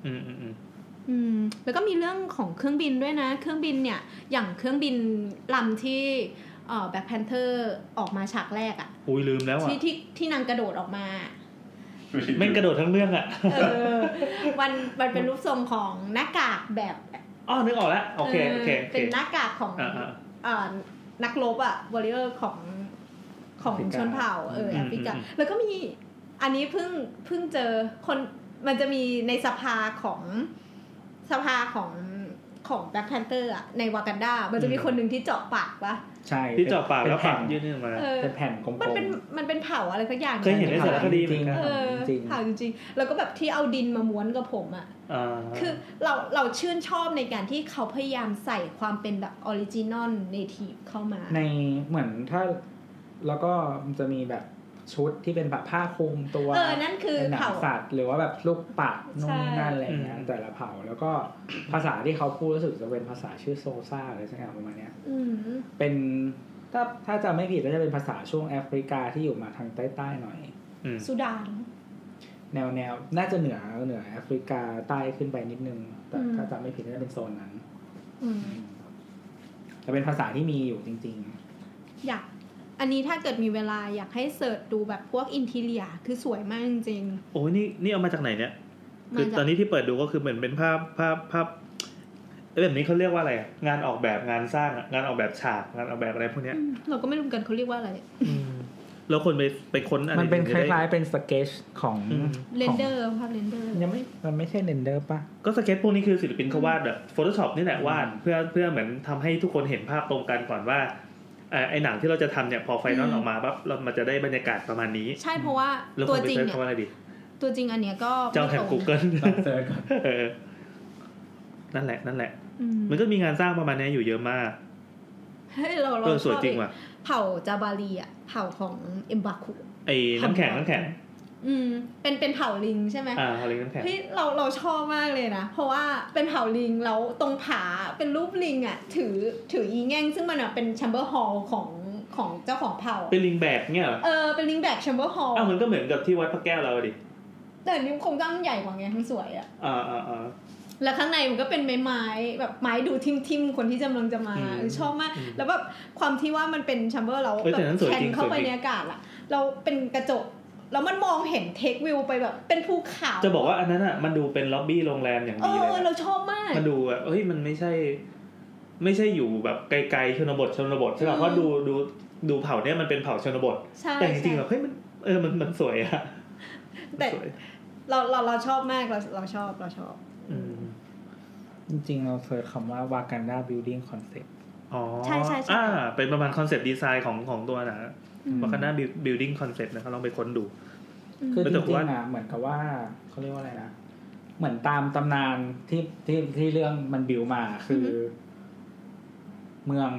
S4: อืมอืมอืม
S2: อืมแล้วก็มีเรื่องของเครื่องบินด้วยนะ เครื่องบินเนี่ย อย่างเครื่องบินลำที่ แบ็คแพนเทอร์ออกมาฉากแรกอะ
S4: อุ้ยลืมแล้วอ่ะ
S2: ที่ที่ที่นางกระโดดออก มา
S4: แม่งกระโดดทั้งเรื่องอ่ะ
S2: เออมันมันเป็นรูปทรงของหน้ากากแบบ
S4: อ๋อนึกออกแล้วโอเคโอเคโอเค
S2: เป็นหน้ากากของ
S4: อ่าอ่า
S2: เอ่อนักรบอะวอริเออร์ของของ
S3: แอฟริกา
S2: ชนเผ่าเออ
S4: อืม
S2: แอฟริกา
S4: อืม
S2: แล้วก็มีอันนี้เพิ่งเพิ่งเจอคนมันจะมีในสภาของสภาของของแบ็คแพนเตอร์อะในวากันดา มันจะมีคนหนึ่งที่เจาะปากปะ
S3: ใช่
S4: ที่เจาะปากแล้ว
S3: เน
S4: ปาก
S3: น
S4: ยื่นออกมา
S2: เออ
S3: เป็นแผ่นกลมๆ
S2: มันเป็นมันเป็นเผาอะไรสักอย่าง
S4: เคยเห็นในสารคดีเหมือนกัน
S2: เออ
S3: จริงๆ
S2: เผาจริงๆ แล้วก็แบบที่เอาดินมาม้วนกับผมอะ
S4: อ่า
S2: คือเราเราชื่นชอบในการที่เขาพยายามใส่ความเป็นแบบออริจินอลเนทีฟเข้ามา
S3: ในเหมือนถ้า แล้วก็มันจะมีแบบชุดที่เป็นแบบผ้าคลุมตัว
S2: เออ นั่นคือ
S3: เป็นหนั
S2: เขา
S3: งสัตว์หรือว่าแบบลูกปัดนู่นนี่นั่น
S2: ใช่
S3: อะไรอย่างเงี้ยแต่ละเผ่าแล้วก็ภาษาที่เขาพูดรู้สึกจะเป็นภาษาชื่อโซซ่าอะไรสักอย่างประมาณเนี้ย
S2: อืม
S3: เป็นถ้าถ้าจะไม่ผิดก็จะเป็นภาษาช่วงแอฟริกาที่อยู่มาทางใต้ๆหน่อย
S4: ม
S2: สุดาน
S3: แนวแนวน่าจะเหนือเหนือแอฟริกาใต้ขึ้นไปนิดนึง แต่
S2: อืม
S3: ถ้าจำไม่ผิดน่าจะเป็นโซนนั้น
S2: อืม
S3: จะเป็นภาษาที่มีอยู่จริง
S2: อยาก อันนี้ถ้าเกิดมีเวลาอยากให้เสิร์ชดูแบบพวกอินทีเลียคือสวยมากจริง
S4: โอ้ยนี่นี่เอามาจากไหนเนี่ย
S2: ๆ
S4: คื
S2: มา
S4: อ
S2: จา
S4: ตอก นนี้ที่เปิดดูก็คือเหมือนเป็นภาพภาพภาพเอ้ยแบบนี้เขาเรียกว่าอะไรอะงานออกแบบงานสร้างอะงานออกแบบฉากงานออกแบบอะไรพวกเนี้ย
S2: อืมเราก็ไม่รู้เหมือนกันเขาเรียกว่าอะไร
S4: แล้วคนไปไปค้นอัน
S3: ๆ มันเป็นค
S4: จะได้
S3: ล้ายๆเป็นสเกจของ
S4: อืม
S2: เรนเดอร์ภาพเรนเดอร์
S3: ของยังไม่มันไม่ใช่เรนเดอร์ปะ
S4: ก็สเก็ตพวกนี้คือศิลปินเขาวาดแบบโฟโต้ช็อปนี่แหละวาดเพื่อเพื่อเหมือนทำให้ทุกคนเห็นภาพตรงกันก่อนว่าเอ่อไอหนังที่เราจะทำเนี่ยพอไฟนอล
S2: อืม
S4: ออกมาปั๊บเรามันจะได้บรรยากาศประมาณนี้
S2: ใช่เพราะว่า
S4: แล้ว
S2: ตั
S4: ผ
S2: ว
S4: มไป
S2: จริง
S4: เซิร์ช
S2: เนี่ย
S4: คำว่าอะไรดี
S2: ตัวจริงอันเนี้ยก็
S4: เจ้าแห่ง
S2: ไม่ตรง
S4: Google
S3: ต้องเจอก่อน
S4: เออ นั่นแหละนั่นแหละ
S2: อืม
S4: มันก็มีงานสร้างประมาณเนี้ยอยู่เยอะมาก
S2: เฮ้ยเรา
S4: เอ
S2: เรา
S4: อสวยจริงว่ะ
S2: เผ่าจาบาลีอ่ะเผ่าของเอ็มบาคุ
S4: ไอ้น้ำแข็งน้ำแข็ง
S2: อืมเป็นเป็นเผ่าลิงใช่ไหม
S4: อ่าอะไรน้ำแข็ง
S2: พี่เราเราชอบมากเลยนะ เพราะว่าเป็นเผ่าลิงแล้วตรงผาเป็นรูปลิงอ่ะ ถือถืออีแง่งซึ่งมันอ่ะเป็นแชมเบอร์ฮอลของของเจ้าของเผ่า
S4: เป็นลิงแบกเนี่ยเหรอ
S2: เออเป็นลิงแบกแชมเบอร์ฮอล
S4: อ้าวมันก็เหมือนกับที่วัดพระแก้วเราอะดิ
S2: แต่อันนิ้วคงตั้งใหญ่กว่าไงมันสวยอ่ะ
S4: อ่าอ่าอ่า
S2: แล้วข้างในมันก็เป็นไม้ไม้แบบไม้ดูทิมทิมๆคนที่กำลังจะมา
S4: อืม
S2: เออชอบมาก
S4: อืม
S2: แล้วแบบความที่ว่ามันเป็นแชมเบอร์แล้ว
S4: เอ้ย
S2: แบ
S4: แต่
S2: บ
S4: นั้นสวย
S2: แทน
S4: จริง
S2: เข้าไป
S4: สวยจริง
S2: ในอากาศอ่ะ เราเป็นกระจกแล้วมันมองเห็นเทควิวไปแบบเป็นภูเขา
S4: จะบอกว่าอันนั้นอ่ะมันดูเป็นล็อบบี้โรงแรมอย่าง
S2: เอ
S4: ดีเลย
S2: อ
S4: นะ
S2: เราชอบมาก
S4: มันดูแบบเฮ้ยมันไม่ใช่ ไม่ใช่อยู่แบบไกลๆชนบทชนบทใช่
S2: อื
S4: ป่ะ
S2: ม
S4: เพราะดูดูดูเผ่าเนี่ยมันเป็นเผ่าชนบท
S2: ใช่
S4: แต่จริงๆแบ
S2: ใช่
S4: บเฮ้ยมันเออมันมันสวยอะ
S2: แต่
S4: สวย
S2: เราเราเราชอบมากเราเราชอบเราชอบ
S4: อืม
S3: จริง ๆ เราเจอคำว่าวากันดาบิลดิ่งคอนเซ็ปต์
S4: อ๋อ
S2: ใช่ใช่ใช่
S4: อ่าเป็นประมาณคอนเซปต์ดีไซน์ของของตัวหนะ
S2: อืม
S4: วากันดาบิลดิ้งคอนเซปต์นะครับลองไปค้นดู
S2: ม
S3: คือจ
S4: แต่
S3: ริง
S4: ว่า
S3: ๆอ่ะเหมือนกับว่าเขาเรียกว่าอะไรนะ เหมือนตามตำนานที่ที่ที่เรื่องมันบิวมาคืออเมือง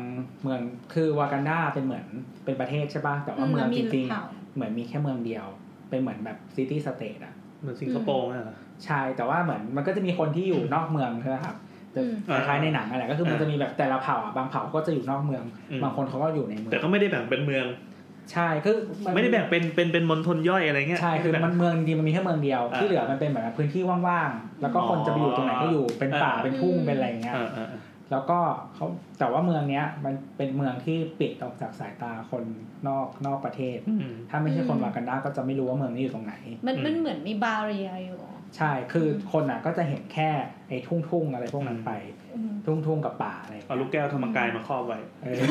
S3: เมืองคือวากันดาเป็นเหมือนเป็นประเทศใช่ปะแต่ว่าเมืองจริงๆ
S2: เผ่า
S3: อ่ะ เหมือนมีแค่เมืองเดียว เป็นเหมือนแบบซิตี้สเตทอ่ะ
S4: เหมือนสิงคโปร์อะ
S3: ใช่ แต่ว่าเหมือนมันก็จะมีคนที่อยู่นอกเมืองใช่ไหมครับจะ
S2: อืม
S3: คล้ายๆในหนังอะไรก็คือมันจะมีแบบแต่ละเผ่าอ่ะบางเผ่าก็จะอยู่นอกเมือง
S4: อืม
S3: บางคนเขาก็อยู่ในเมือ
S4: แต่
S3: ง
S4: ก็ไม่ได้แบ่งเป็นเมือง
S3: ใช่คือมัน
S4: ไม่ได้แบ่งเป็นเป็นเป็นมณฑลย่อยอะไรเงี้ย
S3: ใช่ คือ
S4: แบ่ง
S3: มันเมืองจริงๆมันมีแค่เมืองเดียว
S4: อ่า
S3: ที่เหลือมันเป็นเหมือนแบบพื้นที่ว่างๆ แล้วก็คนจะไปอยู่ตรงไหนก็อยู่ เป็นป่า
S4: อ่า
S3: เป็นทุ่ง เป็นอะไรอย่างเงี้ย
S4: อ่าอ่าอ่า
S3: แล้วก็เขาแต่ว่าเมืองเนี้ยมันเป็นเมืองที่ปิดออกจากสายตาคนนอกนอกประเทศ
S4: อืม
S3: ถ้าไม่ใช่คน
S2: อืม
S3: วากันดาก็จะไม่รู้ว่าเมืองนี้อยู่ตรงไหน
S2: มัน
S4: อืม
S2: มันเหมือนมีบาเรียอยู่
S3: ใช่ คือคนอ่ะก็จะเห็นแค่ไอ้ทุ่งๆอะไรพวกนั้นไป
S2: อืม
S3: ทุ่งทุ่งกับป่าอะไรอย่าง
S4: เอา
S3: เงี้ย
S4: ลูกแก้วธรรมกายมาครอบไว้
S3: เอ อแล้ว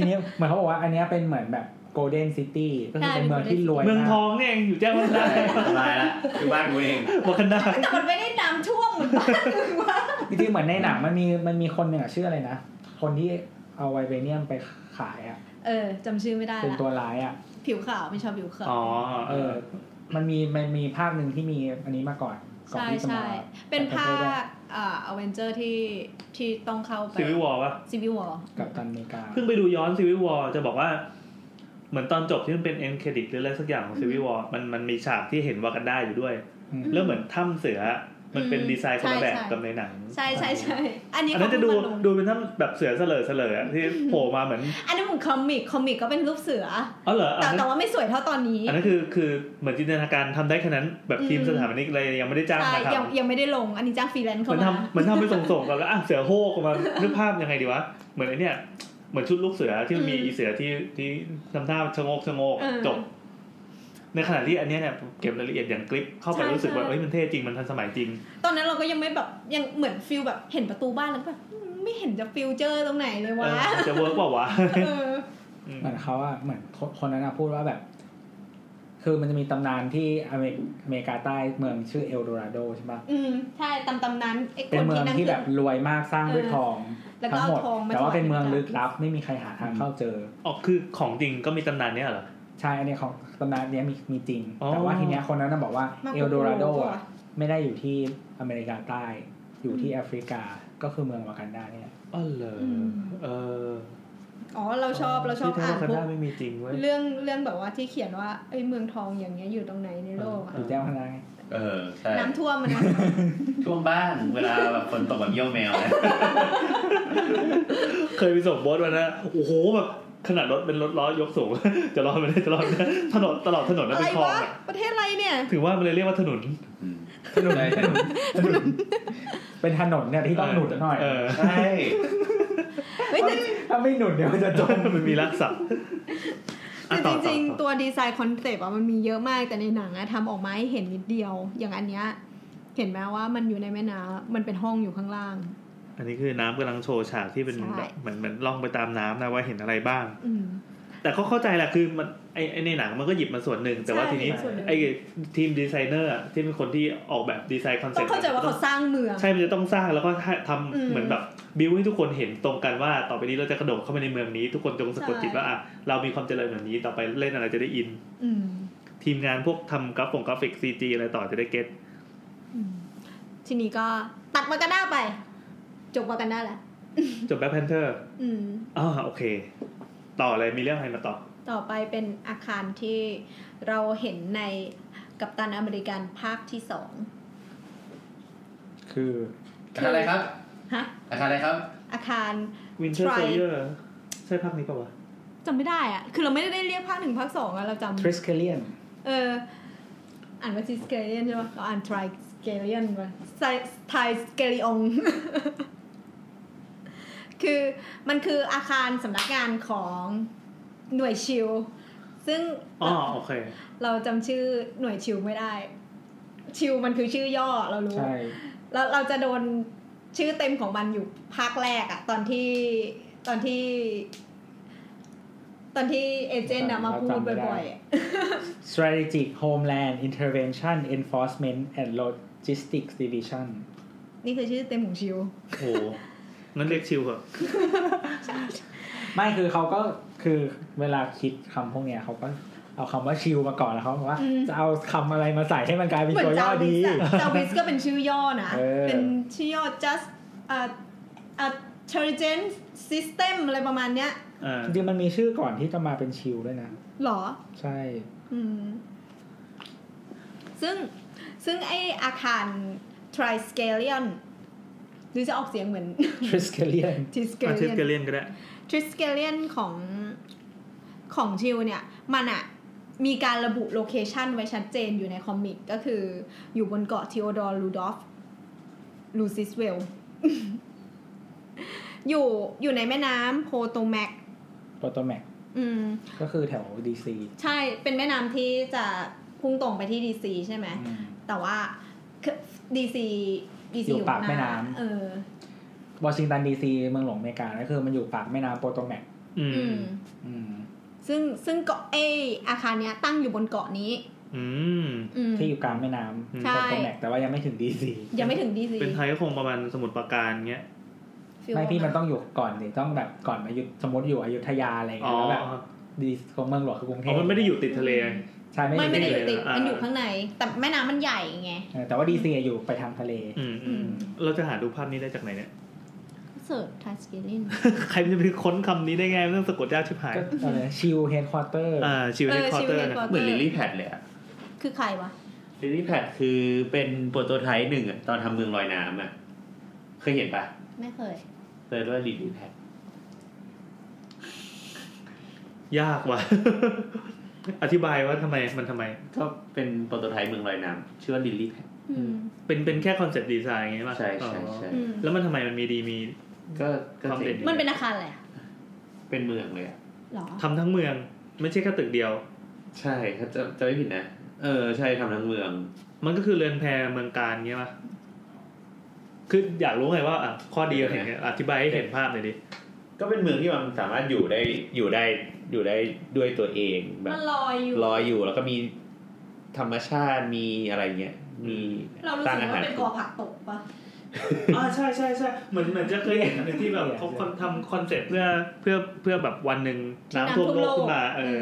S3: ทีนี้เหมือนเขาบอกว่าอันเนี้ยเป็นเหมือนแบบโกลเด้นซิตี้ก็คือเป็นเมืองที่รวย
S4: เมือง
S3: มา
S4: ทอก งเนี่ยเองอยู่แจ้งวัฒ นะ
S1: ตายละคือบ้านกูเอง
S4: วัฒนะ
S2: แต่มันไม่ได้น้ำท่วมเหมือนบ้านมึงว่า
S3: จริงๆเหมือนในหนังมันมีมันมีคนหนึ่งอะชื่ออะไรนะ คนที่เอาไวเบเนียมไปขายอ่ะ
S2: เออจำชื่อไม่ได้
S3: เป็น
S2: ละ
S3: ตัวร้ายอ่ะ
S2: ผิวขาวไม่ชอบผิวขาว
S4: อ๋อ
S3: เออ มันมีมันมีภาคหนึ่งที่มีอันนี้มาก่อนก่อน
S2: ใช่
S3: ที่จะ
S2: ใช่
S3: มา
S2: เป็นภาคเอ่อเวนเจอร์ที่ที่ต้องเข้าไป
S4: ซีวิวอลปะ
S2: ซีวิวอล
S3: กับตันอเมริกา
S4: เพิ่งไปดูย้อนซีวิวอลจะบอกว่า เหมือนตอนจบที่มันเป็นเอ็นเครดิตหรืออะไรสักอย่างของซีวิวอลมันมันมีฉากที่เห็นวากันได้อยู่ด้วย
S3: อืม
S4: แล้วเหมือนถ้ำเสือ มันเป็นดีไซน์คนละแบบกับในหนัง
S2: ใช่ใช่ใช่อันนี้
S4: อันนั้นจะดู
S2: เขามาลง
S4: ดูเป็นถ้ำแบบเสือเสลอเสลออะที่โผล่มาเหมือน
S2: อันนั้นเหมือนคอมิกคอมิกก็เป็นรูปเสือ
S4: อ๋อเหรออั
S2: แต่
S4: นนั้
S2: แต่
S4: น
S2: ว่าไม่สวยเท่าตอนนี้
S4: อันนั้นคือคือเหมือนจินตนาการทำได้แค่นั้นแบบทีมสถาปนิกอะไรยังไม่ได้จ้าง
S2: ใช่
S4: มา
S2: ยัง
S4: ทำ
S2: ยังไม่ได้ลง อันนี้จ้างฟรีแลนซ์
S4: เหมื
S2: เข้า
S4: อ
S2: มา
S4: นทำเหมือนทำไปส่งๆกันแล้วอ่ะเสือโฮกออกมานึกภาพยังไงดีวะเหมือนไอเนี่ย เหมือนชุดลูกเสือที่มันมี
S2: อืม
S4: อีเสือที่ที่ทำท่าชะโงกชะโงก
S2: เออ
S4: จบ ในขณะที่อันเนี้ยเนี่ยเก็บรายละเอียดอย่างกริปเข้าไป
S2: ใช่
S4: รู้สึกว่า
S2: ใช่
S4: เอ้ยมันเท่จริงมันทันสมัยจริง
S2: ตอนนั้นเราก็ยังไม่แบบยังเหมือนฟิลแบบเห็นประตูบ้านแล้วก็แบบอืมไม่เห็นจะฟิลเจอร์ตรงไหนเลยวะ
S4: เออจะเวิร์กเปล่าวะ
S2: เออ
S4: อืม
S3: เหมือนเขาอะเหมือนคนคนนั้นอะพูดว่าแบบ คือมันจะมีตำนานที่อเมริอเมริกาใต้เมืองชื่อเอลโดราโดใช่ปะ
S2: อืมใช่ตำตำนั้นไอ้ค
S3: เป็น
S2: น
S3: เมือง
S2: ที่นั่ง
S3: ที่แบบรวยมากสร้างด้วยทอง
S2: แล้วก็
S3: ทั้
S2: เอา
S3: งหมด
S2: ทองมา
S3: แต่ว่าเป็นเมือง
S2: ถวาย
S3: ลึกลับ ไม่มีใครหาทางเข้าเจอ
S4: อ๋อคือของจริงก็มีตำนานเนี้ยเหรอ
S3: ใช่อันเนี้ยของตำนานเนี้ยมีมีจริง
S4: อ๋อ
S3: แต่ว่าทีเนี้ยคนนั้นนะบอกว่า
S2: มาโกโก
S3: เอลโดราโด
S2: เหรอ
S3: อะไม่ได้อยู่ที่อเมริกาใต้ อยู่ที่แอฟริกาก็คือเมืองวากันดาเนี่ยแหละ
S4: อ๋อเหรออ
S2: ม
S4: เออ
S2: อ๋อเราชอบเราชอบ
S4: ที่
S2: อ่าน
S4: ทง
S2: พ
S4: ว่
S2: วก
S4: คันดไม่มีจริงเว้ย
S2: เรื่องเรื่องแบบว่าที่เขียนว่าไอ้ยเมืองทองอย่างเงี้ยอยู่ตรงไหนในโลกอะ
S4: เ
S3: อยู่แจ้งพัฒนาไง
S1: เออใช่
S2: น้ำท่วมมันนะ
S1: ช่วงบ้านเวลาแบบฝนตกแบบเยี่ยวแมวนะ
S4: เคยไปส่งโบอสวันนะโอ้โหแบบขนาดรถเป็นรถล้อยกสูง จะรอดไม่ได้จะรอดไม่ได้ถนนตลอดถนนนั้
S2: อะ
S4: น
S2: ไร
S4: เป็นคลอง
S2: วะ
S4: อะ
S2: ประเทศอะไรเนี่ย
S4: ถือว่ามันเลยเรียกว่าถนน
S1: อืม
S3: ถนนเป็นถนนเนี่ยที่ต้องหนุนหน่อย
S4: เออ
S1: ใช่
S2: เฮ้ยแต่
S3: ถ้าไม่หนุนเดี๋ยวมันจะจม
S4: มันมีรักษา
S2: แต่จริงๆ ตัวดีไซน์คอนเซปต์อะมันมีเยอะมากแต่ในหนังอะทำออกมาให้เห็นนิดเดียว อย่างอันเนี้ยเห็นไหมว่ามันอยู่ในแม่น้ำมันเป็นห้องอยู่ข้างล่าง
S4: อันนี้คือน้ำกำลังโชว์ฉากที่เป็น
S2: ใช่
S4: แบบเหมือนเหมือนล่องไปตามน้ำนะว่าเห็นอะไรบ้าง
S2: อืม
S4: แต่ก็เข้าใจแหละคือมันไอไอ้ในหนังมันก็หยิบมาส่วนหนึ่ง แต่ว่า
S2: ใช่
S4: ทีนี้
S2: ส่วนหนึ่ง
S4: ไอทีมดีไซเนอร์อะที่เป็นคนที่ออกแบบดีไซน์คอนเซ็
S2: ต้อ
S4: ป
S2: ง
S4: ต์
S2: เข้าใจว่าเขาสร้างเมือง
S4: ใช่ มันจะต้องสร้างแล้วก็ทำ
S2: อืม
S4: เหมือนแบบบิวให้ทุกคนเห็นตรงกันว่าต่อไปนี้เราจะกระโดดเข้าไปในเมืองนี้ ทุกคนจงสะกด
S2: ใช่
S4: จิตว่าอ่ะเรามีความเจริญแบบนี้ต่อไปเล่นอะไรจะได้อิน
S2: อืม
S4: ทีมงานพวกทำกราฟงกราฟิกซีจีอะไรต่อจะได้เก็ต
S2: อืมทีนี้ก็ตัดวากันด้าไป จบวากันด้าแหละ
S4: จบแบ็คแพนเทอร์
S2: อืม
S4: อ๋อโอเค ต่อเลยมีเรื่องอะไรมาต่อ
S2: ต่อไปเป็นอาคารที่เราเห็นในกัปตันอเมริกันภาคที่สอง
S3: คือ
S1: อาคารอะไรครับ
S2: ฮะ
S1: อาคารอะไรครับ
S2: อาคาร
S4: วินเทอร์
S2: Try
S4: โซเยอร์ใช่ภาคนี้ปะวะ
S2: จำไม่ได้อะคือเราไม่ได้เรียกภาคหนึ่งภาคสองอะเราจำ
S3: ทริสเคเลียน
S2: เออ อ่านว่าซิสเกเลียนใช่ปะเราอ่านทริสเกเลียนว่ะไทยสเกลิอง คือมันคืออาคารสำนักงานของหน่วยชิล ซึ่ง
S4: อ๋อโอเค
S2: เราจำชื่อหน่วยชิวไม่ได้ ชิวมันคือชื่อย่อเรารู้
S3: ใช่
S2: แล้วเราจะโดนชื่อเต็มของมันอยู่ภาคแรกอะตอนที่ตอนที่ ตอนที่เอเจนต์อะมาพูดบ่อยๆอะ
S3: strategic homeland intervention enforcement and logistics division
S2: นี่คือชื่อเต็มของชิว
S4: โหงั้นเรียกชิวเหอะ
S3: ไม่คือเขาก็คือเวลาคิดคำพวกเนี้ยเขาก็เอาคำว่าชิลมาก่อนแล้วเขาบอกว่า
S2: อืม
S3: จะเอาคำอะไรมาใส่ให้มันกลายเป็น
S2: เหมือ
S3: ตัวนย่
S2: จา
S3: อ
S2: วิ
S3: ดี
S2: ส อะจาวิสก็เป็นชื่อย่อนะ
S3: เออ
S2: เป็นชื่อย่อ just อ่าอ่า intelligent system อะไรประมาณเนี้ย
S4: อ่า
S3: จริงๆมันมีชื่อก่อนที่จะมาเป็นชิลด้วยนะ
S2: หรอ
S3: ใช่
S2: อืมซึ่งซึ่งไออาคาร Triscalion หรือจะออกเสียงเหมือน
S3: ทริสเคเลียน
S4: อาทิตย์เก
S2: Triscalion
S4: เลียนก็ได้
S2: Triscalion ของของชิวเนี่ย มันอะมีการระบุโลเคชันไว้ชัดเจนอยู่ในคอมิก ก็คืออยู่บนเกาะทีโอดอร์ลูดอฟลูซิสเวล อยู่อยู่ในแม่น้ำโพโตแมก
S3: โปรโตแมก
S2: อืม
S3: ก็คือแถวดีซี
S2: ใช่ เป็นแม่น้ำที่จะพุ่งตรงไปที่ดีซีใช่ไหม แต่ว่าดีซีดีซี
S3: อยู่ปากแม่น้ำ
S2: เออ
S3: วอชิงตันดีซีเมืองหลวงอเมริกาก็คือมันอยู่ปากแม่น้ำโปรโตแมก
S4: อื
S2: อื
S4: ม
S2: ม
S3: อืม
S2: ซึ่งซึ่งเกาะเออาคารเนี้ยตั้งอยู่บนเกาะนี้
S4: อืม
S2: อืม
S3: ที่อยู่กลางแม่น้ำ
S2: ใช่
S3: โปรโตแมกแต่ว่ายังไม่ถึงดีซี
S2: ยังไม่ถึงดีซี
S4: เป็นไทยก็คงประมาณสมุดปราการเงี้ย
S3: ไม่พี่มันต้องอยู่ก่อนดิต้องแบบก่อนอายุสมมติอยู่อยุธยาอะไรอย่าง
S4: อ๋
S3: เงี้
S4: อย
S3: แล้วแบบดีของเมืองหลวงคือกรุงเท
S4: อ๋อ
S3: พ
S4: มันไม่ได้อยู่ติดทะเล
S3: ใช่
S2: ไม่
S3: ไม่
S2: ไม่ได้อ
S3: ได้อยู่ ยู่
S2: ติด
S4: อ่ามั
S2: มันอยู่ข้างใน แต่แม่น้ำมันใหญ่ไง
S3: เออแต่ว่าดีซีอยู่ไปทางทะเล
S4: อืมอืมเราจะหาดูภาพนี้ได้จากไหนเนี่ย
S2: เสิร์ชทัสกิลิน
S4: ใครมันจะไปค้นคำนี้ได้ไงเรื่องสะกดยากชิบหาย
S3: ก็อะไรชิลเฮดคอร์เตอร์
S4: อ่าชิว
S2: เอ
S4: เฮ
S2: อ
S4: ดคอร์เต
S2: Chill
S4: อร์
S2: Headquarter
S1: เหมือนลิลลี่แพดเลยอะ
S2: คือใครวะ
S1: ลิลลี่แพดคือเป็นโปรโตไทป์หนึ่งอะตอนทำเมืองลอยน้ำอะเคยเห็นปะ
S2: ไม่เคย
S1: เจอว่าลิลลี่แพด
S4: ยาก ว่ะ อธิบายว่าทำไมมันทำไม
S1: ก็เป็นโปรโตไทป์เมืองลอยน้ำชื่อว่าลิลลี่แพด
S2: อืม
S4: เป็นเป็นแค่คอนเซ็ปต์ดีไซน์ไงป่ะ
S1: ใช่ใช่ใช่
S4: อ๋อ
S2: อืม
S4: แล้วมันทำไมมันมีดีมี
S1: ก็ก็จ๋ง
S4: ความเด่น
S2: มันเป็นอาคารอะไรอะ
S1: เป็นเมืองเลยอะ
S2: หรอ
S4: ทำทั้งเมือง ไม่ใช่แค่ตึกเดียว
S1: ใช่ถ้าจะจะไม่ผิดนะ เออใช่ทำทั้งเมือง
S4: มันก็คือเรือนแพเมืองการเงี้ยป่ะคืออยากรู้ไงว่าอ่ะข้อดีอะไรเงี้ยอธิบายให้เห็นภาพหน่อยดิ
S1: ก็เป็นเมืองที่มันสามารถอยู่ได้อยู่ได้อยู่ได้ด้วยตัวเองแบ
S5: มั
S1: บ
S5: นลอยอยู่
S1: ลอยอยู่แล้วก็มีธรรมชาติมีอะไรเงี้ยมี
S5: เรารู้
S1: ร้า
S5: สึ
S1: น
S5: ก
S1: อาหา
S5: ว่าร เป็นกอผักตกปะ
S4: อ่าใช่ใช่ใช่เหมือนเหมือนจะเคยเห็นอันหนึ่งที่แบบเขาคนทำคอนเซ็ปต์เพื่อเพื่อเพื่อแบบวันหนึ่งน้ำท่วมโลกขึ้นมาเออ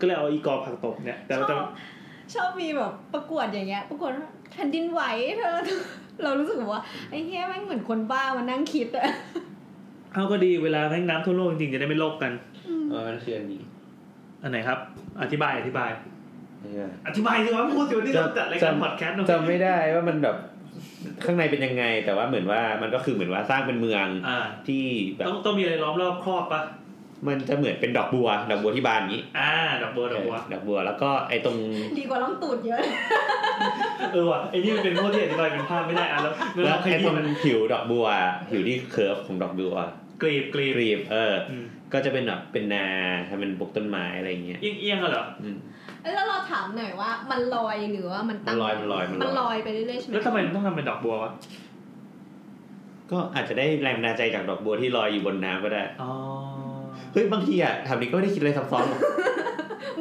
S4: ก็เลยเอาอีกอผักตบเนี่ยแต่
S2: ชอ
S4: แต่
S2: บชอบมีแบบประกวดอย่างเงี้ยประกวดแผ่นดินไหวเธอ เรารู้สึกว่าไอ้เฮียแม่งเหมือนคนบ้ามานั่งคิดอะ
S4: เอาก็ดีเวลาให้น้ำท่วมโลกจริงๆจะได้ไม่โลกกัน
S1: เออเชื่อนี้
S4: อันไหนครับ อธิบายอธิบาย
S1: เออ
S4: อธิบายสิว่าพูดสิวันนี้
S1: จำ
S4: เราจัดรายการ
S1: จำ
S4: พอดแคสต์เนอะ
S1: จำไม่ได้ว่ามันแบบข้างในเป็นยังไง แต่ว่าเหมือนว่ามันก็คือเหมือนว่าสร้างเป็นเมือง
S4: อ่า
S1: ที่แบบ
S4: ต้องต้องมีอะไรล้อมรอบครอบปะ
S1: มันจะเหมือนเป็นดอกบัว ดอกบัวที่บานอย่างนี้
S4: อ่าดอกบัวดอกบัว
S1: เออดอกบัวแล้วก็ไอ้ตรง
S2: ดีกว่าล้องตูดเยอะ
S4: เออว่ะไอ้นี่มันเป็นพวกที่อธิบายเป็นภาพไม่ได้อ่ะแล้ว
S1: แล้
S4: แล้ว วข
S1: ไอ้
S4: ยี้
S1: ตรง
S4: มัน
S1: ผิวดอกบัวผิวที่เคิร์ฟของดอกบัว
S4: กรีบกรีบ
S1: กรีบเออ
S4: อืม
S1: ก็จะเป็นแบบเป็นนาทำเป็นปลูกต้นไม้อะไรอย่างเงี้ย
S4: เอียงเอียงๆอะเหรอ
S1: อืม
S2: แล้วเราถามหน่อยว่ามันลอยหรือว่ามันตั้ง
S1: มันลอยมันลอยมันลอย
S2: มันลอยไปเรื่อยๆใช่ไหม
S4: แล้วทำไมมันต้องทำเป็นดอกบัววะ
S1: ก็อาจจะได้แรงบันดาลใจจากดอกบัวที่ลอยอยู่บนน้ำก็ได้
S4: อ๋อ
S1: เฮ้ยบางทีอ่ะทำนี้ก็ไม่ได้คิดอะไรซับซ้อนหร อก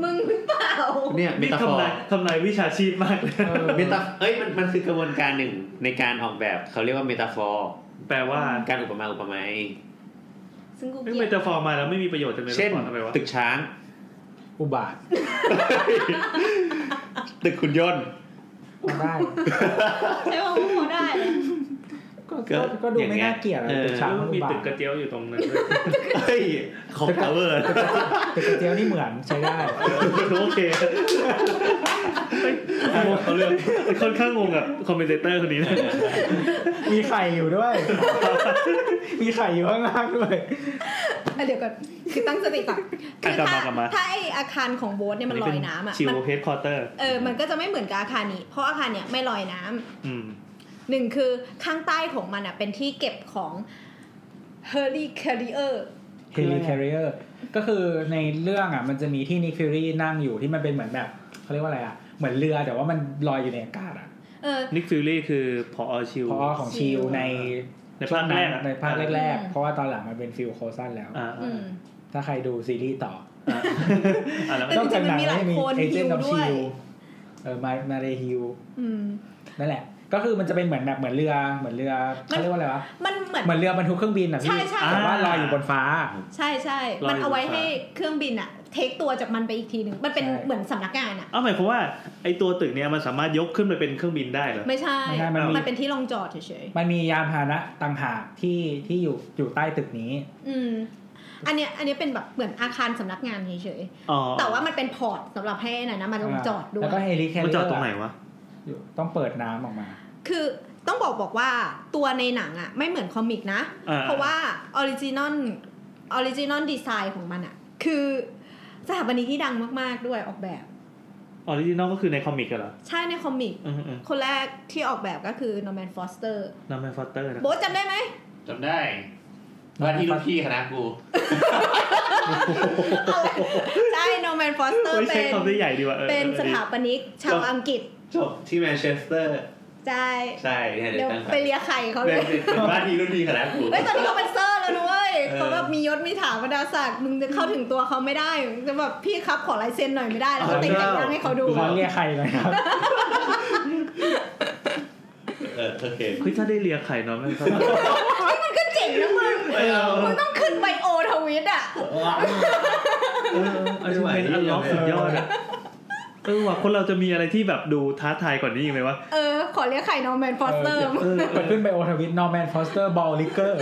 S2: มึงหรือเป ล่า
S1: เนี่ยเม
S4: นี่
S1: ตาฟอร์
S4: ทำนายทำนายวิชาชีพมากเลย
S1: เมตาเอ้ยมันมันคือกระบวนการหนึ่งในการออกแบบเขาเรียกว่าเมตาฟอร์
S4: แปลว่า
S1: การอุปมาอุปไมย
S2: ซึ่งกู
S4: เอ้ย
S2: เกลี
S4: เม
S2: ยด
S4: ตาฟอร์มาแล้วไม่มีประโยชน์จะเมตา
S1: เช่น
S4: ฟอร์ทำไมวะ
S1: ตึกช้าง
S3: อุบาท
S1: ตึกขุนยนต์
S3: ก็ได้
S2: ใช่ว่ามึงพอได้เลย
S3: ก็
S1: ก็
S3: ก็ก็ดู
S1: อย่าง
S3: ไม่
S1: เงี้ย
S3: น่าเกลียดอะ
S1: เออ
S3: ตึกช้าง
S4: แล้วมัน
S3: อุ
S4: มี
S3: บา
S4: ตึ
S3: ท
S4: กกระเจียวอยู่ตรงนั้นด้วย
S1: เฮ้ยของพาวเวอร์
S3: ตึกกระเจียวนี่เหมือนใช้ได้
S4: โอเคเฮ้ยเขาเรื่องค่อนข้างงงกับคอมเมนเตอร์คนนี้นะ
S3: มีไข่อยู่ด้วย มีไข่อยู่ข้างล่างด้วย
S2: อ่ะเดี๋ยวก่อนคือตั้งสติก่อนคื
S4: กลั
S2: ถ้าม
S4: บากลับมา
S2: ถ้าไออาคารของโบสเนี่ยมันลอยน้ำอ่ะ
S4: ชิว
S2: มัน
S4: เฮดคอร์เตอร์
S2: เออมันก็จะไม่เหมือนกับอาคารนี้ เพราะอาคารเนี่ยไม่ลอยน้ำ
S4: อืม
S2: หนึ่งคือข้างใต้ของมันอ่ะเป็นที่เก็บของ h e r l y c a r r i e r
S3: เฮลิคาริเออร์ก็คือในเรื่องอ่ะมันจะมีที่นิกฟิรีนั่งอยู่ที่มันเป็นเหมือนแบบเขาเรียกว่าอะไรอ่ะ เหมือนเรือแต่ว่ามันลอยอยู่ในอากาศอ่ะ
S2: เออ
S4: นิกฟิลลี่คือพอชิว
S3: เพราะของชิลใน
S4: ในภาคแรกอะ
S3: ในภาคแรก
S2: อืม
S3: ๆ เพราะว่าตอนหลังมันเป็นฟิลโคซันแล้ว
S4: อ่า
S2: อืม
S3: ถ้าใครดูซีรีส์ต่อ
S4: อ่าแล้ว
S2: แต่
S3: นอกจากหนัง
S2: จริงๆมันมีหลาย
S3: แล้วยัง
S2: คน Hill
S3: มีเอเจนต์ออฟ
S2: ด้ว
S3: ชิ
S2: ย
S3: ลเออมามาเรฮิล
S2: อืม
S3: นั่นแหละ ก็คือมันจะเป็นเหมือนแบบเหมือนเรือเหมือนเรือเขาเรียกว่าอะไรวะ
S2: มันเหมือน
S3: เหมือนเรือบรรทุกเครื่องบินอ่ะ
S2: ใช่
S3: พี่
S2: ใช่
S3: แต่ว่าลอยอยู่บนฟ้า
S2: ใช่ใช่
S4: ลอย
S2: มันเอาไว้
S4: อยู่บนฟ้า
S2: ให้เครื่องบินอ่ะ เทคตัวจากมันไปอีกทีหนึ่งมันเป็น
S3: ใช่
S2: เหมือนสำนักงานอ่ะ
S4: เอาหมายความว่าไอตัวตึกเนี่ยมันสามารถยกขึ้นไปเป็นเครื่องบินได้เหรอ
S2: ไม่ใช่
S3: ไม่ใช่มันมี
S2: มันเป็นที่ลงจอดเฉย
S3: มันมียานพาหนะต่างหากที่ที่อยู่อยู่ใต้ตึกนี้
S2: ๆอืม อันเนี้ยอันเนี้ยเป็นแบบเหมือนอาคารสำนักงานเฉย
S4: อ๋อ
S2: ๆแต่ว่ามันเป็นพอร์ตสำหรับให้ไหนนะมันลงจอดด้ว
S3: แล้วก็
S2: ย
S3: เฮลิแค
S4: มัน
S3: เร์
S4: จอดตรงไหนวะ
S3: อยู่ต้องเปิดน้ำออกมา
S2: คือต้องบอกบอกว่าตัวในหนังอ่ะไม่เหมือนคอมิกนะ
S4: อ่า
S2: เพราะว่าออริจินอลออริจินอลดีไซน์ของมันอ่ะ คือสถาปนิกที่ดังมากๆด้วยออกแบบ
S4: ออริจินอลก็คือในคอมิกอะเหรอ
S2: ใช่ในคอมิก
S4: อืมอืม
S2: คนแรกที่ออกแบบก็คือนอร์แมนฟอสเตอร์
S4: นำเป็นฟอสเตอร์นะ
S2: โบ๊ทจำได้ไหม
S1: จำได้ว่าที่รุ่นพี่คณะกู
S2: ใช่นอร์แมนฟอสเตอร์
S4: เฮ้ย
S2: เป็
S4: ใช้
S2: น
S4: คำได้ใหญ่ดีว่ะออ
S2: เป็นสถาปนิกชาวอังกฤษ
S1: จบที่แมนเชสเตอร์
S2: ใช่
S1: ใช่เนี่ยเดี๋
S2: เดี๋
S1: ย
S2: ยว ว
S1: ตั้ง
S2: ไปเลียไข่เขา
S1: เป็
S2: เล
S1: น
S2: ย
S1: เป็นว่าที่รุ่นพี่คณะกู
S2: เฮ้ยตอนนี้เขาเป็นเซอร์แล้วนะเว้ย
S1: เออ
S2: เขาแบบมียศมีฐานบรรดาศักดิ์มึงจะเข้าถึงตัวเขาไม่ได้มึงจะแบบพี่ครับขอลายเซ็นหน่อยไม่ได้แล้วก็ติดแต่งงานให้เขาดู
S3: ขอเรียกใครหน่อย ครับ
S1: เออโอเค
S4: เฮ้ยถ้าได้เลียไข่เนาะมันก็
S2: มันก็เจ๋งนะมึง
S1: ไม่เอา
S2: มึงต้องขึ้นไบโอทวิตอ่ะ
S1: เออ
S4: เอาจริงเป็นอันล็อกสุดยอดอะเออว่ะคนเราจะมีอะไรที่แบบดูท้าทายกว่านี้อีกไหมวะ
S2: เออ ขอเรียกไข่นอร์แมนฟอสเตอร์
S3: เออเปิดขึ้นไปโอทวิตนอร์แมนฟอสเตอร์บอลลิเกอร์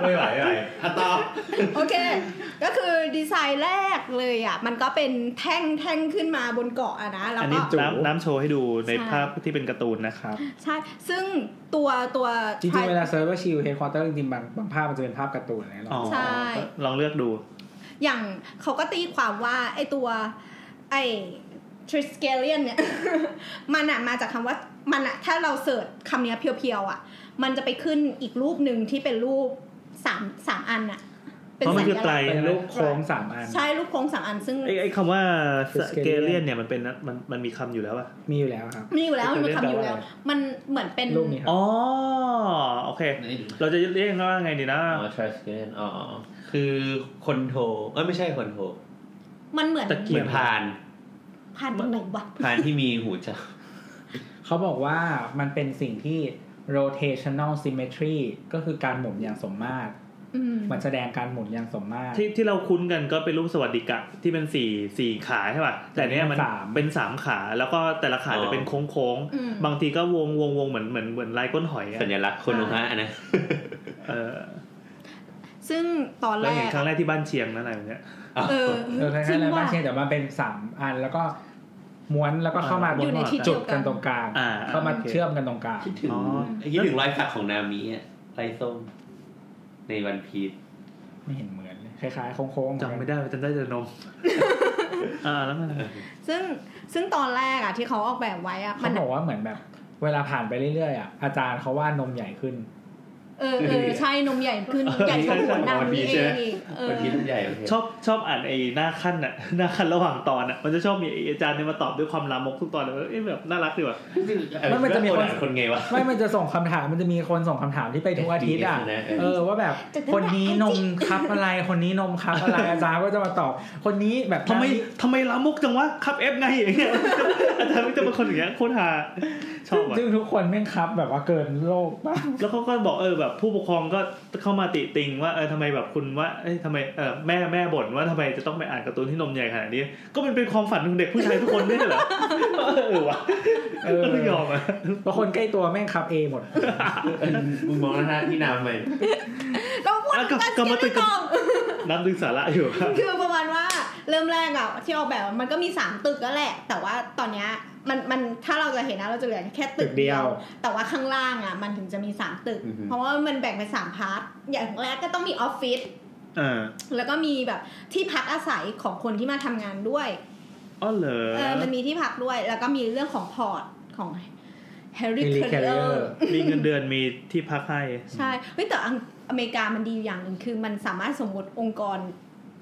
S1: ไม่ไหวไม่ไหวอะต่อ
S2: โอเค ก็คือดีไซน์แรกเลยอ่ะ มันก็เป็นแท่งแท่งขึ้นมาบนเกาะอะนะ แล้ว
S4: อัน
S2: ก็
S4: นี้น้ำน้ำโชว์ให้ดูใน
S2: ใช่
S4: ภาพที่เป็นการ์ตูนนะครับ
S2: ใช่ ซึ่งตัวตัว
S3: จริงๆ เวลาเซิร์ชว่าชิลเฮดควอเตอร์จริงๆบางบางภาพมันจะเป็นภาพการ์ตูนอะไรหร
S4: อ๋อ
S3: อ
S2: ใช่
S4: ลองเลือกดู
S2: อย่างเขาก็ตีความว่า ไอตัว ไอทริสเกเลียนเนี่ย มันอ่ะมาจากคำว่า มันอะถ้าเราเสิร์ชคำเนี้ยเพียวๆอะมันจะไปขึ้นอีกรูปหนึ่งที่เป็นรูปสามสามอันอะเป็น
S4: เพราะมันคือไตร
S3: เป็นลูกโค้งสามอัน
S2: ใช่รูปโค้งสามอันซึ่ง
S4: ไอ้ไอ้คำว่าส
S3: Fiscalian
S4: เกเลียนเนี่ยมันเป็นมันมันมีคำอยู่แล้วอ่ะ
S3: มีอยู่แล้วครับ
S2: มีอยู่แล้ว
S4: ไอ้
S2: มัน
S4: ตัว
S2: มีคำ
S4: เล่น
S2: อยู่
S4: แปลว่า
S2: แล้ว มันเหมือนเป็น
S3: รูปนี้ครับ
S4: อ๋อโอเค
S5: ไหนดู
S4: เราจะเรียกว่าไงดีนะ
S1: อ๋อ transcription อ๋อคือคนโทรเอ้ยไม่ใช่คนโทร
S2: มันเหมือน
S4: ตะเกี
S1: เหมื
S4: ย
S1: อบ นพาน
S2: ผ่านตรงไหนวะ
S1: พานที่มีหูจับ
S3: เขาบอกว่ามันเป็นสิ่งที่ rotational symmetry ก็คือการหมุนอย่างสมมาตร
S2: อืม
S3: มันแสดงการหมุนอย่างสมมาตร
S4: ที่ที่เราคุ้นกันก็เป็นรูปสวัสดิกะที่เป็นสี่สี่ขาใช่ป่ะแต่เนี้ยมัน
S3: สาม
S4: เป็นสามขาแล้วก็แต่ละขาจะเป็นโค้งโค้งๆ
S2: อืม
S4: บางทีก็วงวงวงเหมือนเหมือนเหมือนลายก้นหอยอะ
S1: สัญลักษณ์คนโนฮะนะ
S4: เออ
S2: ซึ่งตอนแร
S4: เราเห็น
S2: ก
S4: ครั้งแรกที่บ้านเชียงนั่นอะไรแบบเนี้ย
S2: เออ
S3: เออคล้ายๆแล้วบ้านเชียงแต่มันเป็นสามอันแล้วก็ม้วนแล้วก็เข้ามา
S4: เออ
S2: อยู่ในที่
S3: จุ
S2: เดีย
S3: ด
S2: วกั
S3: กัน
S2: น
S3: ตรงกลาง
S4: อ่า
S3: เข้ามาเชื่อมกันตรงกลาง
S1: คิดถึง
S4: อ๋อ
S1: คิดถึงรอยสักของนามิอะลายส้มในวันพีช
S3: ไม่เห็นเหมือนเลยคล้ายๆโค้งๆ
S4: จำไม่ได้จำได้แต่นม อ่าแล้วไง
S2: ซึ่งซึ่งตอนแรกอะที่เขาออกแบบไว้อะมั
S3: เขา
S2: น
S3: บอกว่าเหมือนแบบ เวลาผ่านไปเรื่อยๆอ่ะอาจารย์เขาว่านมใหญ่ ขึ้น
S2: เออเออใช่นมใหญ่ขึ้นใหญ่เท่าหัวนางนี่เองอีกเออ
S1: วันพีชมันใหญ่โอเค
S4: ชอบชอบอ่านไอ้หน้าขั้นอ่ะ หน้าขั้นระหว่างตอนอ่ะมันจะชอบมีไอ้อาจารย์เนี่ยมาตอบด้วยความลามกทุกตอนเลยเอ้ยแบบน่ารักดีว่ะ
S3: มันมันจะมีคน
S1: เออคนไงวะ
S3: ไม่มันจะส่งคำถามมันจะมีคนส่งคำถามที่ไปทุกอาทิตย์อ่ะ
S1: SBS นะเออ
S3: เออว่าแบบคนนี้นมครับอะไร คนนี้นมครับอะไรอาจารย์ก็จะมาตอบ คนนี้แบบ
S4: ทำไมทำไมลามกจังวะครับเอฟไงอย่างเงี้ย อาจารย์ก็จะเป็นคนอย่างเงี้ยโคตรฮาชอบอ่ะ
S3: ซึ่งทุกคนแม่งครับ แบบว่าเกินโลกมาก
S4: แล้วเขาก็บอกเออแบบผู้ปกครองก็เข้ามาติติงว่าเออทำไมแบบคุณว่าเอ้ยทำไมเออแม่แม่บ่นว่าทำไมจะต้องไปอ่านการ์ตูนที่นมใหญ่ขนาดนี้ ก็มันเป็นความฝันของเด็กผู้ชายทุกคนไม่ใช่เหรอ เออวะ
S3: เออ
S4: ก็ไม่ยอมอ่ะ
S3: เพราะคนใกล้ตัวแม่งครับเอหมด
S1: เออมึงมองหน้าที่นามไป
S2: เราพูด
S4: อ่ะกลับ
S2: กัน
S4: กลับมา
S2: ไม่
S4: ติด
S2: ต
S4: กับ
S2: รง
S4: น้ำดึงสาระอยู่ครับ
S2: คือประมาณว่าเริ่มแรกอะที่ออกแบบมันก็มีสามตึกแล้วแหละ แต่ว่าตอนเนี้ยมันมันถ้าเราจะเห็นนะเราจะเหลือแค่ตึ
S3: ตึกเดียว
S2: แต่ว่าข้างล่างอะมันถึงจะมีสามตึก เพราะว่ามันแบ่งเป็นสามพาร์ทอย่างแรกก็ต้องมีออฟฟิศ
S4: อ่า
S2: แล้วก็มีแบบที่พักอาศัยของคนที่มาทำงานด้วย
S4: อ๋อเหรอ
S2: เออมันมีที่พักด้วย แล้วก็มีเรื่องของพอร์ตของแฮร์รี่
S3: Harry
S2: เคเลอ
S3: Carrier
S2: ร์
S4: มีเงินเดือนมีที่พักให้
S2: ใช่เฮ้ยแต่อังอเมริกามันดีอยู่อย่างหนึ่งคือมันสามารถสมมติองค์กร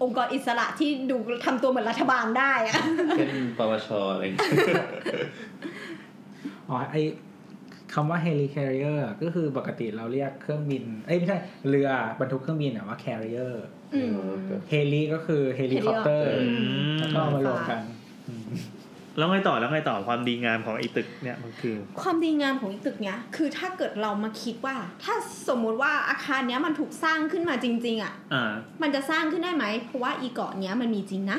S2: องค์กรอิสระที่ดูทำตัวเหมือนรัฐบาลได้อะ
S1: เป็นปวชอะไรอย่างเงี้ย
S3: อ๋อไอคำว่า helicarrier ก็คือปกติเราเรียกเครื่องบิน เอ้ยไม่ใช่เรือบรรทุกเครื่องบินอะว่า carrier
S2: อืม
S3: heli ก็คือ helicopter
S2: อืม
S3: แล้วก็เอามารวมกัน
S4: แล้วไงต่อแล้วไงต่อความดีงามของไอ้ตึกเนี่ยมันคือ
S2: ความดีงามของอีตึกเนี้ยคือถ้าเกิดเรามาคิดว่า ถ้าสมมุติว่าอาคารเนี้ยมันถูกสร้างขึ้นมาจริง ๆอ่ะ
S4: อ่า
S2: มันจะสร้างขึ้นได้ไหมเพราะว่าอีเกาะเนี้ยมันมีจริงนะ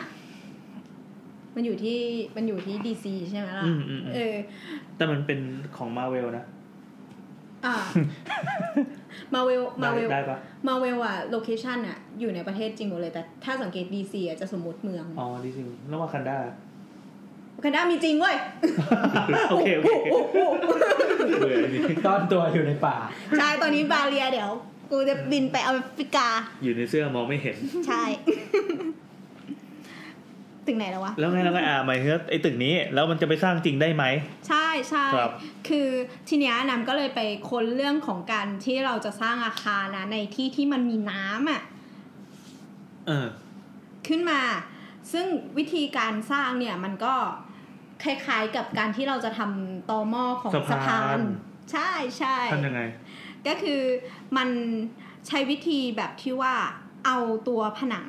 S2: มันอยู่ที่มันอยู่ที่ดีซีใช่ไหมล่ะ
S4: อืมอืมอืม
S2: เออ
S4: แต่มันเป็นของมาเวลนะ
S2: อ่ามาเวลมา
S4: ได้
S2: เวล
S4: ได้ปะ
S2: มาเวลอะโลเคชันอะอยู่ในประเทศจริงหมดเลย แต่ถ้าสังเกตดีซีอะจะสมมติเมือง
S4: อ๋อดิซิงแล้วว่าคัน ด้า
S2: แคนาดามีจริงเว้ย
S4: โอเคโอเคโอเคเบื่อดิ
S3: ตอนตัวอยู่ในป่า
S2: ใช่ตอนนี้บาเรียเดี๋ยว กูจะบินไปอเมริกา
S4: อยู่ในเสื้อมองไม่เห็น
S2: ใช่ ถึงไหนแล้ววะ
S4: แล้วไงแล้วไงอ่าหมายถึงว่าไอ้ตึกนี้ แล้วมันจะไปสร้างจริงได้ไหม
S2: ใช่ใช่
S4: ครับ
S2: คือทีเนี้ยน้ำก็เลยไปค้นเรื่องของการที่เราจะสร้างอาคารนะในที่ที่มันมีน้ำอะ
S4: เออ
S2: ขึ้นมา ซึ่งวิธีการสร้างเนี่ยมันก็คล้ายๆกับการที่เราจะทำตอหม้อของ
S4: สะ
S2: สะ
S4: พาน
S2: พาน ใช่ใช่
S4: ทำยังไง
S2: ก็คือมันใช้วิธีแบบที่ว่าเอาตัวผนัง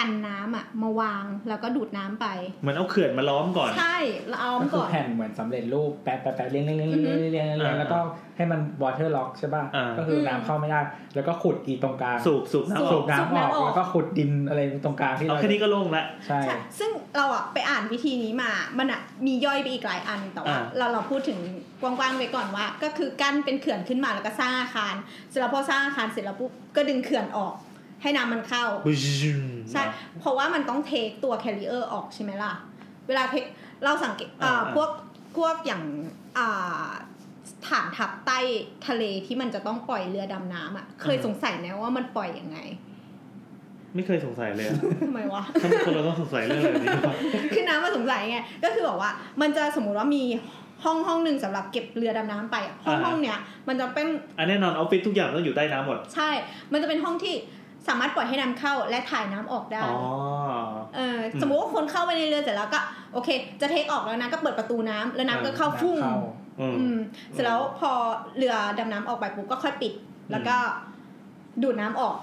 S2: กันน้ำอะมาวางแล้วก็ดูดน้ำไป
S4: เหมือนเอาเขื่อนมาล้อมก่อน
S2: ใช่แล้วเอา
S3: ก็คือ
S2: ก่อน
S3: แผ่นเหมือนสำเร็จรูปแปะแปะแปะเลี้ยงเลี้ยงเลี้ยงเลี้ยงเลี้ยงเลี้ยงเลี้ยงแล้วก็ให้มัน water lock ใช่ป่ะ
S4: อ่า
S3: ก็คืออ
S2: ม
S3: น้ำเข้าไม่ได้ แล้วก็ขุดอีตรงกลาง
S4: สูบสูบน้ำอ
S3: สู
S4: อบ ก
S3: น้ำ
S2: สูบ
S3: ออก
S2: น้ำออก
S3: แล้วก็ขุดดินอะไรตรงกลางที่
S4: เอา
S3: เรา
S4: แค่นี้ก็โล่งละ
S3: ใช่
S2: ใช่ซึ่งเราอะไปอ่านวิธีนี้มา มันอะมีย่อยไปอีกหลายอันแต่ว่า
S4: อ่า
S2: เราเราพูดถึงกว้างๆไปก่อนว่า ก็คือกั้นเป็นเขื่อนขึ้นมาแล้วก็สร้างอาคาร เสร็จแล้วพอสร้างอาคารเสร็จแล้วปุ๊บก็ดึงเขื่อนออก ให้น้ำมันเข้า ใช่ เพราะว่ามันต้องเทคตัวแคล r เออร์ออกใช่ไหมล่ะ เวลาเทคเราสังเกตเอ่อ
S4: อ่า
S2: พวกพวกอย่างอ่าฐานทัพใต้ทะเลที่มันจะต้องปล่อยเรือดำน้ำอ่ะ เคยสงสัยไหมว่ามันปล่อยยังไง
S4: ไม่เคยสงสัยเลยอะ
S2: ทำไมวะ
S4: ทำไมคนเราต้องสงสัยเรื่องแบบนี้วะ
S2: คือน้ำมาสงสัยไง ก็คือบอกว่ามันจะสมมุติว่ามี ห้องห้องหนึ่งสำหรับเก็บเรือดำน้ำไปอะห้อง
S4: อ่า
S2: ห้องเนี้ยมันจะเป็น
S4: อันแน่นอนออฟฟิศทุกอย่างต้องอยู่ใต้น้ำหมด
S2: ใช่ มันจะเป็นห้องที่สามารถปล่อยให้น้ำเข้าและถ่ายน้ำออกได้
S4: อ๋อ
S2: เอออ
S4: ม
S2: สมมุติว่าคนเข้าไปในเรือเสร็จแล้วก็โอเค จะเทคออกแล้วนะก็เปิดประตูน้ำแล้วน้ำก็
S4: อ่า
S2: เข้าฟุ้ง
S3: เข้า
S4: อืม
S2: อืมเสร็จแล้วพอเรือดำน้ำออกไปปุ๊บก็ค่อยปิด แล้วก็ดูดน้ำออก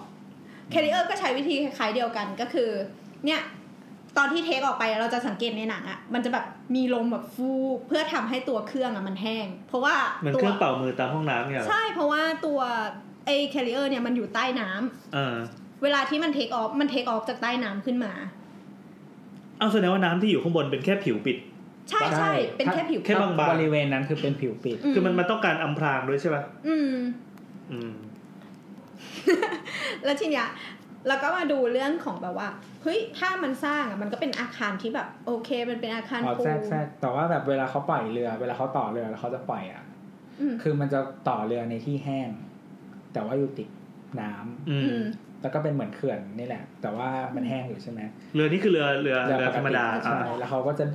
S2: แคริเออร์ก็ใช้วิธีคล้ายๆเดียวกันก็คือ เนี่ย ตอนที่เทคออกไปเราจะสังเกตในหนังอะมันจะแบบมีลมแบบฟูเพื่อทำให้ตัวเครื่องอะมันแห้ง เพราะว่า
S4: เหมือน
S2: ตั
S4: เคว รื่องเป่ามือตามห้องน้ำเนี่ยเหรอ
S2: ใช่เพราะว่าตัวไอแคริเออร์เนี่ยมันอยู่ใต้น้ำ
S4: เออ
S2: เวลาที่มันเทคออฟมันเทคออฟจากใต้น้ำขึ้นมา
S4: เอาแสดงว่าน้ำที่อยู่ข้างบนเป็นแค่ผิวปิด
S2: ใช่ใช่เป็นแค่ผิว
S4: แค่บาง
S3: บริเวณนั้นคือเป็นผิวปิด
S4: คือมันมันต้องการอำพรางด้วยใช่ป่ะ
S2: อืม
S4: อืม
S2: แล้วทีเนี้ยเราก็มาดูเรื่องของแบบว่าเฮ้ยถ้ามันสร้างอ่ะมันก็เป็นอาคารที่แบบโอเค มันเป็นอาคาร
S3: อ๋อ
S2: ปู
S3: แทรกแทรกแต่ว่าแบบเวลาเขาปล่อยเรือ เวลาเขาต่อเรือแล้วเขาจะปล่อยอ่ะ
S2: อืม
S3: คือมันจะต่อเรือในที่แห้ง แต่ว่าอยู่ติดน้ำ
S4: อื
S2: อื
S4: ม
S2: ม
S3: แล้วก็เป็นเหมือนเขื่อนนี่แหละ แต่ว่ามันแห้งอยู่ใช่ไหม
S4: เรือนี่คือเรือเรือเรือ
S3: ปก
S4: ธรรม
S3: ติ
S4: ดา
S3: ใช่
S4: อ่า
S3: แล้วเขาก็จะ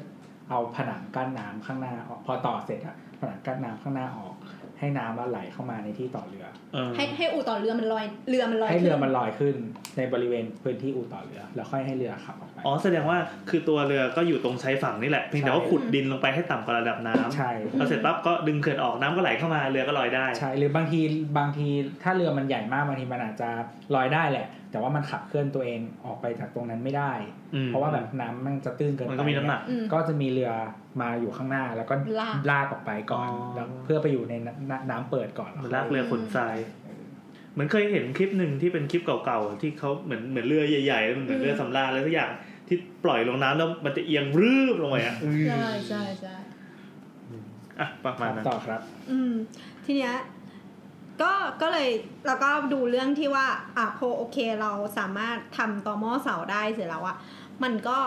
S3: เอาผนังกั้นน้ำข้างหน้าออก พอต่อเสร็จอ่ะผนังกั้นน้ำข้างหน้าออก ให้น้ำมันไหลเข้ามาในที่ต่อเรือ
S4: เออ
S2: ให้ให้อู่ต่อเรือมันลอยเรือมันลอย
S3: ให้
S2: ขึ้
S3: เรือมันลอยขึ้นในบริเวณพื้นที่อู่ต่อเรือ แล้วค่อยให้เรือขับออกไป
S4: อ๋อแสดงว่าคือตัวเรือก็อยู่ตรงชายฝั่งนี่แหละเพียงแต่ว่าขุดดินลงไปให้ต่ำกว่าระดับน้ำ
S3: ใช่
S4: พอเสร็จปั๊บก็ดึงเขื่อนออกน้ำก็ไหลเข้ามาเรือก็ลอยได้
S3: ใช่หรือบางทีบางทีถ้าเรือมันใหญ่มากบางทีมันอาจจะลอยได้แหละ แต่ว่ามันขับเคลื่อนตัวเองออกไปจากตรงนั้นไม่ได้
S4: อืม
S3: เพราะว่าแบบน้ำมันจะตื้นเกินไป
S4: มันก็มีน้ำหนัก
S2: อืม
S3: ก็จะมีเรือมาอยู่ข้างหน้าแล้วก็
S2: ลาก
S3: ลากออกไปก่อน
S4: อ๋อ
S3: แล้วเพื่อไปอยู่ในน้ำน้ำเปิดก่อน
S4: เหมือนลากเรือขนทรายเหมือนเคยเห็นคลิปหนึ่งที่เป็นคลิปเก่าๆที่เขาเหมือนเหมือนเรือใหญ่ๆมันเหมือนเรือสำราญอะไรสักอย่างที่ปล่อยลงน้ำแล้วมันจะเอียงรืบลงไปอ่ะ
S2: ใช่ใช่ใช่
S4: อ่ะประมาณนั้น
S3: ต่อครับ
S2: อืมทีเนี้ยก็ก็เลยเราก็ดูเรื่องที่ว่าอ่ะพอโอเคเราสามารถทำต่อหม้อเสาได้เสร็จแล้วอะมันก็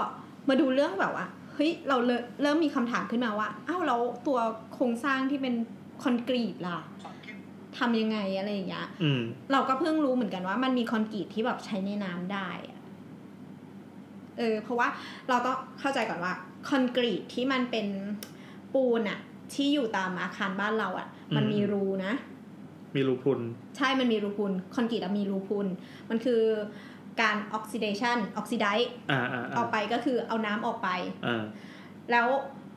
S2: มาดูเรื่องแบบว่าเฮ้ยเราเริ่มเริ่มมีคำถามขึ้นมาว่าอ้าวแล้วตัวโครงสร้างที่เป็นคอนกรีตล่ะทำยังไงอะไรอย่างเงี้ย
S4: อืม
S2: เราก็เพิ่งรู้เหมือนกันว่ามันมีคอนกรีตที่แบบใช้ในน้ำได้อะเออ เพราะว่าเราต้องเข้าใจก่อนว่าคอนกรีตที่มันเป็นปูนอะที่อยู่ตามอาคารบ้านเราอะมัน
S4: อืม
S2: มีรูนะ
S4: มีรูพรุน
S2: ใช่มันมีรูพุนคอนกรีตอะมีรูพุน มันคือการออกซิเดชันออกซิไดซ์
S4: อ่าอ่า
S2: อ
S4: อ่า
S2: อกไปก็คือเอาน้ำออกไป
S4: อ่า
S2: แล้ว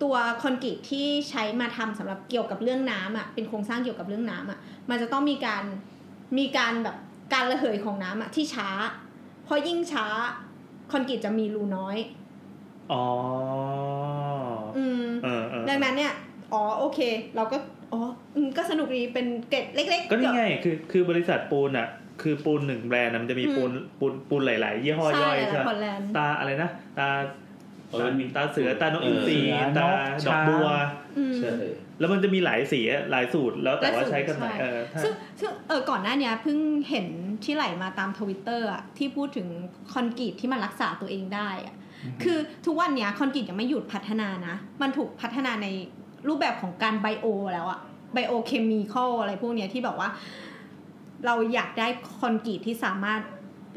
S2: ตัวคอนกรีตที่ใช้มาทำสำหรับเกี่ยวกับเรื่องน้ำอ่ะเป็นโครงสร้างเกี่ยวกับเรื่องน้ำอ่ะมันจะต้องมีการมีการแบบการระเหยของน้ำอ่ะที่ช้าเพราะยิ่งช้าคอนกรีตจะมีรูน้อย
S4: อ๋อ
S2: อืม
S4: เออเออ
S2: ดังนั้นเนี่ยอ๋อโอเค เราก็อ๋ออืมก็สนุกดีเป็นเกร็ดเล็กๆ
S4: ก็นี่ไงคือคือบริษัทปูนอ่ะ คือปูนหนึ่งแบรนด์อะมันจะมี
S2: อืม
S4: ปูนปูนปูนหลาย ๆ ยี่ห้อย่ ย่อย
S2: แห
S4: ใช่
S2: ละพ
S4: ปะ
S2: อแลนด์
S4: ตาอะไรนะ ตา
S1: เออมันมี
S4: ตาเสือตานก
S1: เอออิ
S4: อินทรีตาดอกบัว
S2: อืม
S1: ใช่
S4: แล้วมันจะมีหลายสีอะหลายสูตรแล้วแต่ว่า
S2: หลายสูตร
S4: ใช้กันไหน
S2: ใช่
S4: เออถ้า
S2: ซึ่งซึ่งเออก่อนหน้าเนี้ยเพิ่งเห็นที่ไหลมาตามทวิตเตอร์อ่ะที่พูดถึงคอนกรีตที่มันรักษาตัวเองได้อ่ะ คือทุกวันเนี้ยคอนกรีตยังไม่หยุดพัฒนานะ มันถูกพัฒนาในรูปแบบของการไบโอแล้วอะไบโอเคมีคอลอะไรพวกเนี้ยที่แบบว่า เราอยากได้คอนกรีตที่สามารถ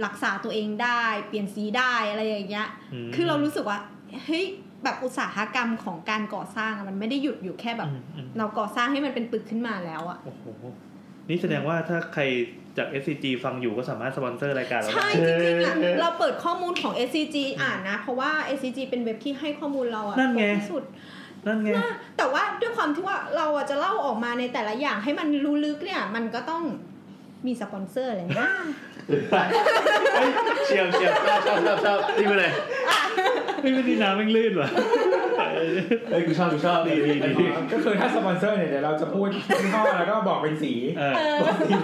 S2: รักษาตัวเองได้ เปลี่ยนสีได้อะไรอย่างเงี้ย
S4: ม
S2: คือเรารู้สึกว่าเฮ้ยแบบอุตสาหกรรมของการก่อสร้างอะมันไม่ได้หยุดอยู่แค่แบบ
S4: อืมอืม
S2: เราก่อสร้างให้มันเป็นตึกขึ้นมาแล้วอะ
S4: โอ้โหนี่แสดงว่าถ้าใครจาก SCG ฟังอยู่ก็สามารถสปอนเซอร์รายการเราได้
S2: ใช่ จริงๆอะเราเปิดข้อมูลของ SCG อ่านนะ เพราะว่า SCG เป็นเว็บที่ให้ข้อมูลเราอะ
S4: นั่นไง
S2: ครบที่สุด
S4: นั่นไง
S2: น่าแต่ว่าด้วยความที่ว่าเราอะจะเล่าออกมาในแต่ละอย่างให้มันรู้ลึกเนี่ย มันก็ต้องมีสปอนเซอร์เลยนะ
S1: เชียวเชียวชอบชอบชอบชอบนี่เป็นไร
S4: ไม่ไม่นี่น้ำแม่งลื่นว่ะ
S1: เฮ้ยกูชอบกูชอบดีดีดีดี
S3: ก็คือถ้าสปอนเซอร์เนี่ยเดี๋ยวเราจะพูดยี่ห้อแล้วก็บอกเป็นสี
S4: เออ
S2: เอ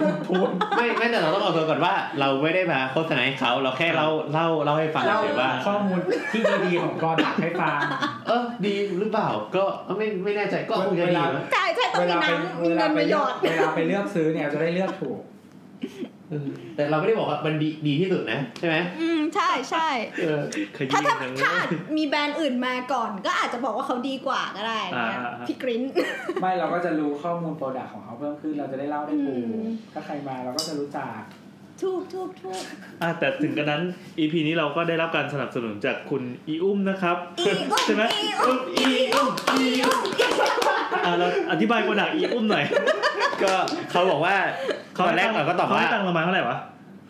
S2: อ
S3: พูด
S1: ไม่ไม่แต่เราต้องออกตัวก่อนว่า เราไม่ได้มาโฆษณาให้เขาเราแค่เล่าเล่าเล่าให้ฟัง
S3: เล่า
S1: เฉยๆว่า
S3: ข้อมูลที่ดีๆของกอดักให้ฟั ง
S1: เออดีหรือเปล่าก็ไม่ไม่แน่ใจก็คงจะดีนะ
S2: ใช่ใช่ต้อง
S3: เว
S2: มี
S3: ลา
S2: น้ำมีเงิ
S3: ไปเวลาน ไป
S2: มาหย
S3: เลือ
S2: อก ด
S3: เวลาไปเลือกซื้อเนี่ยจะได้เลือกถูก
S1: เออแต่เราไม่ได้บอกว่ามันดีดีที่สุดนะใช่ไหม
S2: อืมใช่ใช่
S1: เออ
S4: ขยี้
S2: ถ้าถ้า
S4: จังเล
S2: ถ้าย มีแบรนด์อื่นมาก่อน ก็อาจจะบอกว่าเขาดีกว่าก็ได้นะ
S4: อ่าๆๆ
S2: พี่กริ้น
S3: ไม่เราก็จะรู้ข้อมูลโปรดักของเขาเพิ่มขึ้นเราจะได้เล่าได้ถู
S2: อื
S3: ก
S2: ม
S3: ถ้าใครมาเราก็จะรู้จัก
S2: ทุกทุกทุก
S4: อ่ะแต่ถึงกระนั้น EP นี้เราก็ได้รับการสนับสนุนจากคุณอีอุ้มนะครับ
S2: อีอุ้ม
S4: ใช่ไหม
S2: อีอุ้มอีอุ้มอีอุ้ม
S4: อ่ะเราอธิบายโปรดักอีอุ้มหน่อย
S1: ก็เขาบอกว่าตอนแรกเราก็ตอบว่า
S4: เขให้ตังค์เรามาเท่าไหร่วะ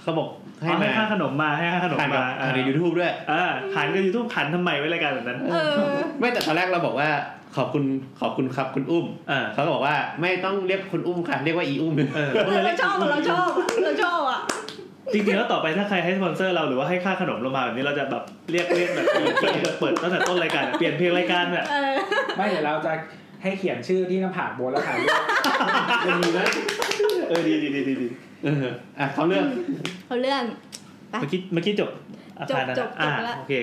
S1: เขาบอกให้
S4: ให้
S1: มา
S4: ค่าขนมมาให้ค่าขนม
S1: ผ่าน
S4: มา
S1: ผ่านในยูทูบด้วย
S4: อ่าผ่านก็ยูทูบผ่านทำไมไว้รายการแบบนั้น
S2: เออ
S1: ไม่แต่ตอนแรกเราบอกว่าขอบคุณขอบคุณครับคุณอุ้ม
S4: อ่า
S1: เขาก็บอกว่าไม่ต้องเรียกคุณอุ้มค่ะเรียกว่าอีอุ้ม
S4: เออ
S2: เราชอบอะเราชอบอะเราชอบอ่ะ
S4: จริงๆแล้วต่อไปถ้าใครให้สปอนเซอร์เราหรือว่าให้ค่าขนมเรามาแบบนี้เราจะแบบเรียกเรียกแบบเปิดตั้งแต่ต้นรายการอะเปลี่ยนเพลงรายการแบบ
S2: เออ
S3: ไม่เดี๋ยวเราจะให้เขียนชื่อที่หน้าผากโบนแล้วถ่ายรูป
S1: มันมีนะ
S4: เออดีดีดีดีดี
S1: เอออ่ะเขาเลือก
S2: เขาเรื่อง
S4: เมื่อกี้เมื่อกี้จบอาคารนั้น
S2: จบจบ
S4: อ่า
S2: จบละ
S4: โอเค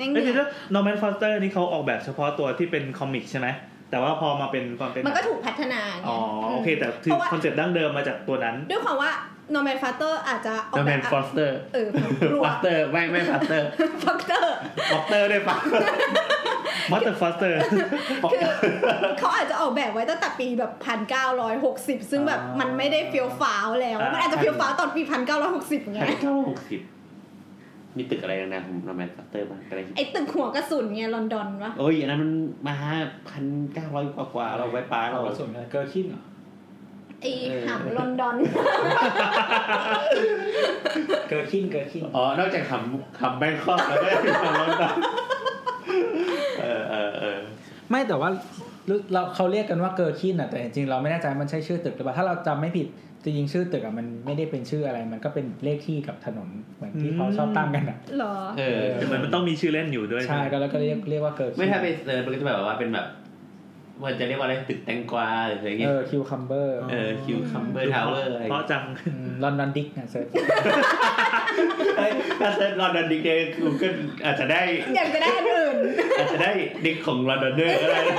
S2: ยัง
S4: เอ้ย
S2: ไง
S4: เดี๋ยวโนแมนฟอสเตอร์นี่เขาออกแบบเฉพาะตัวที่เป็นคอมิกใช่ไหมแต่ว่าพอมาเป็นความเป็น
S2: มันก็ถูกพัฒนาไง
S4: อ๋อโอเค แต่ถื
S2: เพ
S4: อ
S2: ราะว่า
S4: คอนเซ็ปต์ดั้งเดิมมาจากตัวนั้น
S2: ด้วยความว่าโนแมนฟาเตอร์อาจจะออ
S1: โด
S2: ก
S1: แม
S2: แบบ
S1: นฟอสเตอร์
S2: เออรัว
S1: ฟอสเตอร์ไม่ไม่ฟอสเตอร์
S2: ฟาเตอร์
S1: ฟอสเตอร์ ด้วยปะ
S4: มัตเตอร์ฟอสเตอร์
S2: คือ เขาอาจจะออกแบบไว้ตั้งแต่ปีแบบพันเก้าร้อยหกสิบซึ่งแบบ
S3: อ่ามั
S2: มันไม่ได้เฟี้ยวฟ้าวแล้ว
S4: อ่ามั
S2: มันอาจจะเฟี้ยวฟ้าวตอนปีพันเก้าร้อยหกสิบไง
S1: ชั้นเก้าหกสิบมีตึกอะไรนะผมทำไมซัตเตอร์บ้างอะไร
S2: ไอ้ตึกหัวกระสุนไงลอนดอนวะ
S1: โอ้ยอันนั้นมันมาพันเก้าร้อยกว่ากว่าเราไว้ป้าเรา
S3: กระสุนเกิร์คินเหรอ
S2: ไอ้หำลอนดอน
S3: เกิร์คินเกิร์คิน
S1: อ๋อ นอกจากคำคำแบงคอกแล้วก็คำลอนดอนเออเออเออ
S3: ไม่แต่ว่าเราเขาเรียกกันว่าเกิร์คินอ่ะแต่จริงๆเราไม่แน่ใจมันใช่ชื่อตึกหรือเปล่าถ้าเราจำไม่ผิดจริงๆชื่อตึกอ่ะมันไม่ได้เป็นชื่ออะไร มันก็เป็นเลขที่กับถนนเหมือนที่เขาชอบตั้งกันอ่ะ
S2: เหรอ
S1: เออ
S3: เอ
S4: เหมือนมันต้องมีชื่อเล่นอยู่ด้วย
S3: ใช่ก็แล้วก็เรียกเรียกว่าเกิร์คิน
S1: ไม่ถ้าไปเซิร์ชมันก็จะแบบว่าเป็นแบบมันจะเรียกว่าอะไรตึกแตงกวาหรืออะไร
S3: เอ
S1: เงี้ย
S3: อคิวคัมเบอร์
S1: เออคิวคัมเบอร์ทาวเวอร์อะไร
S4: เพราะจัง
S3: ลอนดอนดิกนะเซิร์ช
S1: เฮ้ยถ้าเซิร์ชลอนดอนดิกเนี่ยกูก็อาจจะได้
S2: อยากจะได้อันอื่น
S1: อาจจะได้ดิกของลอนดอนเนอร์ก็ได้นะ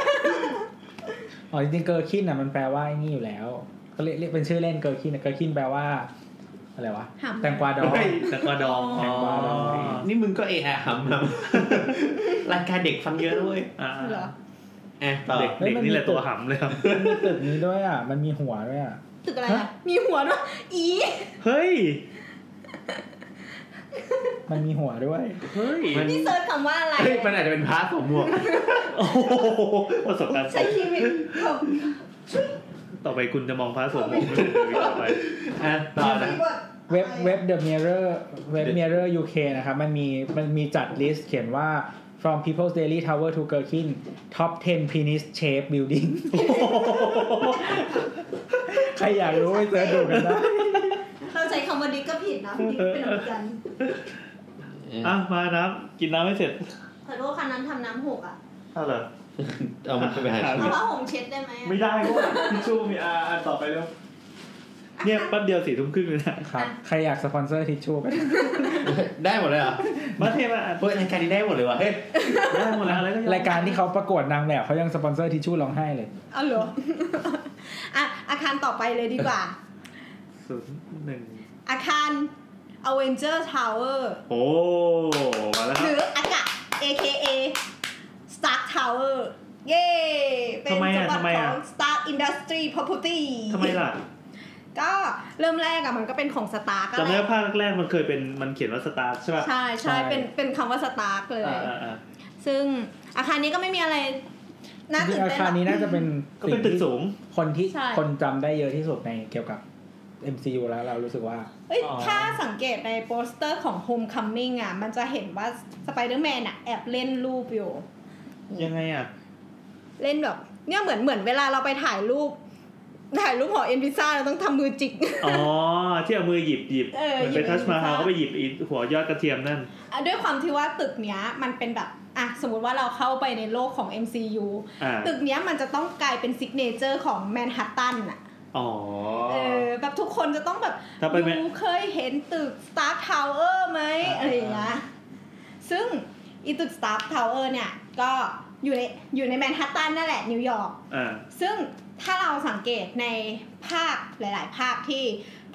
S3: อ๋อจริงๆเกิร์คินอ่ะมันแปลว่าไอ้นี่อยู่แล้วก็เรียกเรียกเป็นชื่อเล่นเกิร์คินเกิร์คินแปลว่าอะไรวะ
S2: หำ
S3: แตงกวาดอง
S1: เฮ้ย
S4: แต่ก็ดอง
S1: อ๋
S4: อ๋
S1: อ
S4: อ
S1: นี่มึงก็เอะอะหำหำ รายการเด็กฟังเยอะด้วย
S4: อ่า
S2: เหรอ
S1: อ่ะต่อ
S4: เด็ก
S3: เฮ้ย
S4: เด็ก
S3: มันมี
S4: นี่แหละตัวหำเลยครับ
S3: มีตึกนี้ด้วยอ่ะ มันมีหัวด้วยอ่ะ
S2: ตึกอะไรอะ
S3: ฮะ
S2: มีหัวด้วยอี
S4: เฮ้ย
S3: มันมีหัวด้วย
S4: เฮ้ย
S1: มัน
S2: นี่เซิร์ชคำว่าอะไร
S1: เฮ้ยมันอาจจะเป็นพาร์ทของหมวก
S4: โอ้โหประสบการณ์
S2: ใช้ชีวิตแบบ
S4: ต่อไปคุณจะมองพระสวดมนต์ไม่ถูกเลยต่อไป
S1: อ่ะต่อนะ
S2: ชีวิต
S3: เว็บเว็บ The Mirror เว็บ Mirror UK นะครับ มันมีมันมีจัดลิสต์เขียนว่า from People's Daily Tower to Gherkin top 10 penis shape building ใครอยากรู้ไปเสิร์ชดูกันได้
S2: เราใช้คำว่าดิกก็ผิดนะดิกเป็นเหมือนกัน
S4: อ่ะ มาน้ำกินน้ำไม่เสร็จ
S2: ขอโทษค่ะนั้นทำน้ำหกอ่ะ
S4: เอาเหรอ
S1: เอามันไปหา
S4: อ่ะ
S1: ชี
S2: เอา
S1: วิต
S2: ผ้าห่มเช็ดได้ไหมอะ
S4: ไม่ได้เพราะว่าทิชชู่มีอาอันต่อไปแล้ว เนี่ยแป๊บเดียวสี่ทุ่มครึ่งเลยนะครับ
S3: ใครอยากสปอนเซอร์ทิชชู่ กัน
S1: ได้หมดเลยเหรอ
S4: มาเทมาอัน
S1: เฮ้ยรายการนี้ได้หมดเลยวะเฮ้ย
S4: ได้หมดแล้วอะไรก็
S3: รายการที่เขาประกวดนางแบบเขายังสปอนเซอร์ทิชชู่ร้องไห้เลย
S2: เอาเหรอ อ่ะอาคารต่อไปเลยดีกว่า
S4: ศูนย์หนึ่ง
S2: อาคาร Avenger Tower
S4: โอ้มาแล้ว
S2: ห
S4: ครับ
S2: รืออากาศ AKA Stark Tower เย้เป็นสมบัติของ Stark Industry Property
S4: ทำไมล่ะ
S2: ก็เริ่มแรกอะมันก็เป็นของ Stark อะ
S4: จำ
S2: แห
S4: ได้
S2: ละ
S4: ว่าภาคแรกๆมันเคยเป็นมันเขียนว่าสตาร์ใช่ป่ะ
S2: ใช่
S3: ใช่
S2: ใช่เป็นเป็นคำว่า Stark เลย
S4: อ่าอ่าอ่า
S2: ซึ่งอาคารนี้ก็ไม่มีอะไรน่า
S3: จริ
S2: ตื่
S3: ง
S2: น
S3: ๆอา
S2: เต้น
S3: คารนี้
S2: หรอก
S3: น่าจะเป็น
S4: ก็เป็นตึก
S3: ที่
S4: สูง
S3: คนที่
S2: ใช่
S3: คนจำได้เยอะที่สุดในเกี่ยวกับ MCU แล้วเรารู้สึกว่า
S2: เอ้ย
S4: อ๋อ
S2: ถ้าสังเกตในโปสเตอร์ของ Homecoming อะมันจะเห็นว่าสไปเดอร์แมนอะแอบเล่นรูปอยู่
S4: ยังไงอ่ะ
S2: เล่นแบบเนี่ยเหมือนเหมือนเวลาเราไปถ่ายรูป ถ่ายรูปหอเอ็นพิซซ่าเราต้องทำมือจิก
S4: อ๋อ ที่เอามือหยิบหยิบ
S2: เออ
S4: เหมื
S2: หยิ
S4: อนไป
S2: บ
S4: ทัชมา
S2: ห
S4: ฮา
S2: ยิบ
S4: ก็ไปหยิบอีหัวยอดกระเทียมนั่น
S2: อ่ะด้วยความที่ว่าตึกเนี้ยมันเป็นแบบอ่ะสมมติว่าเราเข้าไปในโลกของ MCU
S4: อ่า
S2: ตึกเนี้ยมันจะต้องกลายเป็นซิกเนเจอร์ของแมนฮัตตันอ่ะ
S4: อ๋อ
S2: เออแบบทุกคนจะต้องแบบ
S4: ถ้าไปแมน
S2: ดูเคยเห็นตึก Star Tower ไหม
S3: อ่า
S2: อะไรอย่างเงี้ยซึ่งอีตึก Star Tower เนี่ยก็อยู่ในอยู่ในแมนฮัตตันนั่นแหละนิวยอร์ก
S4: อ่า
S2: ซึ่งถ้าเราสังเกตในภาพหลาย ๆ ภาพที่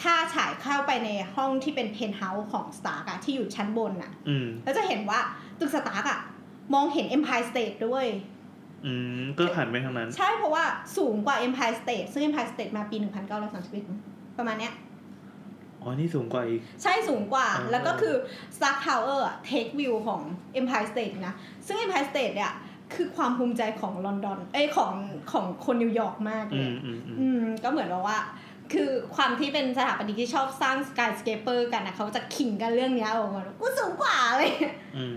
S2: ถ้าฉายเข้าไปในห้องที่เป็นเพนท์เฮาส์ของสตาร์กอะที่อยู่ชั้นบนอะ
S4: อืม
S2: แล้วจะเห็นว่าตึกสตาร์กอะมองเห็น Empire State ด้วย
S4: อืม ก็หันไปทางนั้น
S2: ใช่เพราะว่าสูงกว่า Empire State ซึ่ง Empire State มาปี 1931 ประมาณเนี้ย
S4: อ๋อ นี่สูงกว่าอีก
S2: ใช่สูงกว่า
S4: อ๋อ
S2: แล้วก็คือ Stark Tower อะ take view ของ Empire State นะ ซึ่ง Empire State เนี่ย คือความภูมิใจของลอนดอน เอ้ยของของคนนิวยอร์กมากเล
S4: อื
S2: ย
S4: มอืมอืม
S2: อืมก็เหมือนแบบว่า คือความที่เป็นสถาปนิกที่ชอบสร้างสกายสเคเปอร์กันนะเขาจะขิงกันเรื่องเนี้ยออกมากูสูงกว่าเลย
S4: อืม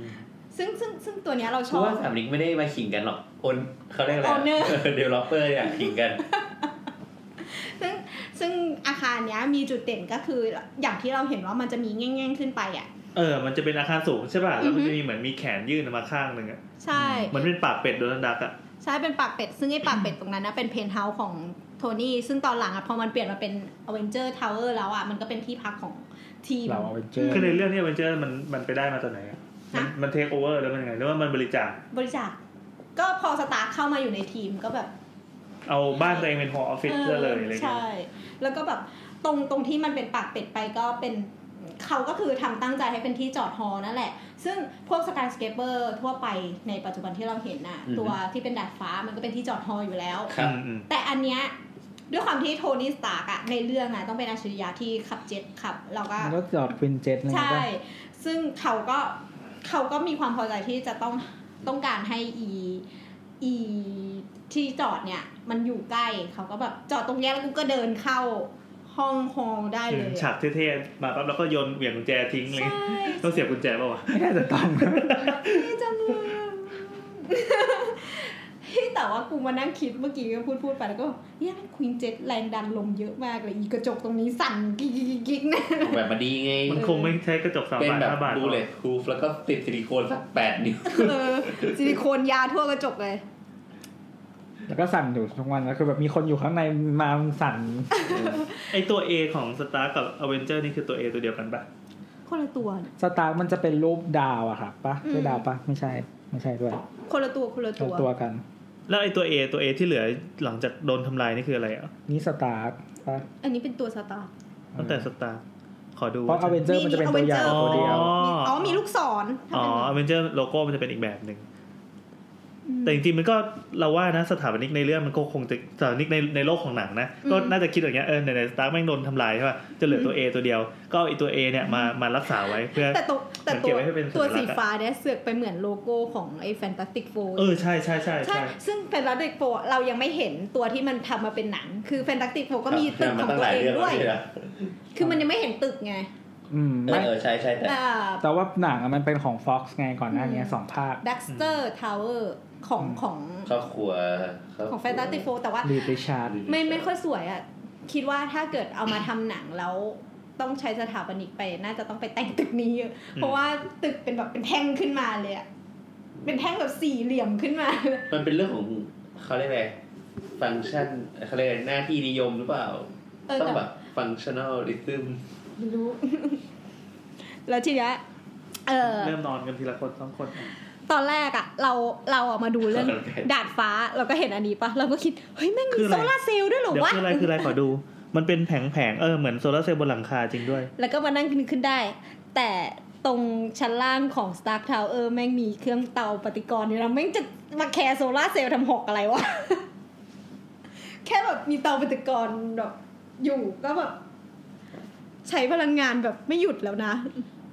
S2: ซึ่งซึ่งซึ่งตัวเนี้ยเราช
S1: เพราะ
S2: อบ
S1: ว่าสามลิงไม่ได้มาขิงกันหรอกโอนเขาเรียกอะไร
S2: Owner
S1: เดเวลลอปเปอร์เนี่ยขิงกัน
S2: ซึ่งซึ่งอาคารเนี้ยมีจุดเด่นก็คืออย่างที่เราเห็นว่ามันจะมีแง่งๆขึ้นไปอ่ะ
S4: เออ มันจะเป็นอาคารสูงใช่ป่ะ แล้ว
S2: อื
S4: มัน
S2: อฮึ
S4: จะมีเหมือนมีแขนยื่นออกมาข้างหนึ่งอ่ะ
S2: ใช่
S4: มันเป็นปากเป็ดโดนัลด์ดักอ่ะ
S2: ใช่เป็นปากเป็ด ซึ่งไอ้ปากเป็ดตรงนั้นนะเป็นเพนท์เฮาส์ของโทนี่ ซึ่งตอนหลังอ่ะพอมันเปลี่ยนมาเป็นอเวนเจอร์ทาวเวอร์แล้วอ่ะมันก็เป็นที่พักของทีม
S3: เราเอาไปเจอ
S4: คือในเรื่องเนี้มันเจอมันมันไปได้มาตอนไหนอ่ะ มัน
S2: ฮะ
S4: มันเทคโอเวอร์แล้วมันยังไงหรือว่ามันบริจาค
S2: บริจาคก็พอสตาร์เข้ามาอยู่ในทีมก็แบบ
S4: เอาบ้านตัวเองเป็น hall office ซะเลยอะไรเงี้ย
S2: ใช่ แล้วก็แบบตรงตรงที่มันเป็นปากเป็ดไปก็เป็นเขาก็คือทำตั้งใจให้เป็นที่จอดฮอนั่นแหละ ซึ่งพวกสกายสเคเปอร์ทั่วไปในปัจจุบันที่เราเห็นน่ะ
S4: อือฮึ
S2: ตัวที่เป็นดาดฟ้ามันก็เป็นที่จอดฮออยู่แล้ว
S1: ครับ
S4: อืมอืม
S2: แต่อันเนี้ยด้วยความที่โทนี่สตาร์กอะในเรื่องอะต้องเป็นอัจฉริยะที่ขับเจ็ตขับเราก็
S3: มันก็จอดควินเจ็ตนะ
S2: ใช่
S3: ก็
S2: ซึ่งเขาก็เขาก็มีความพอใจที่จะต้องต้องการให้อีอีที่จอดเนี่ย มันอยู่ใกล้ เขาก็แบบจอดตรงเนี้ยแล้วกูก็เดินเข้าห้องฮอลได้เลย
S4: ฉากเท่ๆ มาปั๊บแล้วก็โยนเหวี่ยงกุญแจทิ้งเลย
S2: ใช่
S4: ต้องเสียบกุญแจป่าวะ
S3: ไม่ได้แต่ตอน
S2: ดีจังเลยอะเฮ้ยแต่ว่ากูมานั่งคิดเมื่อกี้ก็พูดพูดไปแล้วก็เนี่ยควีนเจ็ตแรงดันลมเยอะมากเลยอีกระจกตรงนี้สั่นกิ๊กกิ๊กกิ๊กกิ๊กนะ
S1: แบบมาดีไง
S4: มันคงไม่ใช้กระจกสาม
S1: เป็น
S4: บาท
S1: แบบ
S4: ห้าบาทหร
S1: บู
S4: อก
S1: เลตพรูฟแล้วก็ติดซิลิโคนสักแปดนิ้ว
S2: เออซิลิโคนยาทั่วกระจกเลย
S3: แล้วก็สั่นอยู่ทุกวันแล้วคือแบบมีคนอยู่ข้างในมามันสั่น
S4: ไอตัว A ของ Star กับ Avenger นี่คือตัว A ตัวเดียวกันปะ
S2: คนละตัวเนี่ย
S3: สตาร์มันจะเป็นรูปดาวอะครับปะ
S2: อืม
S3: ใช่ดาวปะไม่ใช่ ไม่ใช่ด้วย
S2: คนละตัวคนละ
S3: ตั
S2: ตัว ว
S3: ตัวกัน
S4: แล้วไอตัว A ตัว A ที่เหลือหลังจากโดนทำลายนี่คืออะไรอ่ะ
S3: นี่สตาร์ปะ
S2: อันนี้เป็นตัวสตาร์
S4: ตั้งแต่ Star ขอดู
S3: เพราะอเวนเจอร์มันจะเป็นตัวใหญ่
S4: อ๋อ
S3: ตัวเดียว
S2: อ๋อมีลูกศรถ้า
S4: อ๋อ
S2: เป็น
S4: Avenger โลโก้มันจะเป็นอีกแบบหนึ่ง
S2: อืม
S4: แต่จริงๆมันก็เราว่านะสถาปนิกในเรื่องมันก็คงจะสถาปนิกในในโลกของหนังนะ
S2: อืม
S4: ก็น่าจะคิดอย่างเงี้ยเออไหนๆสตาร์แม่งโดนทำลายใช่ป่ะจะเหลือตัว A ตัวเดียว ก็เอาไอตัว A เนี่ยมามารักษาไว้เพื่อ
S2: แต่ตัวแต่
S4: มัน
S2: ตั
S4: เก็บ
S2: ว
S4: ไว้ให้เป็นสัญลักษณ์
S2: ตัวสีฟ้าเนี่ยเสือกไปเหมือนโลโก้ของไอ้แฟนตาสติกโฟ
S4: เออใช่ใช่ใช่
S2: ใช่
S4: ใช่
S2: ซึ่งแฟนตาสติกโฟเรายังไม่เห็นตัวที่มันทำมาเป็นหนัง คือแฟนตาสติกโฟก็มีตึกของตัวเองด้วย คือมันยังไม่เห็นตึกไง
S3: อืม
S1: ไม่
S3: ไม่
S1: เออใช่ใช่แต่
S2: อ่า
S3: แต่ว่าหนังอะมันเป็นของ Fox ไงก่อนหน้านี้
S2: อืม
S3: สองภาค
S2: ดักสเตอร์ทาวเวอร์ของของ
S1: ครอบครัวครบครัว
S2: ของแฟนตาสติกโฟแต่ว่า
S3: รีดิชาร์ด
S2: ไม่ไม่ค่อยสวยอ่ะ คิดว่าถ้าเกิดเอามาทำหนังแล้วต้องใช้สถาปนิกไปน่าจะต้องไปแต่งตึกนี้ เพราะว่าตึกเป็นแบบเป็นแท่งขึ้นมาเลยอะเป็นแท่งแบบสี่เหลี่ยมขึ้นมา
S1: มันเป็นเรื่องของเขาเรียกอะไรฟังก์ชันเขาเรียกอะไรหน้าที่นิยมหรือเปล่า
S2: เออ
S1: ต้อง
S2: แต่
S1: แบบฟังชั่นอลริทึม
S2: ไม่รู้ แล้วทีเนี้ยเออ
S4: เริ่มนอนกันทีละคนสองคนอ่ะ
S2: ตอนแรกอะเราเราอะมาดูเรื่องดาดฟ้าเราก็เห็นอันนี้ปะเราก็คิด เฮ้ยแม่งมีโซลาร์เซลล์ด้วยเหรอ
S4: เดี๋ยว
S2: วะ
S4: คืออะไรคืออะไรขอดู มันเป็นแผงแผงๆเออเหมือนโซลาร์เซลล์บนหลังคาจริงด้วย
S2: แล้วก็มานั่งนึกขึ้นได้ แต่ตรงชั้นล่างของ Stark Tower แม่งมีเครื่องเตาปฏิกรณ์อยู่แล้วแม่งจะมาแคร์โซลาร์เซลล์ทำหอกอะไรวะ แค่แบบมีเตาปฏิกรณ์แบบอยู่ก็แบบใช้พลังงานแบบไม่หยุดแล้วนะ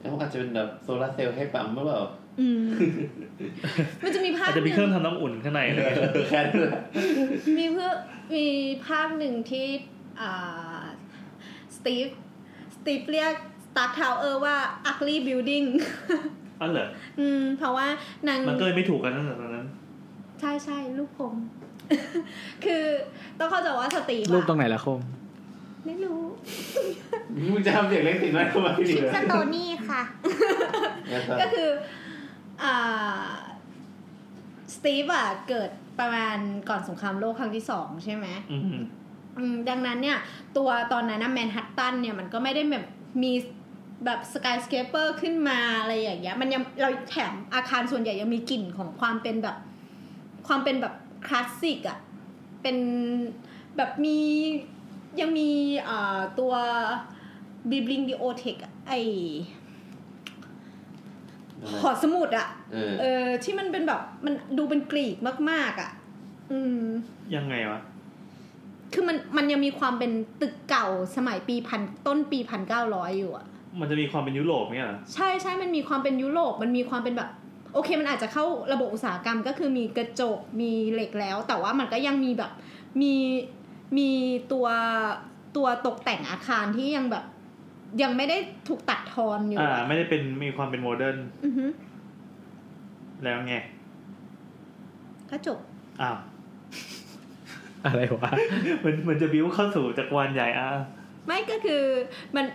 S1: แล้วมันอาจจะเป็นแบบโซลาร์เซลล์ให้ปั๊มหรือเปล่า
S2: อืม มันจะมีภาพ
S4: อาจจะมีเครื่องทำน้ำอุ่นข้างในอะไรอย่างเงี้ ย
S1: แค่นั้นแห ละ
S2: มีเพื่อมีภาพหนึ่งที่อ่าสตีฟสตีฟเรียก Stark Tower ว่า ugly building
S4: อ๋อเหรอ
S2: อืมเพราะว่านาง
S4: มันก็เลยไม่ถูกกันตั้งแต่ตอนนั้น
S2: ใช่ใช่ลูกผม คือต้องเข้าใจว่าสตีฟอะ
S3: รูปตรงไหนล่ะคม
S2: ไม่รู้
S1: มึงจะทำเสียงเล็กสิดไหมทำไมดี
S2: สโตนี่ค่ะ ก็คืออ่าสตีฟอะเกิดประมาณก่อนสงครามโลกครั้งที่สองใช่ไหม
S4: อืม
S2: อืมดังนั้นเนี่ย ตัวตอนนั้นนะแมนฮัตตันเนี่ยมันก็ไม่ได้แบบมีแบบสกายสเคเปอร์ขึ้นมาอะไรอย่างเงี้ยมันยังเราแถมอาคารส่วนใหญ่ยังมีกลิ่นของความเป็นแบบ ความเป็นแบบคลาสสิกอะเป็นแบบมียังมีเอ่อตัวบิบลิงดิโอเทคไอหอสมุดอะ
S1: เออ
S2: เออที่มันเป็นแบบมันดูเป็นกรีกมากๆอะอืม
S4: ยังไงวะ
S2: คือมันมันยังมีความเป็นตึกเก่าสมัยปีพันต้นปีพันเก้าร้อยอยู่อะ
S4: มันจะมีความเป็นยุโรปเนี่ยเหรอ
S2: ใช่ใช่มันมีความเป็นยุโรปมันมีความเป็นแบบ โอเคมันอาจจะเข้าระบบอุตสาหกรรมก็คือมีกระจกมีเหล็กแล้ว แต่ว่ามันก็ยังมีแบบมีมีตัวตัวตกแต่งอาคารที่ยังแบบ ยังไม่ได้ถูกตัดทอนอยู่
S4: อ่า ไม่ได้เป็นมีความเป็นโมเดิร์น
S2: อือฮึ
S4: แล้วไง
S2: กระจก
S4: อ้าว
S3: อะไรวะ
S4: มันมันจะบิ้วเข้าสู่จักรวาลใหญ่อ่ะ
S2: ไม่ก็คือมัน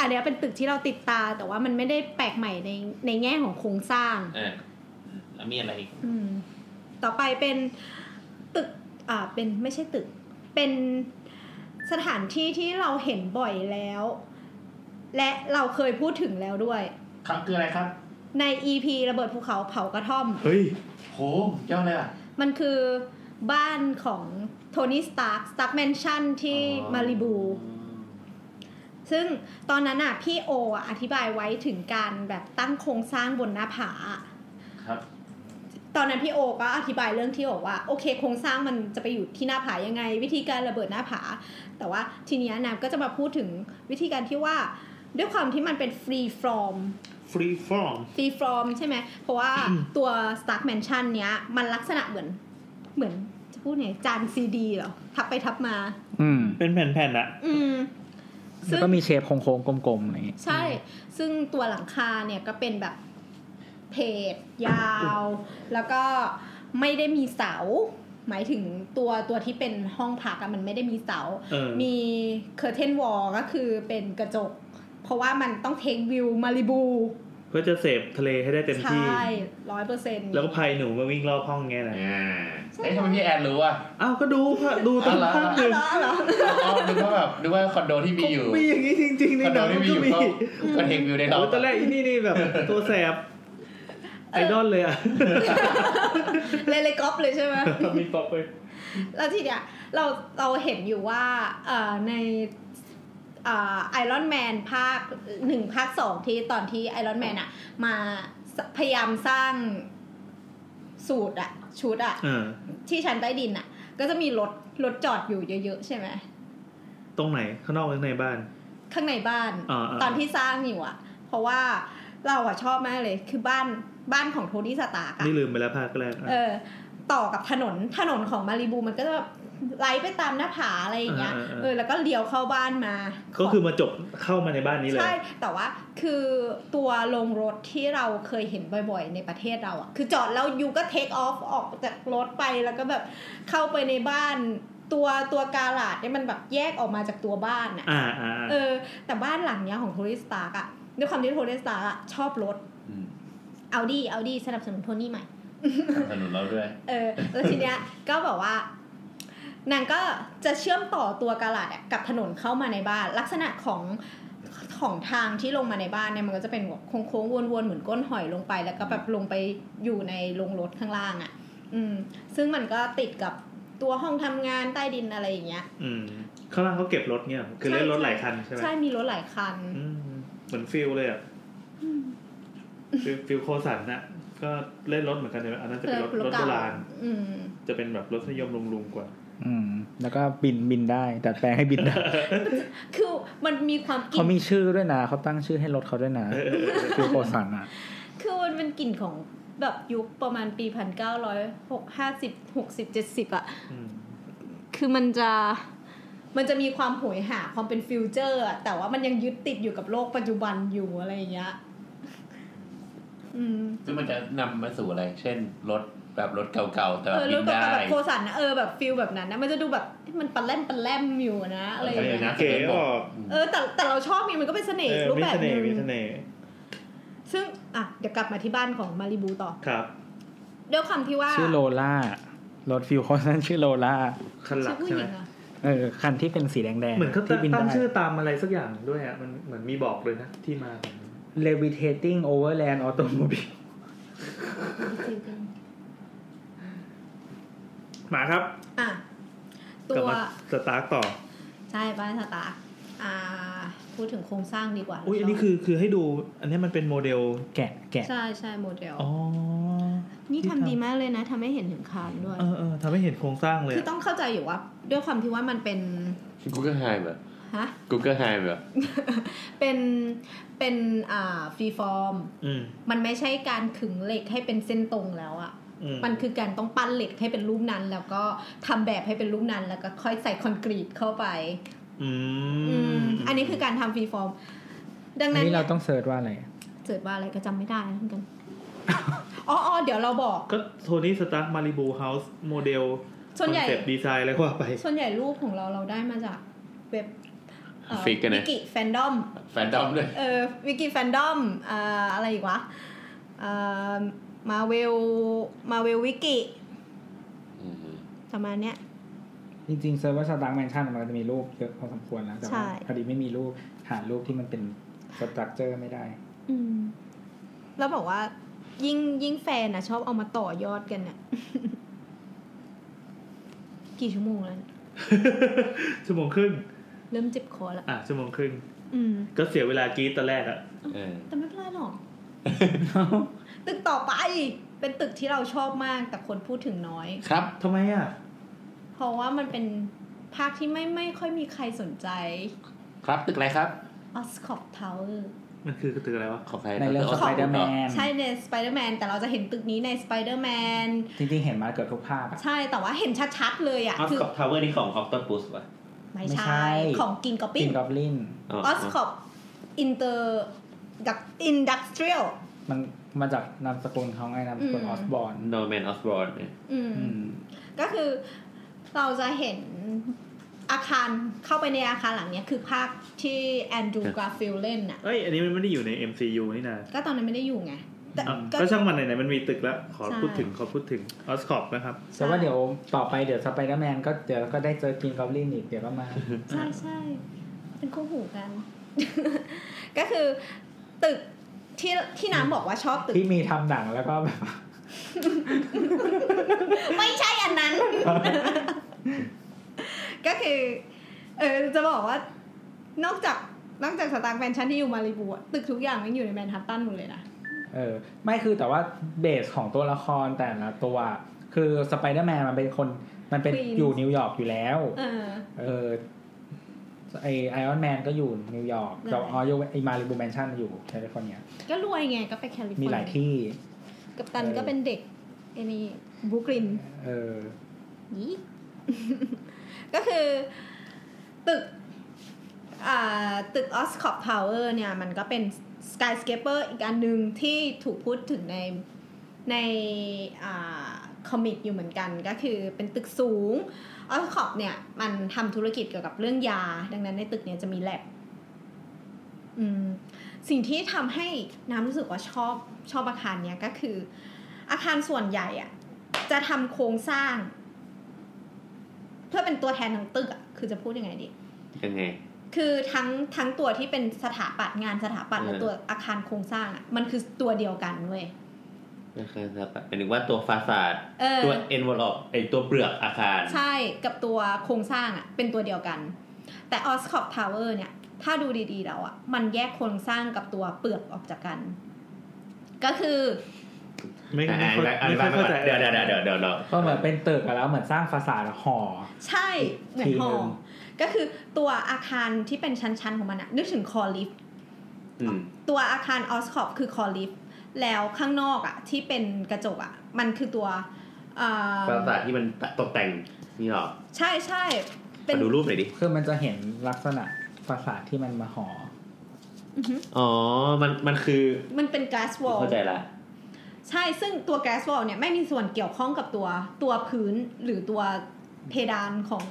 S2: อันเนี้ยเป็นตึกที่เราติดตา แต่ว่ามันไม่ได้แปลกใหม่ในในแง่ของโครงสร้าง
S5: อ่าแล้วมีอะไรอีก
S2: อืมต่อไปเป็นตึกอ่าเป็นไม่ใช่ตึก เป็นสถานที่ที่เราเห็นบ่อยแล้ว และเราเคยพูดถึงแล้วด้วย
S5: ครั้งคืออะไรครับ
S2: ใน EP ระเบิดภูเขาเผากระท่อม
S4: เฮ้ย
S5: โหเจ้าเลยอ่ะ
S2: มันคือบ้านของโทนี่สตาร์คสตาร์คแมนชั่นที่
S5: อ๋อ
S2: มาริบู ซึ่งตอนนั้นอ่ะพี่โออ่ะอธิบายไว้ถึงการแบบตั้งโครงสร้างบนหน้าผาอ่ะ
S5: ครับ
S2: ตอนนั้นพี่โอก็อธิบายเรื่องที่บอกว่าโอเค โครงสร้างมันจะไปอยู่ที่หน้าผายังไง วิธีการระเบิดหน้าผา แต่ว่าทีเนี้ยนามก็จะมาพูดถึงวิธีการที่ว่า ด้วยความที่มันเป็นฟรีฟรอม
S4: free form
S2: ฟรีฟรอมใช่ไหม เพราะ ว่าตัว Stark Mansion เนี้ยมันลักษณะเหมือนเหมือนจะพูดไงจานซีดีเหรอ ทับไปทับมา
S3: อืม
S4: เป็นแผ่นๆอะ
S2: อืม
S3: แล้วก็มีเชฟโค้งๆกลมๆอะไรอย่างเงี้ย
S2: ใช่ ซึ่งตัวหลังคาเนี่ยก็เป็นแบบเพจยาว แล้วก็ไม่ได้มีเสา หมายถึงตัวตัวที่เป็นห้องพักอะมันไม่ได้มีเสา
S4: เออ
S2: มีเคอร์เทนวอลก็คือเป็นกระจก เพราะว่ามันต้องเทควิวมาริบู
S4: เพื่อจะเสพทะเลให้ได้เต็มที่
S2: ใช่ร้อยเปอร์เซ็นต์
S4: แล้วก็พายหนูมาวิ่งรอบห้องไงนะ
S1: อ่า
S5: เอ๊ะทำไมพี่แอนรู้อ่ะ
S4: อ้าวก็ดูค่ะดูตรง
S5: อะไร
S4: ภาพหนึ่ง
S2: เหรอ
S5: อ๋อนึกว่าแบบนึกว่าคอนโดที่มีอยู่
S4: มีอย่างนี้จริงๆใน
S5: คอน
S4: ห
S5: โด
S4: นัง
S5: ที่มี
S4: ก็
S5: อยู่
S4: มี
S5: ก็ก็เทควิวได้เรา
S4: โอ้ตอนแรกอีนี่นี่ แบบตัวแสบไอดอลเลยอะ
S2: เลยเลยก๊อปเลยใช่ไหม
S4: มีป๊อปเลย
S2: แล้วทีเนี้ยเราเราเห็นอยู่ว่าเอ่อในไอรอนแมนภาคหนึ่งภาคสองที่ตอนที่ไอรอนแมนอะมาสพยายามสร้างสูตรอะชุดอะ
S4: เออ
S2: ที่ชั้นใต้ดินอะก็จะมีรถรถจอดอยู่เยอะ ๆ ใช่ไหม
S4: ตรงไหนข้างนอกหรือข้างในบ้าน
S2: ข้างในบ้าน
S4: อ่าอ่า
S2: ตอนที่สร้างอยู่อะเพราะว่าเราอะชอบมากเลย คือบ้านบ้านของโทนี่สตาร์กอะ
S4: นี่ลืมไปแล้วภาคแรก
S2: เอ
S4: อะ
S2: อต่อกับถนนถนนของมาริบูมันก็จะแบบไหลไปตามหน้าผาอะไรอย่างเงี้ย
S4: อ่าอ่าอ่า
S2: เออแล้วก็เลี้ยวเข้าบ้านมา
S4: ก็คือมาจบเข้ามาในบ้านนี้เลย
S2: ใช่ แต่ว่าคือตัวโรงรถที่เราเคยเห็นบ่อยๆ ในประเทศเราอะคือจอดแล้วอยูก็เทคออฟออกจากรถไปแล้วก็แบบเข้าไปในบ้านตัวตัวกาลาดเนี่ยมันแบบแยกออกมาจากตัวบ้านอะ
S4: อ่าอ่าอ่า
S2: เออ แต่บ้านหลังเนี้ยของโทริสตาร์กอะด้วยความที่โทริสตาร์กอะชอบรถ
S1: อืม
S2: เอาดีเอาดีสนับสนุนโทนี่ใหม่
S5: สนับสนุนเราด้วย
S2: เออแล้วทีเนี้ย ก็บอกว่านางก็จะเชื่อมต่อตัวกาลาดอะกับถนนเข้ามาในบ้าน ลักษณะของของทางที่ลงมาในบ้านเนี่ยมันก็จะเป็นแบบโค้งๆวนๆเหมือนก้นหอยลงไป แล้วก็แบบลงไปอยู่ในโรงรถข้างล่างอะอืม ซึ่งมันก็ติดกับตัวห้องทำงานใต้ดินอะไรอย่างเงี้ย
S4: อืมข้างล่างเขาเก็บรถเนี่ยคือเล่นรถหลายคันใช่ไหม
S2: ใช่มีรถหลายคัน
S4: อืมเหมือนฟิลเลยอะฟิลฟิลโคสันน่ะ ก็เล่นรถเหมือนกันแต่อันนั้นจะเป็นรถรถโบราณ
S2: อืม
S4: จะเป็นแบบรสนิยมลุงๆกว่า
S3: อืม แล้วก็บินบินได้ดัดแปลงให้บิ นได้
S2: คือมันมีความกลิ่
S3: เขา
S2: น
S3: มีชื่อด้วยนะเขาตั้งชื่อให้รถเขาด้วยนะคือโคสันอ่ะ
S2: คือมันเป็นกลิ่นของแบบยุคประมาณปีพันเก้าร้อยหกห้าสิบหกสิบเจ็ดสิบอะ
S4: อืม
S2: คือมันจะมันจะมีความโหยหาความเป็นฟิวเจอร์อะแต่ว่ามันยังยึดติดอยู่กับโลกปัจจุบันอยู่อะไรอย่างเงี้ยอืม
S5: ซึ่งมันจะนำมาสู่อะไร เช่น รถแบบรถเก่าๆ แต่แบ
S2: เอ
S5: บ
S2: อ
S5: บิ
S2: รู้
S5: น
S2: แบบ
S5: ได้
S2: แบบโคสันนะเออแบบฟิลแบบนั้นนะมันจะดูแบบมันปันแล่มปันแล่มอยู่นะอะไรอย่างเงี้ย
S4: เก๋ออก
S2: เออแต่แต่เราชอบมีมันก็เป็นเสน่ห์
S4: เออ
S2: รูป
S4: มี
S2: แบบห
S4: เสน่
S2: นึ
S4: ห์มีเส่
S2: ง
S4: น่ห์
S2: ซึ่งอ่ะเดี๋ยวกลับมาที่บ้านของมาริบูต่อ
S4: ครับ
S2: ด้วยความที่ว่า
S3: ชื่อโลล่ารถฟิวโคสันชื่อโลล่า
S4: คันหลั
S2: ชื่อก ผู้
S4: ใช่
S2: ห
S4: ไหม
S2: ญิงอะ
S3: เออคันที่เป็นสีแดง
S4: เหมือนเขา
S3: ๆที่บิน
S4: ตั้ง
S3: ได้
S4: ชื่อตามอะไรสักอย่างด้วยอ่ะมันเหมือนมีบอกเลยนะที่มา
S3: levitating overland automobile
S4: มาครับ
S2: อ่ะตั
S4: กลับ
S2: ว
S4: มาสตาร์ทต่อ
S2: ใช่บ้านสตาร์คอ่า พูดถึงโครงสร้างดีกว่า
S4: อุ้ยอันนี้คือคือให้ดู อันนี้มันเป็นโมเดล
S3: แกะแกะ
S2: ใช่ใช่โมเดล
S4: อ๋อ
S2: นี่ทำดีมากเลยนะทำให้เห็นถึงคานด้วย
S4: เออเออทำให้เห็นโครงสร้างเลย
S2: คือต้องเข้าใจอยู่ว่า ด้วยความที่ว่ามันเป็น
S1: กูก็หายแบบ
S2: ฮะ
S1: กูเกิลไฮม์เหรอ
S2: เป็น เป็น อ่า ฟรีฟอร์ม
S4: อืม
S2: มันไม่ใช่การขึงเหล็กให้เป็นเส้นตรงแล้วอะ
S4: อืม
S2: มันคือการต้องปั้นเหล็กให้เป็นรูปนั้น แล้วก็ทำแบบให้เป็นรูปนั้น แล้วก็ค่อยใส่คอนกรีตเข้าไป
S4: อื
S2: อื
S4: ม
S2: ม อันนี้คือการทำฟรีฟอร์ม ดัง
S3: อัน
S2: นั้น
S3: นี้
S2: เนี่
S3: เรา
S2: ย
S3: ต้องเซิร์ชว่าอะไรอะ
S2: เกิดว่าอะไรก็จำไม่ได้เหมือนกัน อ๋ออ๋อเดี๋ยวเราบอก
S4: ก็โทนี่สตาร์มาริบูเฮาส์โมเดล
S2: ส่วนใหญ่
S4: เซ็ปดีไซน์อะไรก็ว่าไป
S2: ส่วนใหญ่รูปของเราเราได้มาจากเว็บเอ่อ
S1: ฟิกกัน
S2: วิ
S1: นะ
S2: กิแฟนดอม
S5: แฟนดอมด้วย
S2: เออวิกิแฟนดอมเอ่ออะไรอีกวะเอ่อมาเวล มาเวลวิกิ
S5: อืม
S2: ประมาณเนี้ย
S3: จริงๆเซิร์ชว่าสตาร์แมนชั่นมันจะมีรูปเยอะพอสมควรแล้วแต่
S2: ใช่
S3: ว่าพอดีไม่มีรูปหารูปที่มันเป็นสตรัคเจอร์ไม่ได้
S2: อืม แล้วบอกว่ายิ่งยิ่งแฟนอ่ะ ชอบเอามาต่อยอดกันอ่ะ กี่ชั่วโมงแล้วเนี่ย
S4: ชั่วโมงครึ่ง
S2: เริ่มเจ็บคอละ
S4: อ่ะชั่วโมงครึ่ง
S2: อืม
S4: ก็เสียเวลากรีดตอนแรกอะ
S5: เออ
S2: แต่ไม่เป็นไร หรอก ตึกต่อไปเป็นตึกที่เราชอบมากแต่คนพูดถึงน้อย
S5: ครับ
S4: ทำไมอะ
S2: เพราะว่ามันเป็นภาคที่ไม่ไม่ค่อยมีใครสนใจ
S5: ครับตึกอะไรครับ
S2: ออสคอปทาวเวอร์
S4: มันคือตึกอะไรวะ
S5: ของใคร
S3: ในเรื่อง
S5: ด
S3: ส
S5: ก
S3: ไปเดอร์แมน
S2: ใช่ในสไปเดอร์แมนแต่เราจะเห็นตึกนี้ในสไปเดอร์แมน
S3: จริงๆเห็นมาเกือบทุกภาคอะ
S2: ใช่แต่ว่าเห็นชัดๆเลยอ่ะ
S6: ออส
S2: คือ
S6: คอปทาวเวอร์นี่ของออกต p นปุสป่ะ
S2: ไม่
S3: ไม่ใช่
S2: ใช่ของกินกอป
S3: กิ
S2: ปิ้ง
S3: นกอบลิน
S6: อ
S2: ออสคอปอินเตอร์ดักอินดัสเทรียล
S3: มันมาจากนามสกุลเขาไงนามสกุล
S2: อืม
S3: ออสบอร์น
S1: โนแมนออสบอร์นเนี่ย
S2: อืม ก็คือเราจะเห็นอาคารเข้าไปในอาคารหลังเนี้ยคือภาคที่แอนดรูว์กราฟิลเล่นอ่ะ
S4: เอ้ย อันนี้มันไม่ได้อยู่ใน MCU นี่นะ
S2: ก็ตอนนั้นไม่ได้อยู่ไงแต่
S4: อ่ะ
S2: ก็
S4: ก็ช่างมันไหนๆมันมีตึกแล้ว ขอ
S2: ใช่
S4: พูดถึงขอพูดถึงออสคอปนะครับ
S3: แต่ว่าเดี๋ยวต่อไปเดี๋ยวสไปเดอร์แมนก็เดี๋ยวก็ได้เจอกินกอบลินอีกเดี๋ยวก็มา
S2: ใช่ใช่เป็นคู่หูกัน ก็คือตึกที่ที่น้ำบอกว่าชอบตึก
S3: ที่มีทำหนังแล้วก็แบบ
S2: ไม่ใช่อัน นั้น ก็คือ เออจะบอกว่า นอกจากนอกจากสตาร์แมนชั่นที่อยู่มาริบูอะตึกทุกอย่างมันอยู่ในแมนฮัตตันหมดเลยนะ
S3: เออไม่คือแต่ว่าเบสของตัวละครแต่ละตัว คือสไปเดอร์แมนมันเป็นคนมันเป็น
S2: Queens
S3: อยู่นิวยอร์กอยู่แล้ว
S2: เออ
S3: เออไอไอออนแมนก็อยู่นิวยอร์กแต่
S2: ใช่
S3: ออยไอมาริบูแมนชั่นอยู่แคลิฟอร์เนีย
S2: ก็รวยไงก็ไปแคลิฟอร์เนี
S3: มีหลายที่
S2: กัปตัน
S3: เออ
S2: ก็เป็นเด็กไอ้นี่บรูกลิน
S3: เออ
S2: ยี่ ก็คือตึกอ่าตึกออสคอปทาวเวอร์เนี่ยมันก็เป็นสกายสเคปเปอร์อีกอันหนึ่งที่ถูกพูดถึงในในอ่าคอมิกอยู่เหมือนกัน ก็คือเป็นตึกสูงออสคอปเนี่ยมันทำธุรกิจเกี่ยวกับเรื่องยา ดังนั้นในตึกเนี่ยจะมีแลบอืมสิ่งที่ทำให้น้ำรู้สึกว่าชอบชอบอาคารเนี้ยก็คือ อาคารส่วนใหญ่อะจะทำโครงสร้าง เพื่อเป็นตัวแทนทั้งตึกอะคือจะพูดยังไงดี
S1: ยังไง
S2: คือทั้งทั้งตัวที่เป็นสถาปัตย์งานสถาปัตย์และ
S1: เออ
S2: ตัวอาคารโครงสร้างอะมันคือตัวเดียวกันเว้ย
S1: ก็คือแบบหมายถึงว่าตัวฟาซาด
S2: เออ
S1: ตัวเอนวอลอปไอตัวเปลือกอาคาร
S2: ใช่กับตัวโครงสร้างอะเป็นตัวเดียวกัน แต่ออสคอปทาวเวอร์เนี่ย ถ้าดูดีๆแล้วอะมันแยกโครงสร้างกับตัวเปลือกออกจากกัน ก็คือ
S4: ไม่
S1: อ่า
S4: ไม่ค่อย
S1: อ
S4: ไม่
S1: ธิบามา
S4: ค่อย ยเข้า
S1: ก่อน
S4: ใจ
S1: เดี๋ยวเดี๋ยวเดี๋ยวเดี๋ยวเดี๋ยว
S3: ก็เหมือนเป็นตึกอะแล้วเหมือนสร้างฟาสาดหอ
S2: ใช่เหมือนหอ
S3: ทีหนึ่ง
S2: ก็คือตัวอาคารที่เป็นชั้นๆของมันอะนึกถึงคอลิฟ
S1: อืม
S2: ตัวอาคารออสคอปคือคอลิฟแล้วข้างนอกอะที่เป็นกระจกอะมันคือตัวเอ่อ
S1: ฟาซาดที่มันตกแต่งนี่หรอ
S2: ใช่ใช่เป็
S1: มาน ดูรูปหน่อยดิ
S3: คือมันจะเห็นลักษณะฟาสาดที่มันมาหอ
S2: อือฮึ
S1: อ๋อ มันมันคือ
S2: มันเป็น glass wall
S1: เข้าใจละ
S2: ใช่ซึ่งตัว glass wall เนี่ยไม่มีส่วนเกี่ยวข้องกับตัวตัวพื้นหรือตัวเพดานของ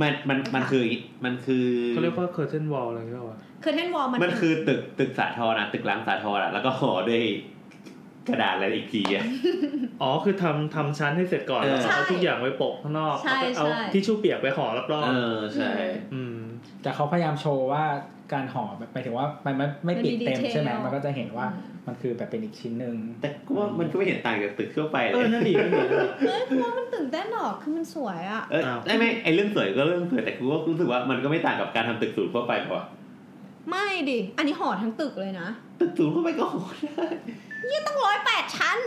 S1: มันมันมัน
S2: ค่ะ
S1: คือมันคือ
S4: เขาเรียกว่าเคอร์เทนวอลอะไรก็ว่า
S2: curtain wall มัน
S1: มันคือตึกตึกสาทรนะตึกล้างสาทรอ่ะ แล้วก็ห่อด้วยกระดาษอะไรอีกทีอ่ะ
S4: อ๋อ คือทำทำชั้นให้เสร็จก่อน
S1: เออ
S4: แล้วก็เอาทุกอย่างไว้ปกข้างนอก
S2: ใช่
S4: เอาเอา
S2: ใช่
S4: ทิชชู่เปียกไปห่อรอบ
S1: เออ ใช่
S4: ๆอืม
S3: แต่เขาพยายามโชว์ว่าการห่อแบบหมายถึงว่ามันไม่ไม่ปิดเต็ม
S2: มันมีดีเทล
S3: ใช่ไหมมันก็จะเห็นว่า
S2: อืม
S3: มันคือแบบเป็นอีกชิ้นหนึ่ง
S1: แต่ก็ว่ามันก็ไม่เห็นต่างจากตึกทั่วไปเล
S4: เออย นั่นดีนั่นดีนั่นดี
S2: เฮ้ยกูว่ามันตื่นเต้นหรอกคือมันสวยอะ
S1: เออ
S4: อ้าว
S1: ได้ไหมไอเรื่องสวยก็เรื่องสวยแต่กูก็รู้สึกว่ามันก็ไม่ต่างกับการทำตึกสูงทั่วไปป่ะ
S2: ไม่ดิอันนี้ห่อทั้งตึกเลยนะ
S1: ตึกสูงทั่วไปก็โหด ได้
S2: ต้องร้อยแปดชั้น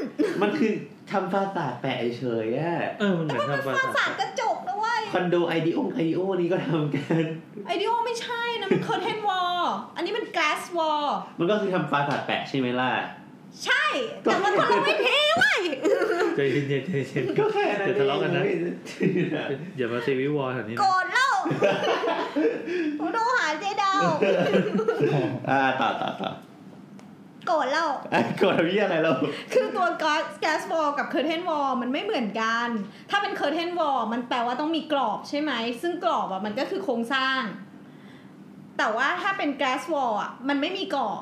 S1: มันคือทำฟาสาดแปะเฉยๆอ่ะ
S4: เออมันเหมือนทำฟา
S2: ปรา
S4: สา
S2: สาท
S4: ด
S2: กระจกนะเว้ย
S1: โค อนโดไอเดโอไอเดโอนี่ก็ทำกัน
S2: ไอเดียไม่ใช่นะมัน curtain wall อันนี้มัน glass wall
S1: มันก็คือทำปลาผัดแปะใช่ไหมล่ะ
S2: ใช่ แต่มันคนละวิธีเว้ย
S4: ใจเย็นๆใจเย็นๆ
S1: ก็แค่นั้น
S4: เดี๋ยวทะเลาะกันนะ
S1: อง
S4: อย่ามาซีวิวอลแถวนี้
S2: โกรธแล้วผมโทรหาเจดาว
S1: อ่าต่อต่อต่อ
S2: โกรธแล้ว
S1: อ่ะกดวิทยอะไรเรา
S2: คือตัว glass glass wall กับ curtain wall มันไม่เหมือนกัน ถ้าเป็น curtain wall มันแปลว่าต้องมีกรอบใช่ไหม ซึ่งกรอบอ่ะมันก็คือโครงสร้าง แต่ว่าถ้าเป็น glass wall อ่ะมันไม่มีกรอบ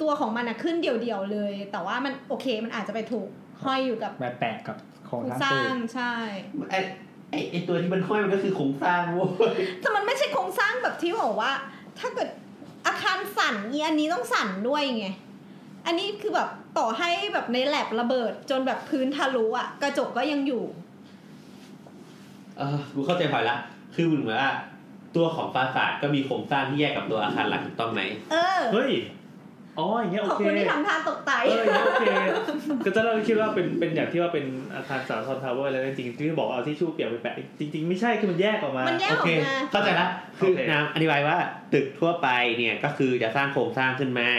S2: ตัวของมันอะขึ้นเดี่ยวๆเลย แต่ว่ามันโอเคมันอาจจะไปถูกห้อยอยู่กับ
S3: มาแปะกับโคร
S2: โค
S3: ง
S2: รง
S3: ส
S2: ส
S3: ร้าง
S2: ร้า
S3: ตึ
S2: ง
S3: ก
S2: ใช่
S1: ไอไอไอตัวที่มันห้อยมันก็คือโครงสร้างโว้ย
S2: แต่มันไม่ใช่โครงสร้างแบบที่บอกว่า ถ้าเกิดอาคารสั่นอีอันนี้ต้องสั่นด้วยไง อันนี้คือแบบต่อให้แบบในแลบระเบิด จนแบบพื้นทะลุอะกระจกก็ยังอยู่
S1: เออกูเข้าใจพลอยละ คือเหมือนว่า ตัวของปราสาทก็มีโครงสร้างที่แยกกับตัวอาคารหลักถูกต้องไหม
S2: เออ
S4: เฮ้ย อ๋ออย่างเงี้ยโอ
S2: ขอบ
S4: เค
S2: คุณที่ทำท่าตกใจ
S4: เออ อย่างเงี้ยโอเค ก็จะเราคิดว่าเป็นเป็นอย่างที่ว่าเป็นอาคารสามซอนทาวเวอร์อะไรจริงๆที่บอกเอาที่ชู่เปียกไปแปะจริง ๆ ไม่ใช่คือมันแยกออกมา
S2: มันแยก
S1: โอ
S2: ออ
S1: เค
S2: กมา
S1: เข้าใจละคือ
S4: โอเค
S1: นำอธิบายว่าตึกทั่วไปเนี่ยก็คือจะสร้างโครงสร้างขึ้นมา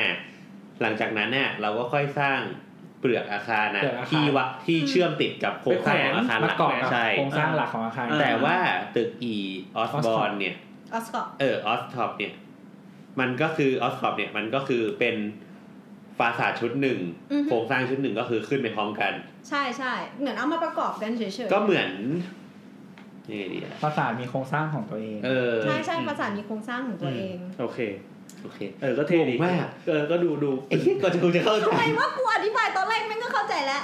S1: หลังจากนั้นเนี่ยเราก็ค่อยสร้างเปลือกอาคารนะที่วะที่เชื่อมติดกับโครงสร้างของอาคารห
S3: มา
S1: ลัก
S3: เกาะกับ
S1: ใช่
S3: โครงสร้างหลักของอาคาร
S1: แต่ว่าตึกอีออสบอ
S3: Osborn
S1: นเนี่ย
S2: ออสกอต
S1: เออออสท็อปเนี่ย มันก็คือออสท็อปเนี่ยมันก็คือเป็นฟาสาดชุดหนึ่ง
S2: อือ
S1: โค
S2: ฮึ
S1: รงสร้างชุดหนึ่งก็คือขึ้นไปพร้อมกัน
S2: ใช่ใช่เหมือนเอามาประกอบกันเฉยๆ
S1: ก็เหมือนนี่ดีอะ
S3: ปราสาทมีโครงสร้างของตัวเอง
S1: เออ
S2: ใช่ใช่ภาษาทมีโครงสร้างของตัวเอง
S4: โอเค
S1: โอเค
S4: เออก็เท่ดี
S1: งงมาก
S4: เออก็ดูดู
S1: ไอ้ที่ก่อนจะกูจะเข้าใจ
S2: ทำไมว่ากูอธิบายตอนแรกแม่งก็เข้าใจแล้ว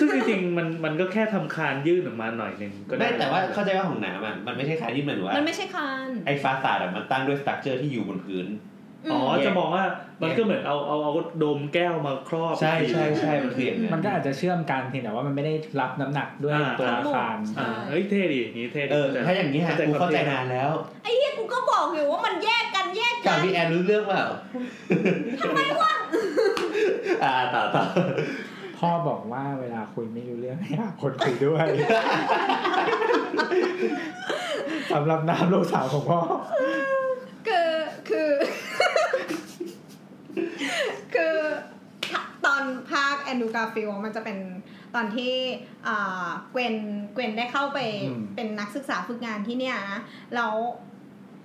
S4: ซึ่งจริงๆมันมันก็แค่ทำคานยื่นออกมาหน่อยหนึ่งก็ได้
S1: ไม่แต่ว่าเข้าใจว่าของหนามอ่ะมันไม่ใช่คล้ายที่มันว่า
S2: มันไม่ใช่คาน
S1: ไอ้ฟาสาดอะมันตั้งด้วยสตรัคเจอร์ที่อยู่บนพื้น
S4: อ๋อ
S2: ม
S4: จะบอกว่ามันก็เหมือนเอาเอาเอาโดมแก้วมาครอบ
S1: ใช่ใช่ใช่มันคืออย่าง
S3: มันก็
S1: นั้น
S3: อาจจะเชื่อมกันเพียงแต่ว่ามันไม่ได้รับน้ำหนักด้วย
S4: อ่า
S3: ตัวอาคาร
S4: อ่าเฮ้ยเท่ดีอย่างนี้เท่ดี
S1: เออถ้าอย่างนี้ฮะกูเข้าใจ
S4: ควมท่
S1: นานแล้ว
S2: ไอ้เหี้ยกูก็บอกอยู่ว่ามันแยกกันแยก
S1: กั
S2: กับ น
S1: พี่แอนรู้เรื่องเปล่า
S2: ทำไมวะ
S1: อ่าต่อต่อ
S3: พ่อบอกว่าเวลาคุยไม่รู้เรื่องให้หาคนคุยด้วย สำหรับน้ำลูกสาวของพ่อ
S2: คือคือ คือถ้าตอนภาคแอนดูกาฟิลมันจะเป็นตอนที่อ่าเกวนเกวนได้เข้าไป
S3: อืม
S2: เป็นนักศึกษาฝึกงานที่เนี่ยนะแล้ว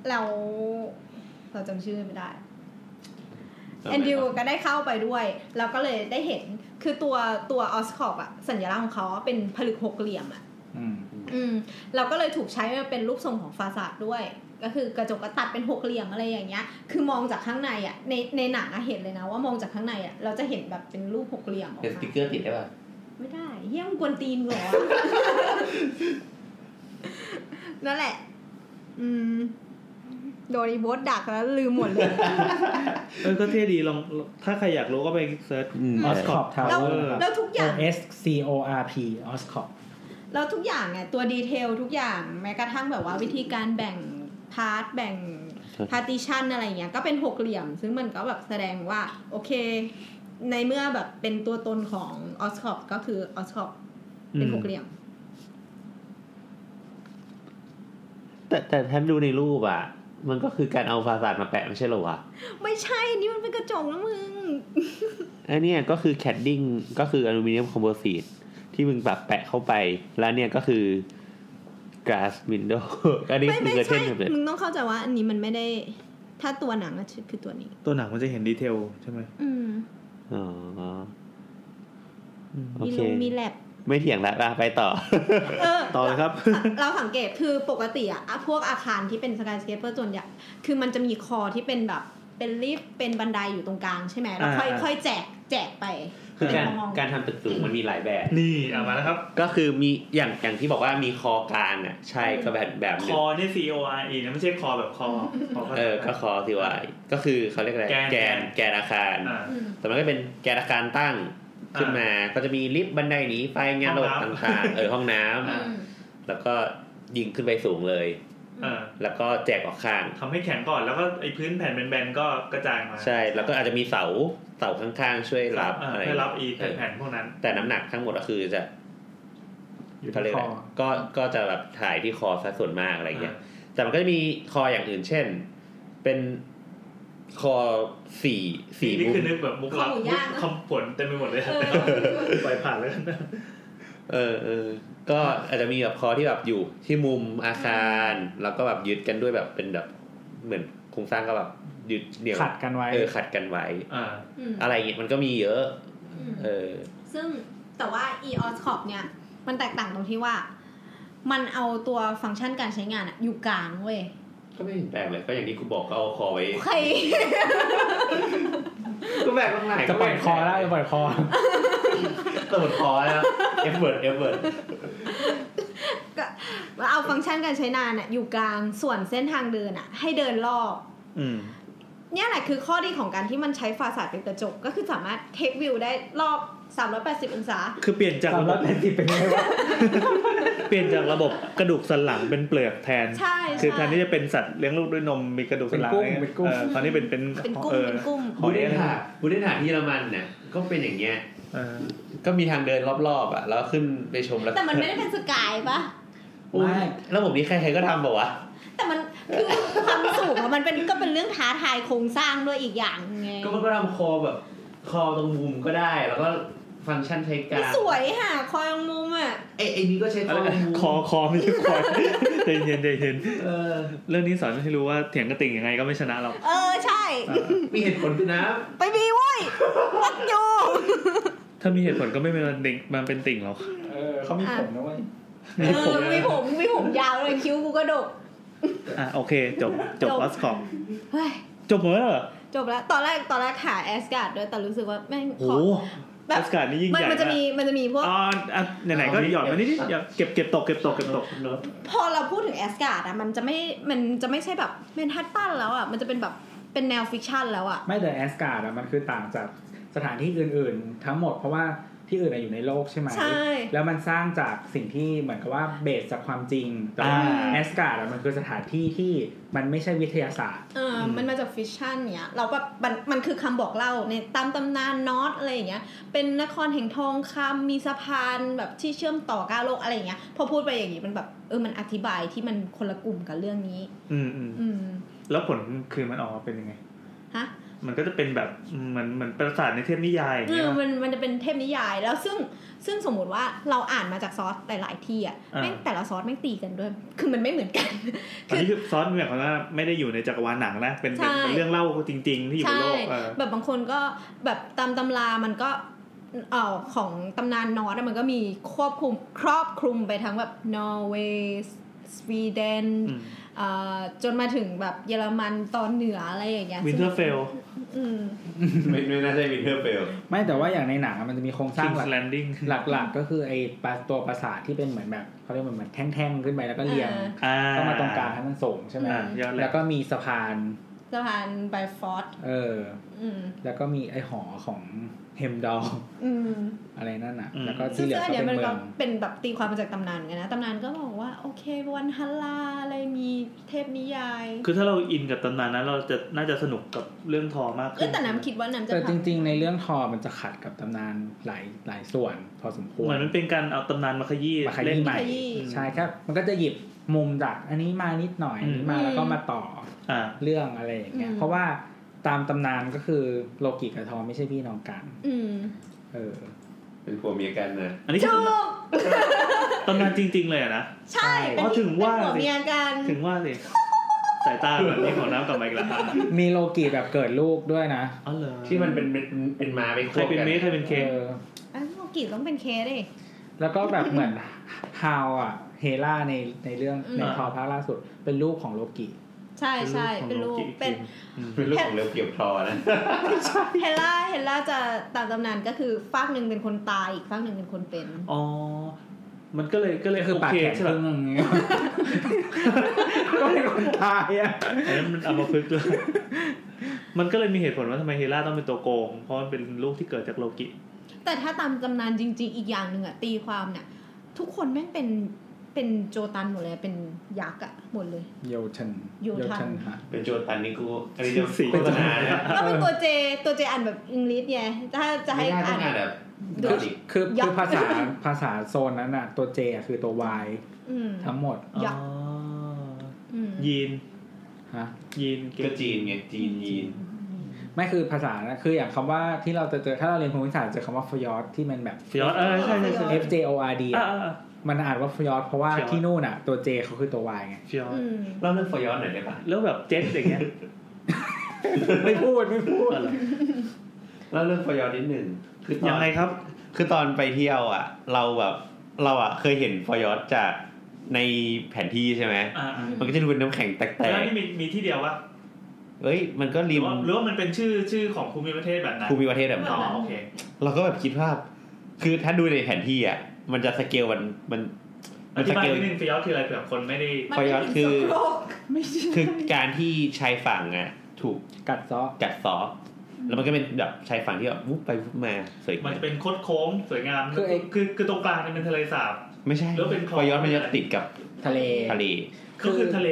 S2: แล้วเราจำชื่อไม่ได้ แอนดิวก็ได้เข้าไปด้วย แล้วก็เลยได้เห็นคือตัวตัวออสคอบอะสัญลักษณ์ของเขาอะเป็นผลึกหกเหลี่ยมอะ
S3: อืม
S2: อืมเราก็เลยถูกใช้มาเป็นรูปทรงของฟาสาดด้วย ก็คือกระจกก็ตัดเป็นหกเหลี่ยมอะไรอย่างเงี้ย คือมองจากข้างในอ่ะในในหนังอะเห็นเลยนะ ว่ามองจากข้างในอ่ะเราจะเห็นแบบเป็นรูปหกเหลี่ยมออก
S1: เป็นส
S2: มา
S1: ติกเกอร์ติดได้ป่ะ
S2: ไม่ได้เฮี้ยมงกวนตีนกูเหรอวะ นั่นแหละ อืมโดนอีโบสดักแล้วลืมหมด เลย
S4: เออก็เท่ดีลองถ้าใครอยากรู้ก็ไปเซิร์ช
S1: อืม
S4: Oscorp
S3: ทาวเวอร์
S2: แล้วทุกอย่าง
S3: O S C O R P Oscorp
S2: แล้วทุกอย่างไงตัวดีเทลทุกอย่างแม้กระทั่งแบบว่าวิธีการแบ่งพาร์ทแบ่งพาร์ติชันอะไรเงี้ยก็เป็นหกเหลี่ยม ซึ่งมันก็แบบแสดงว่าโอเค ในเมื่อแบบเป็นตัวตนของออสคอปก็คือออสคอปเป็นหกเหลี่ยม
S1: แต่แต่ถ้าดูในรูปอ่ะ มันก็คือการเอาฟาสาดมาแปะไม่ใช่เหรอวะ
S2: ไม่ใช่นี่มันเป็นกระจกนะมึง
S1: อันเนี้ยก็คือแคดดิ้งก็คืออลูมิเนียมคอมโพสิตที่มึงปรับแปะเข้าไป แล้วเนี่ยก็คือกราสวินโดว์ อันนี้
S2: ไม่
S1: คือ
S2: ไม่
S1: เกระเช่
S2: ใช่
S1: นแบบ
S2: มึงต้องเข้าใจว่า อันนี้มันไม่ได้ ถ้าตัวหนังอะคือตัวนี้
S4: ตัวหนังมันจะเห็นดีเทลใช่ไหม
S2: อืม
S1: อ๋อ โอ
S2: มี
S1: เค
S2: ลงมีแลบ
S1: ไม่เถียงละอ่ะไปต่อ
S2: เออ
S4: ต่อเลยครับ
S2: เราสังเกตคือปกติอะอะพวกอาคารที่เป็นสกายสเคปเปอร์ส่วนใหญ่คือมันจะมีคอที่เป็นแบบเป็นลิฟต์เป็นบันไดอยู่ตรงกลางใช่ไหมแล้วค่อย
S4: อ่า
S2: ค่อยแจกแจกไป
S1: คือการ
S2: มองๆ
S1: การทำตึกสูงมันมีหลายแบบ
S4: นี่เอามาแล้วครับ
S1: ก็คือมีอย่างอย่างที่บอกว่ามีคอกลางอ่ะ ใช่ก็แบบแบบห
S4: ค
S1: นึ่ง
S4: อเนี่ย C O R E นะไม่ใช่คอแบบคอคอ
S1: เออก็คอทีวายก็คือเขาเรียกอะไร
S4: แกน
S1: แกนแกนอาคาร
S4: อ่า
S2: อืม
S1: แต่มันก็เป็นแกนอาคารตั้งขึ้นมา ก็จะมีลิฟต์บันไดหนีไฟงานระบบ
S4: ห้
S1: ต
S4: องน้ำ
S1: ่างๆ เออห้องน้ำ
S4: อ่า
S2: อืม
S1: แล้วก็ยิงขึ้นไปสูงเลย
S4: อ่า
S1: แล้วก็แจกออกข้าง
S4: ทำให้แข็งก่อนแล้วก็ไอ้พื้นแผ่นแบนๆก็กระจายมา
S1: ใช่ แล้วก็อาจจะมีเสาเสาข้างๆ ช่วยรับ
S4: อ่า
S1: อะไร
S4: เพื่อรับอี
S1: เออ
S4: แผ่นๆพวกนั้น
S1: แต่น้ำหนักทั้งหมดก็คือจะ
S3: อยู่
S6: เขาเรีย
S3: ที่
S6: ก
S3: ค
S6: อะไร
S3: อ
S6: ก็ก็จะแบบถ่ายที่คอซะส่วนมากอะไรเงี้ย แต่มันก็จะมีคออย่างอื่น เช่น เป็นคอสี่สี่
S4: นี่
S6: มุม
S4: คือนึกแบบมุกลับ
S2: ข้อมูลยากนะ
S4: คำผลเต็มไปหมดเลย
S2: เออ
S4: ปล่อยผ่านแล้วกัน
S6: เออเออก็อาจจะมีแบบคอที่แบบอยู่ที่มุมอาคาร แล้วก็แบบยึดกันด้วยแบบเป็นแบบเหมือนโครงสร้างก็แบบยึดเหนี่ยว
S3: ขัดกันไว้
S6: เออขัดกันไว้
S4: อ่า
S2: อืม
S6: อะไรเงี้ยมันก็มีเยอะ
S2: อืม
S6: เออ
S2: ซึ่งแต่ว่า e o s c o p เนี่ย มันแตกต่างตรงที่ว่า มันเอาตัวฟังก์ชันการใช้งานอะอยู่กลางเว้ย
S1: ก็ไม่เห็นแปลกเลยก็อย่างที่กูบอกก็เอาคอไว้
S2: ใคร
S1: ก็แบกลงไหน
S3: จะปล่อยคอได้จะปล่อยคอ
S1: เปิดคอแล้วเอฟเวิร์ดเอฟเวิร์ด
S2: เอาฟังก์ชันการใช้งานอะอยู่กลางส่วนเส้นทางเดินอะให้เดินรอบ
S4: อืม
S2: เนี่ยแหละคือข้อดีของการที่มันใช้ฟาสาดเป็นกระจก ก็คือสามารถเทควิวได้รอบ 380 องศา
S4: คือเปลี่ยนจาก
S3: สาม
S4: ระบ
S3: ร้อบ ยแปดสิบเป็นไงวะ
S4: เปลี่ยนจากระบบกระดูกสันหลังเป็นเปลือกแทน
S2: ใช่
S4: คือ
S2: ใช่
S4: แทนที่จะเป็นสัตว์เลี้ยงลูกด้วยนมมีกระดูกสันหลัง
S3: เป็นกุ้งเป็นกุ้ง
S4: เออตอนนี้เป็นเป็น
S2: เป็นกุ้ง
S4: เออ
S2: เป็นกุ้ง
S1: บูเดนหาบูเดนหาที่เยอรมันเนี่ยก็เป็นอย่างเงี้ย
S4: เออ
S6: ก็มีทางเดินรอบๆอ่ะแล้วขึ้นไปชมแล้ว
S2: แต่มันไม่ได้เป็นสกายปะ
S6: โอ้ย
S3: ไม่
S6: ระบบนี้ใครๆก็ทำป่าวะ
S2: แต่มันคือความสูงอะมันเป็นก็เป็นเรื่องท้าทายโครงสร้างด้วยอีกอย่างไง
S1: ก็มันก็ทำคอแบบ คอตรงมุมก็ได้ แล้วก็ฟังก์ชันใช้กลาร
S2: ไม่สวยค่ะคอยองมุมอ่ะ
S1: ไอ้ไอ้นี้ก็ใช้ค
S4: อะ
S1: อ
S4: ไร
S1: ตรงมุม
S4: คอคอไม่ใช่คอย ใจเย็นใจเย็น
S1: เออ
S4: เรื่องนี้สอนให้รู้ว่าเถียงกระติ่งยังไงก็ไม่ชนะหรอก
S2: เออใช่
S4: เออ
S1: มีเหตุผลด้วยนะ
S2: ไปมีเว้ยวัดอยู่
S4: ถ้ามีเหตุผลก็ไม่เป็นมันติ่งมันเป็นติ่งหรอก
S3: เออเขามีผมนะเว้ย
S2: เออมีผมมีผมยาวเลยคิ้วกูก็ดก
S4: อ่ะโอเค จบจบ
S2: จบ
S4: ออสคอม
S2: เฮ้ย
S4: จบหมดแล้วเหรอ
S2: จบแล้วตอนแรกตอนแรกหาแอสการ์ดด้วยแต่รู้สึกว่าแม่งข
S4: โอ้โห
S2: อ
S4: อ
S2: แบบ
S4: อสการ์ดนี่ยิ่ง
S2: มัน
S4: ใหญ่
S2: มันจะ
S4: มาก
S2: มีมันจะมีพวก
S4: อ๋ออ่ะไหนๆก็หยอดมานิดนิดหยอดเก็บเก็บตกเก็บตกเก็บตก
S2: พอเราพูดถึงแอสการ์ดอะมันจะไม่มันจะไม่ใช่แบบเมนฮัตตันแล้วอะมันจะเป็นแบบเป็นแนวฟิกชันแล้วอะ
S3: ไม่แต่แอสการ์ดอะมันคือต่างจากสถานที่อื่นๆ ทั้งหมดเพราะว่าที่อื่นอะอยู่ในโลกใช่ไหม
S2: ใช่
S3: แล้วมันสร้างจากสิ่งที่เหมือนกับว่าเบสจากความจริงแต่ว่า
S4: อ่า
S3: แอสการ์ดอะมันคือสถานที่ที่มันไม่ใช่วิทยาศาสตร์
S2: เออมันมาจากฟิชชั่นเนี่ยเราแบบมันมันคือคำบอกเล่าในตามตำนานนอตอะไรอย่างเงี้ย เป็นนครแห่งทองคำมีสะพานแบบที่เชื่อมต่อก้าโลกอะไรอย่างเงี้ย พอพูดไปอย่างงี้มันแบบเออมันอธิบายที่มันคนละกลุ่มกับเรื่องนี้
S4: อืมอืม
S2: อืม
S4: แล้วผลคือมันออกมาเป็นยังไง
S2: ฮะ
S4: มันก็จะเป็นแบบเหมือนเหมือนปราสาทในเทพนิยายอย่าง
S2: เอ
S4: เงี้ย
S2: อ
S4: มั้ย
S2: มันมันจะเป็นเทพนิยายแล้วซึ่งซึ่งสมมติว่าเราอ่านมาจากซอสหลาย ๆ ที่อ่ะ
S4: อ่า
S2: แม่งแต่ละซอสแม่งตีกันด้วย คือมันไม่เหมือนกัน
S4: อันนี้คือซอสเนี่ยเขาว่าไม่ได้อยู่ในจักรวาลหนังนะเป็นเป็น
S2: ใช่
S4: เป็นเรื่องเล่าจริง ๆ ที่อยู่บนโลกเออ
S2: แบบบางคนก็แบบตามตำรามันก็เอ่อของตำนานนอร์ดมันก็มีควบคุมครอบคลุมไปทั้งแบบนอร์เวย์สวีเดน
S4: อืม
S2: เอ่อจนมาถึงแบบเยอรมันตอนเหนืออะไรอย่างเงี้ย
S4: วินเทอร์เฟล
S2: อืม
S1: ไม่ไม่น่าใช่วินเทอร์เฟล
S3: ไม่แต่ว่าอย่างในหนังอะมันจะมีโครงสร้า
S4: คิ
S3: ง
S4: ง
S3: หลัก
S4: ส์แลนดิ้ง
S3: หลักๆ ก็คือไอ้ปราตัวปราสาทที่เป็นเหมือนแบบเขาเรียกเหมือนเหมือนแท่งๆขึ้นไปแล้วก็เรียง
S4: อ่า
S3: เข้ามาตรงกลางให้มันสูงใช่ไหม
S4: อ่ายอดแล้
S3: แล้ว วก็มีสะพาน
S2: สะพานไบฟอร์ด
S3: เออ
S2: อืม
S3: แล้วก็มีไอ้หอของเฮมดอล
S2: อืม
S3: อะไรนั่นน่ะแล้วก็ที่
S2: ซึ่ง
S3: เหลือ
S2: อัน
S3: ก็
S2: เนี้ย
S3: เป็น
S2: มัน
S3: เมื
S2: ก็
S3: อง
S2: เป็นแบบตีความมาจากตำนานเหมือนกันนะตำนานก็บอกว่าโอเควันฮัลลาอะไรมีเทพนิยาย
S4: คือถ้าเราอินกับตำนานนั้นเราจะน่าจะสนุกกับเรื่องทอมาก
S2: เออ
S4: ขึ้
S2: นแต่น้ำคิดว่าน้ำจะ
S3: แต่จ
S2: ทำ
S3: ริงๆ ในเรื่องทอมันจะขัดกับตำนานหลายหลายส่วนพอสมควร
S4: เหมือนมันเป็นการเอาตำนานมาขยี้
S3: มาขยี้
S4: เล่นใหม่
S2: ขยี้
S3: ใช่ครับ มันก็จะหยิบมุมจากอันนี้มานิดหน่อย
S4: อืม
S3: อันนี้มา
S2: อืม
S3: แล้วก็มาต่อ
S4: อ่า
S3: เรื่องอะไรอย่างเงี้ย
S2: อืม
S3: เพราะว่าตามตำนานก็คือโลกิกับทอไม่ใช่พี่น้องกัน
S2: อืม
S3: เออ
S1: เป็นผัวเมียกันนะ
S4: อั นนี้คื
S2: ถู
S4: อก ตำนานจริง ๆ เลยอะนะ
S2: ใช่เป็น
S4: อ๋อถึงว่า
S2: เป็นผัว
S4: สิ
S2: เมียกัน
S4: ถึงว่าสิสายตาแบบนี้ของน้ำกลับมาอีกแล้ว
S3: มีโลกิแบบเกิดลูกด้วยนะ
S4: อ๋อเหรอ
S1: ที่มันเป็นเป็นเป็นมาไปน
S4: ใคร
S1: ควบ
S4: เป็น
S1: กัน
S4: เมสใครเป็นเค
S3: เออ
S2: ไอ้โมกิต้องเป็นเคสดิ
S3: แล้วก็แบบเหมือนฮาวอ่ะเฮล่าในในเรื่อง
S2: อืม
S3: ในทอภาคล่าสุดเป็นลูกของโลกิ
S2: ใช่ใช่เป็น
S4: ของ
S2: ลู
S4: โล
S2: ก
S4: กิอี
S2: เป็น
S4: ทีอืม
S1: เป็นลูกของเรือเกี่ยวทอนะ
S2: เฮลล่าเฮลล่าจะตามตำนานก็คือฝากหนึ่งเป็นคนตายอีกฝากหนึ่งเป็นคนเป็น
S4: อ๋อ มันก็เลยก็เลย
S3: ก็คือ
S4: โอ
S3: ปาก
S4: เค
S3: แข็ง
S4: ใช่
S3: ค
S4: ปะ
S3: รึ่งนึง อย่างเงี้ย ก็เป็นคนตายอ่ะ
S4: อันนั้นมันเอามาพึกษ์เลย มันก็เลยมีเหตุผลว่าทำไมเฮล่าต้องเป็นตัวโกง เพราะมันเป็นลูกที่เกิดจากโลกิ
S2: แต่ถ้าตามตำนานจริง ๆ อีกอย่างหนึ่งอะตีความเนี่ยทุกคนแม่งเป็นเป็นโจตันหมดเลยเป็นยักษ์อะหมดเลย
S3: โยชัน
S2: โยชัน
S3: ฮะ
S1: เป็นโจรตันนี่กูอันนี้จะ
S4: สี
S1: โฆษณานะ
S2: ก็เป็นตัวเจตัวเจอ่านแบบอังกฤษไงถ้าจะให้
S1: ไม่ได้ต้อง
S2: อ่าน
S1: อ่านแบบ
S2: ดู
S3: คือคือ
S2: ยับ
S3: คือภา ษาภาษาโซนนั้นน่ะ ตัวเจอะคือตัว Y
S2: อืม
S3: ทั้งหมด
S2: ยั
S4: อ๋อก
S2: ษ์ อืม
S4: ยีน
S3: ฮะ
S4: ยีนเก
S7: ก็
S4: ง
S7: จีนไงจีนยีน
S3: ไม่คือภาษานะคืออย่างคำว่าที่เราจะเจอถ้าเราเรียนภูมิศาสตร์เจะคำว่าฟยอร์ดที่มันแบบ
S4: ฟิยอดเออใช่ใช่ใช่
S3: F J O R D
S4: อ่า
S3: อะ
S4: อ่า
S3: มันอ่านว่าฟยอร์ดเพราะว่า
S4: ฟยอร์ด
S3: ที่นู่นน่ะ ตัว J เขาคือตัว Y ไง
S4: ฟิยอด
S2: อืม
S7: เล่าเรื่องฟอยอนหน่อยได้ปะ
S4: แล้วแบบเจ็ตอย่างเงี้ย
S3: ไม่พูดไม่พูด
S4: อะไร
S7: เล่าเรื่องฟอยอนนิดหนึ่งคือตอน
S4: ยังไงครับ
S1: คือตอนไปเที่ยวอ่ะ เราแบบเราอ่ะเคยเห็นฟอยอสจากในแผนที่ใช่ไหม
S4: อ่าอ่า
S1: มันก็จะดูเป็นน้ำแข็งแตก
S4: แล้วนี่มีมีที่เดียววะ
S1: ๆเอ้ย มันก็
S4: หรื
S1: ริ
S4: อ
S1: ม
S4: ว่าหรือว่ามันเป็นชื่อชื่อของภูมิประเทศแบบนั้น
S1: ภูมิประเทศแบบ
S4: อ๋
S1: นั้
S4: อน โอเค
S1: เราก็แบบคิดภาพ คือถ้าดูในแผนที่อ่ะ มันจะสเกลมันมัน
S4: อ
S1: มัน
S4: ธิ
S1: ส
S4: บาย
S1: เกล
S4: นิดนึงฟิยอดคืออะไรเผื่อคนไม่ได้
S2: มัน
S1: พ
S2: ไม่
S1: ยอด
S2: ถึง
S1: คือ
S2: สกปรกไม่ใช่
S1: คือการที่ชายฝั่งอ่ะ ถูก
S3: กัดเซาะ
S1: กัดเซอแล้วมันก็เป็นแบบชายฝั่งที่แบบวุบไปวุบมาสวย
S4: มัน
S1: งาม
S4: จะเป็นโคดโค้งสวยงามคือคือคือตรงกลางเนี่ยเป็นทะเลสาบ
S1: ไม่ใช่
S4: แล้วเป็นคลอง
S1: ฟอยอสมันจะติดกับ
S3: ทะเล
S1: ทะเล
S3: คื
S4: ก็
S3: อ
S4: คือทะเล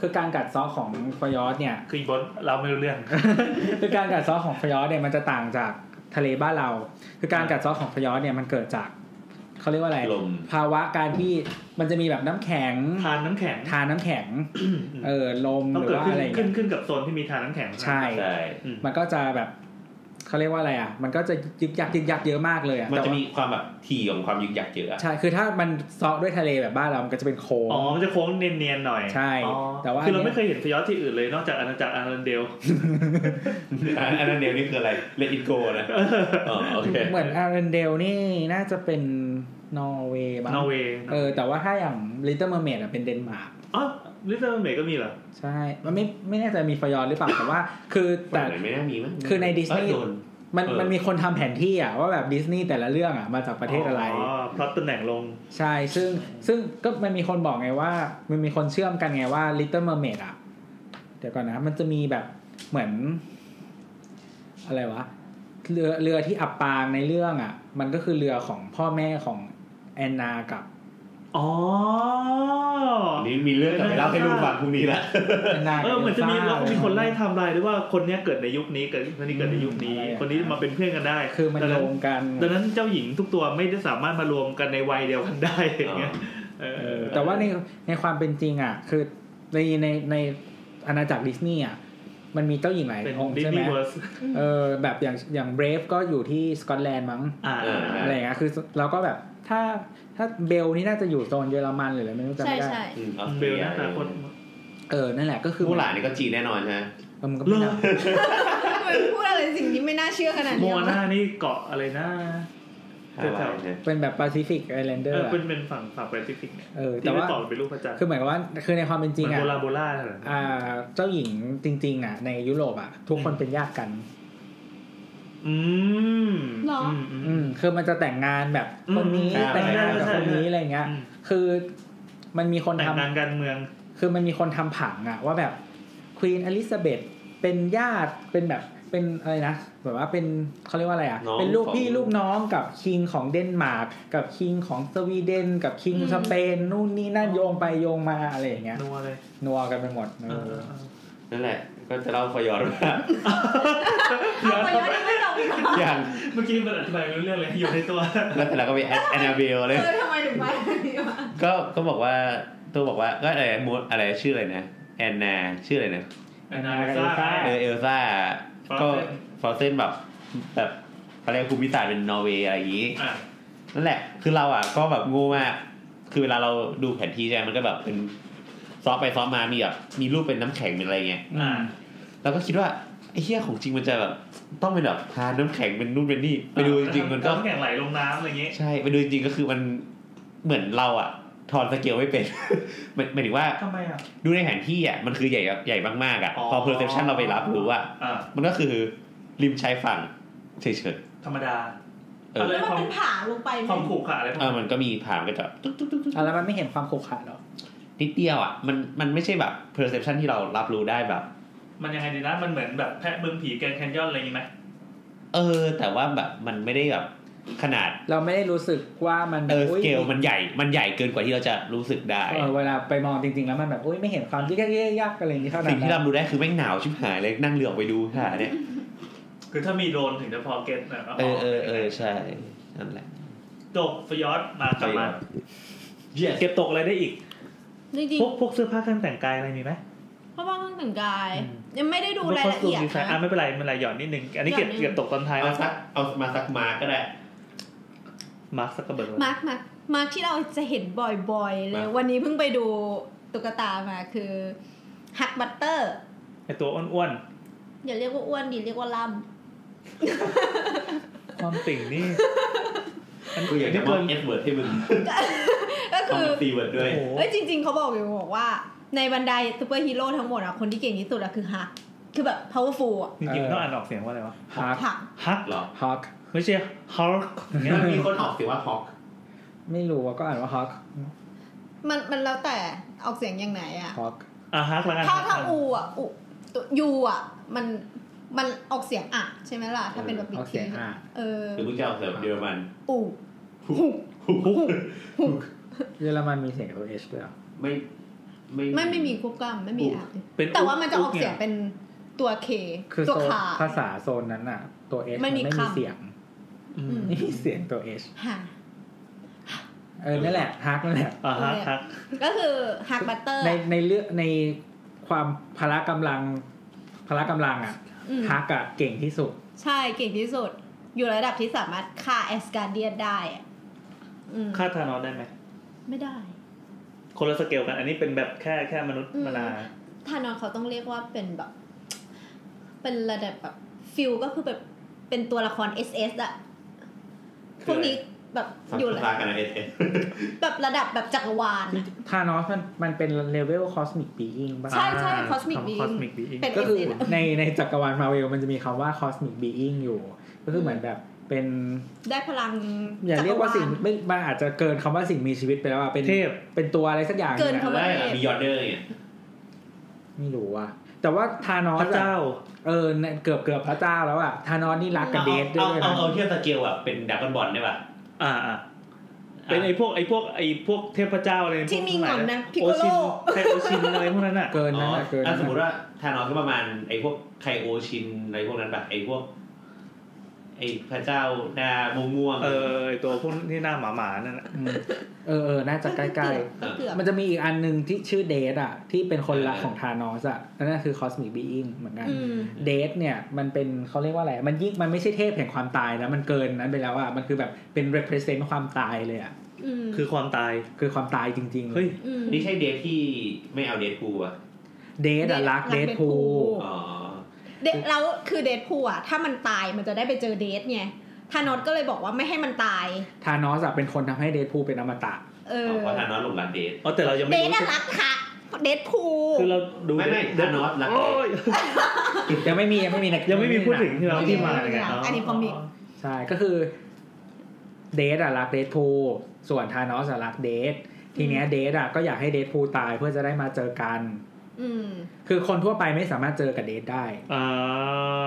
S3: คือการกัดเซาะของฟยอร์ดเนี่ย
S4: คือบนเราไม่รู้เรื่อง
S3: คือการกัดเซาะของฟยอร์ดเนี่ยมันจะต่างจากทะเลบ้านเรา คือการกัดเซาะของฟยอร์ดเนี่ยมันเกิดจากเขาเรียกว่าอะไร
S1: ลม
S3: ภาวะการที่มันจะมีแบบน้ำแข็ง
S4: ทานน้ำแข็ง
S3: ทานน้ำแข็ง เออลม
S4: ต้อง
S3: หรื
S4: เกิ
S3: อ
S4: ด
S3: ว่า
S4: ขึ้น
S3: อะไรอย่าง
S4: ขึ้น
S3: เงี้ย
S4: ขึ้นกับโซนที่มีทานน้ำแข็ง
S3: ใช่
S1: ใช่
S4: อืม
S3: มันก็จะแบบเขาเรียกว่าอะไรอ่ะ มันก็จะยึกยักยึกยักเยอะมากเลยอ่ะ
S1: มันจะมี
S3: แต่ว่
S1: ความแบบถี่ของความยึกยักเยอะ
S3: าใช่คือถ้ามันเซาะด้วยทะเลแบบบ้านเรา มันก็จะเป็นโค้ง
S4: อ๋อมันจะโค้งเนียนๆหน่อย
S3: ใช่
S4: อ๋อ
S3: แต่ว่า
S4: คือเราไม่เคยเห็นฟิยอดที่อื่นเลยนอกจากอาณาจักรอารันเดล
S1: อันอันนั้นเดียวนี่คืออะไรเลอินโกนะอ๋อโอเค
S3: เหมือนอารันเดลนี่น่าจะเป็นนอร์เวย์บ้าง
S4: นอร์เวย์
S3: เออแต่ว่าถ้าอย่างลิตเติ้ลเมอร์เมดอ่ะเป็นเดนมาร์ก
S4: อ๋อลิตเติ้ลเมก็มีเหรอ
S3: ใช่ มันไม่ไม่แน่ใจมีฟยอนหรือเปล่า แต่ว่าคือ
S1: แต่
S3: แต่
S1: งไหนไม่น่ามีมั้ง
S3: คือใน Disney
S1: เอ้ยโดน
S3: มัน
S1: เออ
S3: มันมีคนทำแผนที่อ่ะว่าแบบดิสนีย์แต่ละเรื่องอ่ะมาจากประเทศอะไร
S4: อ๋อพลัดตำแหน่งลง
S3: ใช่ ซึ่งซึ่งก็มันมีคนบอกไงว่า มันมีคนเชื่อมกันไงว่า Little Mermaid อ่ะ เดี๋ยวก่อนนะ มันจะมีแบบเหมือน อะไรวะ เรือเรือที่อับปางในเรื่องอ่ะ มันก็คือเรือของพ่อแม่ของแอนนากับ
S4: อ๋อ
S1: อันนี้มีเรื่องกลับไปเล่าให้ลูกฟังพรุ่งนี้ละ
S3: แอนนากับ
S4: เออเหมือนจะมี
S3: เอลซ่า
S4: เรามีคนไล่ไทำลายด้วยว่าคนเนี้ยเกิดในยุคนี้เกิดคนนี้เกิดในยุคนี้
S3: อะไรอย่างเงี้ย
S4: คนนี้มาเป็นเพื่อนกันได้
S3: คือมัน
S4: ดัง
S3: โย
S4: นั้น
S3: งกัน
S4: ดังนั้นเจ้าหญิงทุกตัวไม่ได้สามารถมารวมกันในวัยเดียวกันได้อย่างเงี้ยเอ
S3: เอ
S4: อ
S3: อแต่ว่าในในความเป็นจริงอ่ะ คือในในในอาณาจักรดิสนีย์อ่ะมันมีเจ้าหญิงหลาย
S4: เป็น
S3: องค์
S4: ดิส
S3: ใช่ไห
S4: นี
S3: ม
S4: ย์เวิร์ส
S3: เออแบบอย่างอย่างเบรฟก็อยู่ที่สกอตแลนด์มั้ง
S4: อ่า
S1: เออ
S3: อะไรอย่างเงี้ยคือเราก็แบบถ้าถ้าเบลนี่น่าจะอยู่โซนเยอรมันหรืออะไรไม่รู้จำ
S2: ใช่
S3: ไม่ได้
S2: ใช่
S1: อืมออสต
S4: เบ
S1: รี
S4: ล
S1: ย
S4: นะแต่คน
S3: เออนั่นแหละก็คือ
S1: มู่หลานนี่ก็จีนแน่นอนใช่ไหม
S3: เออมันก็ไม่
S4: เหร
S3: น่า
S4: อ
S2: ทำไมพูดอะไรสิ่งนี้ไม่น่าเชื่อขนาด
S4: โม
S2: นี้วะ
S4: นานี่เกาะอะไรนะ
S1: ฮาวายใช่ไหม
S3: เป็นแบบแปซิฟิกไอแลนเดอ
S4: เออ
S3: ร์
S4: เป็นเป็นฝั่งฝั่งแปซิฟิกเนี่ย
S3: เออ
S4: ที่
S3: แต่
S4: ไม่
S3: ว่า
S4: ต่อเป็นรูปพระจันทร์
S3: คือหมายความว่าคือในความเป็นจริง
S4: มัน
S3: อ่ะ
S4: โบราณโบราณเหรอ
S3: อ่าเจ้าหญิงจริง ๆ อ่ะ ในยุโรปอ่ะทุกคนเป็นญาติกัน
S4: อืมมม
S3: อืมคือมันจะแต่งงานแบบคนนี้
S4: อืม
S3: แต่งงานกับ
S4: ใช่
S3: คนนี้
S4: ใช่
S3: อะไรอย่างเงี้ย
S4: อืม
S3: คือมันมีคน
S4: แต่ง
S3: ทำ
S4: งานการเมือง
S3: คือมันมีคนทำผังอะว่าแบบควีนอลิซาเบธเป็นญาติเป็นแบบเป็นอะไรนะแบบว่าเป็นเขาเรียกว่าอะไรอะ
S1: น้อง
S3: เป็นลูก
S1: ของ
S3: พี่ลูกน้องกับคิงของเดนมาร์กกับคิงของสวีเดน กับคิงสเปนนู่นนี่นั่นโยงไปโยงมาอะไรอย่างเงี้ย
S4: นัวเลย
S3: นัวกันไปหมดเอ
S4: เอ
S3: อ
S4: อ
S1: นั่นแหละ ก็จะเล่าฟอยอสว่า
S2: เอาไปย้อนยังไม่จบอีกเหรอ
S1: อย่าง
S4: เมื่อกี้มันอธิบายไม่รู้เรื่องเลยอยู่ในตัว
S1: แล้วเสร็จแล้วก็ไปแอนนาเบลเลย
S2: เออทำไมถึงไปแบบนี้วะ
S1: ก็ก็บอกว่าตัวบอกว่าก็อะไรมูดอะไรชื่ออะไรนะแอนนาชื่ออะไรนะ
S4: แอนนาเอลซ่าไง
S1: เออเอลซ่าก็
S4: ฟรอส
S1: ฟรอส
S4: เซน
S1: เซนแบบแบบอะไรยกภูมิศาสตร์เป็นนอร์เวย์อะไรอย่างนี้
S4: อ่ะ
S1: นั่นแหละ คือเราอ่ะก็แบบโงูมาก คือเวลาเราดูแผนที่ใช่ไหมมันก็แบบเป็นซอฟต์ไปซอฟต์มา มีแบบมีรูปเป็นน้ำแข็งเป็นอะไรเงี้ย
S4: อ่ะ
S1: เราก็คิดว่าไอ้เหี้ยของจริงมันจะแบบต้องเป็นแบบทาน้ำแข็งเป็นนู่นเป็นนี่ ไปดูจริงๆมันก็
S4: ำแข็งไหลลงน้ำอะไรอย่างเงี้ย
S1: ใช่ ไปดูจริงๆก็คือมันเหมือนเราอ่ะถอนสเกลไม่เป็น หมายหมายถึงว่า
S4: ทำไมอ่ะ
S1: ดูในแผนที่อ่ะมันคือใหญ่ใหญ่มากๆอ่ะ
S4: อ๋อ
S1: พอเพอร์เซพชันเราไปรับรู้ว่า
S4: อ่ะ
S1: มันก็คือริมชายฝั่งเฉย
S4: ธรรมดา
S1: เออ
S4: เอะไร
S2: แล้ว
S4: ค
S2: มัน
S4: วาม
S2: เป็นผาลงไปไหม
S4: ความขรุขระอะไรพ
S1: ๆ
S4: วก
S1: เออ
S4: นั้น
S1: มันก็มีผ่านก็จะตุ๊กตุ๊กตุ๊กตุ๊ก
S3: อ่ะแล้วมันไม่เห็นความขรุขระหรอ
S1: นิดเดียวอ่ะมันมันไม่ใช่แบบ perception ที่เรารับรู้ได้แบบ
S4: มันยังไงดีนะมันเหมือนแบบแพะเมืองผีแกรนด์แคนยอนอะไรอย่างงี้ไหม
S1: เออ แต่ว่าแบบมันไม่ได้แบบขนาด
S3: เราไม่ได้รู้สึกว่ามัน
S1: เออส
S3: ย
S1: เกลมันใหญ่มันใหญ่เกินกว่าที่เราจะรู้สึกได้
S3: เออเวลาไปมองจริง ๆ แล้วมันแบบอุ้ยไม่เห็นความยากๆยากๆอะไรอย่างนี้เท่าไหร่
S1: สิ่งที่รับรู้ได้คือแม่งหนาวชิบหายเลยนั่งเรือออกไปดูค่ะเนี่ย
S4: คือถ้ามีโดรนถึงจะพอเก็ตนะว่า
S1: เออเออเออใช่
S6: นั่นแหละ
S4: จบฟยอสมากลับมา
S6: Yes
S4: เก็บตกอะไรได้อีก
S2: จริง
S4: พวกพวกเสื้อผ้าเครื่องแต่งกายอะไรมีไหม
S2: ๆเพราะว่าต้องแต่งกาย
S4: อืม
S2: ยังไม่ได้ดูรายละเอียด
S4: พวกพวกดีไซน์อ่ะ
S2: นะ
S4: ไม่เป็นไรไม่เป็นไรหย่อนนิดนึง อันนี้
S2: หย่
S4: เก็
S2: อบ นนิดนึง
S4: เก็บตกตอนท้าย
S6: เอาสักเอามาสักมาก็ได้
S4: มาร์คสักกระเบิด
S2: มาร์คมาร์คมาร์คที่เราจะเห็นบ่อยๆเลย
S6: มาร์ค
S2: วันนี้เพิ่งไปดูตุ๊กตามาคือฮักบัตเตอร์
S4: ไอตัวอ้วน
S2: อย่าเรียกว่าอ้วนดีเรียกว่าล่ำ
S4: ๆความติ่งนี่อัน
S6: กูอยากจะ
S4: นี้
S6: มอ
S4: เกิ
S6: บ
S4: น
S6: เอสเวิร์ดให้มึง
S2: ก็
S6: ต้อง
S2: คือ
S6: ซีเวิร์ดด้
S4: โอ้
S6: วย
S4: โห
S2: เอ้ยจริงๆเขาบอกอยู่บอกว่าในบรรดาซูเปอร์ฮีโร่ทั้งหมดอะคนที่เก่งที่สุดอะคือฮักคือแบบ powerful อะ
S4: จริงๆต้องอ่านออกเสียงว่าอะไรวะ
S3: ฮาร์ก
S2: ฮัก
S4: ฮัก
S6: หรอ
S3: ฮอค
S4: ไม่ใช่ฮักอย่างเงี้ย
S6: มันมีคนออกเสียงว่าฮอก
S3: ไม่รู้ว่าก็อ่านว่าฮอค
S2: มันมันแล้วแต่ออกเสียงยังไงอะ
S3: ฮอค
S4: อ่ะฮักแล้วกัน
S2: ถ้าถ้า
S4: อ่ะ
S2: อูอะอูตัวยูอะมันมันออกเสียงอะใช่ไหมล่ะ ถ้าเป็นแบบบิ๊
S3: เอา
S2: ก
S3: เสี
S2: ที
S3: ยงอ่ะ
S2: เออ
S6: หรือมึงจะออกเสียงเยอรมัน
S2: อู
S6: ฮุก
S3: เยอรมันมีเสียงตัวเอชด้วยเหรอ
S6: ไม่ไม่
S2: ไม่ไม่มีควบกล้ำไม่มีอะ
S4: เป็น
S2: แต่ว่ามันจะออก
S4: นี่
S2: เสียงเป็นตัวเค
S3: คือ
S2: ตัว
S3: โซน
S2: ขา
S3: ภาษาโซนนั้นอ่ะ ตัวเอช
S2: มั
S3: มัน
S2: นมี
S3: ไม่มี
S2: คำ
S3: เสียง
S4: อื
S2: อื
S4: ม
S2: ม
S3: ไม่มีเสียงตัวเอช
S2: ฮ่า
S3: เออนั่นแหละฮาร์กนั่นแหละ
S4: อ่ะ
S2: เล
S4: ฮัก
S2: ยอะ
S4: ฮัก
S2: ก็คือฮักบัตเตอร์
S3: ในในเรื่องในความพละกำลังพละกำลังอ่ะฮักอะเก่งที่สุด
S2: ใช่เก่งที่สุด อยู่ระดับที่สามารถฆ่าแอสการเดียนได้อะอืม
S4: ฆ่าทานอสได้ไหม
S2: ไม่ได้
S4: คนละสเกลกัน อันนี้เป็นแบบแค่แค่มนุษย์
S2: อืม
S4: มนา
S2: ทานอนเขาต้องเรียกว่าเป็นแบบ เป็นระดับแบบฟิลก็คือแบบเป็นตัวละคร SS อะ
S6: คื
S2: พ
S6: ออะไร
S2: วกนี้แบบ
S6: สัม
S2: อยู่
S6: ภาษณ์กันนะเอสเอส
S2: แบบระดับแบบจักรวาลอะ
S3: ทานอสมันมันเป็นเลเวลคอสมิกบีอิงป่ะ
S2: ใช่ใช่คอสมิกบี
S4: คอสมิกบี
S2: เป็น
S3: ก็คือ
S2: SS อะ
S3: ในในจักรวาลมาเวลมันจะมีคำว่าคอสมิกบีอิงอยู่ ก็คือเหมือนแบบเป็น
S2: ได้พลัง
S3: อย่า
S2: จัก
S3: เรี
S2: ร
S3: ยกว่าว
S2: า
S3: สิ่ง
S2: ล
S3: ไม่มันอาจจะเกินคำว่าสิ่งมีชีวิตไปแล้วอะเป็น
S4: เทพ
S3: เป็นตัวอะไรสักอย่าง
S2: เกิน
S3: ย
S2: คำว่า
S6: ได้เหรอมียอร์เดอร์เนี่ย
S3: ไม่รู้อะแต่ว่าทานอ
S4: พระ
S3: สอะ
S4: เจ้า
S3: เออเนี่ยเกือบเกือบพระเจ้าแล้วอะทานอสนี่รักกับเดทด้
S6: เอา
S3: วย
S6: เอา
S3: นะ
S6: เอาเทียบสเกลอะเป็นดักอนบอลได้ป่ะ
S4: อ่าอ่าเป็นไอ้พวกไอ้พวกไอ้พวกเทพเจ้าอะไร
S2: ที่มีหงอนนะ
S4: พวกทั้งหลาย
S2: พิกโกโล
S4: โอชินไคโอชินอะไรพวกนั้นอ่ะ
S3: เกิน
S6: อ๋
S3: นะ
S6: อ
S3: เกิน
S6: ถ้า
S3: นะ
S6: สมมติว่าทานอสก็ประมาณไอ้พวกไคโอชินอะไรพวกนั้นแบบไอ้พวก ไอ้พระเจ้าหน้าม่วงๆ
S4: เออไอ้ตัวพวกที่หน้าหมาหมาๆนั่นน่ะ
S3: อืมเออเออน่าจะใกล้ๆ
S2: ก็เกือบ
S3: มันจะมีอีกอันหนึ่งที่ชื่อเดทอ่ะ ที่เป็นคนรักของธานอสอ่ะนั่นก็คือคอสมิกบีอิงเหมือนกัน
S2: อืม
S3: เดทเนี่ยมันเป็นเขาเรียกว่าอะไร มันยิ่งมันไม่ใช่เทพแห่งความตายนะมันเกินนั้นไปแล้วอ่ะมันคือแบบเป็น represent ความตายเลยอ่ะ
S2: อืม
S4: คือความตาย
S3: คือความตายจริงๆ
S4: เฮ้ย
S2: อืม
S6: นี่ใช่เดทที่ไม่เอาเดทกูอ่ะ
S3: เดทอ่ะ
S2: Death
S3: รัก
S2: รัก
S3: เดท
S2: Deadpool
S3: พู
S6: อ๋อ
S2: เดแล้วคือเดทพูอะถ้ามันตายมันจะได้ไปเจอเดทไงทานอสก็เลยบอกว่าไม่ให้มันตาย
S3: ธานอสอ่ะเป็นคนทำให้เดทพูเป็นอมตะ
S2: เอ
S6: อ๋
S2: อ
S6: อเพราะทานอสหลงรักเดท
S4: อ๋อแต่เรายัง
S2: เด
S4: ไม่
S2: ท
S4: รู้
S2: อะรักค่ะ เดทพู
S4: คือเราดู
S6: ไม่ไม่ทานอสรัก
S4: โอ้
S6: เดท
S4: ย
S3: ยังไม่มียังไม่มีนะ
S4: ยังไม่มีพูดถึงที่เราที่มาไง
S2: อันนี้คอมิก
S3: ใช่ก็คือเดทอ่ะรักเดทพูส่วนธานอสอ่ะรักเดททีเนี้ยเดทอ่ะก็อยากให้เดทพูตายเพื่อจะได้มาเจอกัน
S2: อืม
S3: คือคนทั่วไปไม่สามารถเจอกับเดทได้
S4: อ่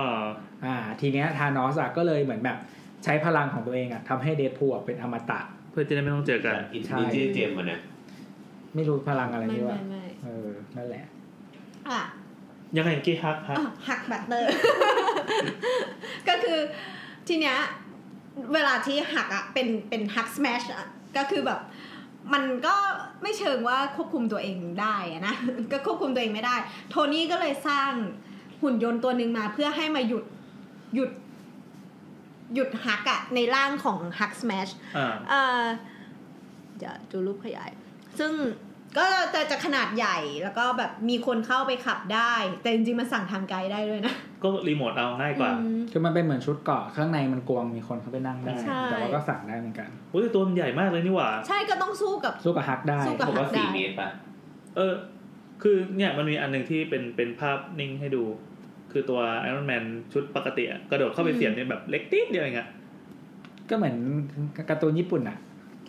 S4: า
S3: อ่าทีเนี้ยธานอสอะก็เลยเหมือนแบบใช้พลังของตัวเองอะทำให้เดดพูลเป็นอมตะ
S4: เพื่อจะได้ไม่ต้องเจอกัน
S6: อิน
S3: ใช่
S6: ดิจิเจมมันนะ
S3: ไม่รู้พลังอะไร
S2: ไม่
S3: นี่
S2: ไม่
S3: ว่า
S2: ไม่
S3: เออนั่นแหละ
S2: อ่ะ
S4: ยังไงเมื่อกี้ฮักฮัก
S2: อ่ะหักบัตเตอร์ ก็คือทีเนี้ยเวลาที่หักอะเป็นเป็นหักสแมชอะก็คือแบบ มันก็ไม่เชิงว่าควบคุมตัวเองได้อะนะ ก็ควบคุมตัวเองไม่ได้ โทนี่ก็เลยสร้างหุ่นยนต์ตัวหนึ่งมาเพื่อให้มาหยุดหยุด หยุดหักอะในร่างของหักสแมช
S4: อ่า
S2: เอ่อเดี๋ยวดูรูปขยาย ซึ่งก็จะจะขนาดใหญ่แล้วก็แบบมีคนเข้าไปขับได้ แต่จริงๆมันสั่งทางไกลได้ด้วยนะ
S4: ก็รีโมทเอาง่ายกว่า
S2: อืม
S3: คือมันเป็นเหมือนชุดเกราะข้างในมันกวงมีคนเข้าไปนั่งได้
S2: ใช่
S3: แต่ว่าก็สั่งได้เหมือนกัน
S4: โอ้ยแต่ตัวมันใหญ่มากเลยนี่หว่า
S2: ใช่ก็ต้องสู้กับ
S3: สู้กับฮักได้
S2: สู้กับ
S6: ผมว่าสี่เมตรป่ะ
S4: เออ คือเนี่ยมันมีอันหนึ่งที่เป็นเป็นภาพนิ่งให้ดู คือตัวไอรอนแมนชุดปกติอะกระโดดเข้าไป
S2: อืม
S4: เสียบเนี่ยแบบเล็กติ๊ดเดียวเองอะ
S3: ก็เหมือนการ์ตูนญี่ปุ่นอะ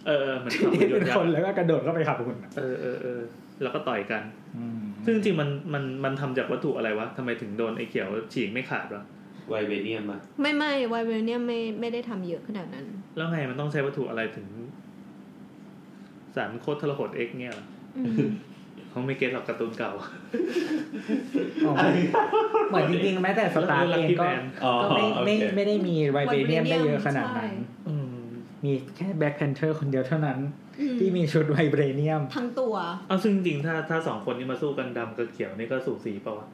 S4: เออเหมือน
S3: ที่เป็น
S4: ยั
S3: ค
S4: ก
S3: น
S4: ษ์
S3: แล้วก็กระโดดเข้าไปขับหุ่นอะ
S4: เออเออเออแล้วก็ต่อยกัน
S3: อืม
S4: ซึ่งจริงๆมันมันมันทำจากวัตถุอะไรวะทำไมถึงโดนไอ้เขียวฉีกไม่ขาดวะ
S6: ไวเบเนียมป่ะ
S2: ไม่ไม่ไวเบเนียมไม่ไม่ได้ทำเยอะขนาดนั้น
S4: แล้วไงมันต้องใช้วัตถุอะไรถึง สารโคตรทรหดเอ็กซ์เนี่ยเหรอเขาไม่เก็ตหรอกการ์ตูนเก่า
S3: อ๋อเหมือนจริงๆแม้แต่สตาร์
S4: แล้ว
S3: เอง
S4: กี้
S3: ก็
S4: แมน
S6: อ๋อ
S3: ก็ไม่
S6: โอ
S3: ไม่
S6: เค
S3: ไม่ได้มีไวเบเนียม
S2: Vibranium
S3: ได้เยอะขนาดนั้น
S4: อืม
S3: มีแค่แบ็คแพนเทอร์คนเดียวเท่านั้น
S2: อืม
S3: ที่มีชุดไวเบรเนียม
S2: ทั้งตัว
S4: เอาซึ่งจริงๆถ้าถ้าสองคนนี้มาสู้กันดำกับเขียวนี่ก็สูสีเปล่าวะ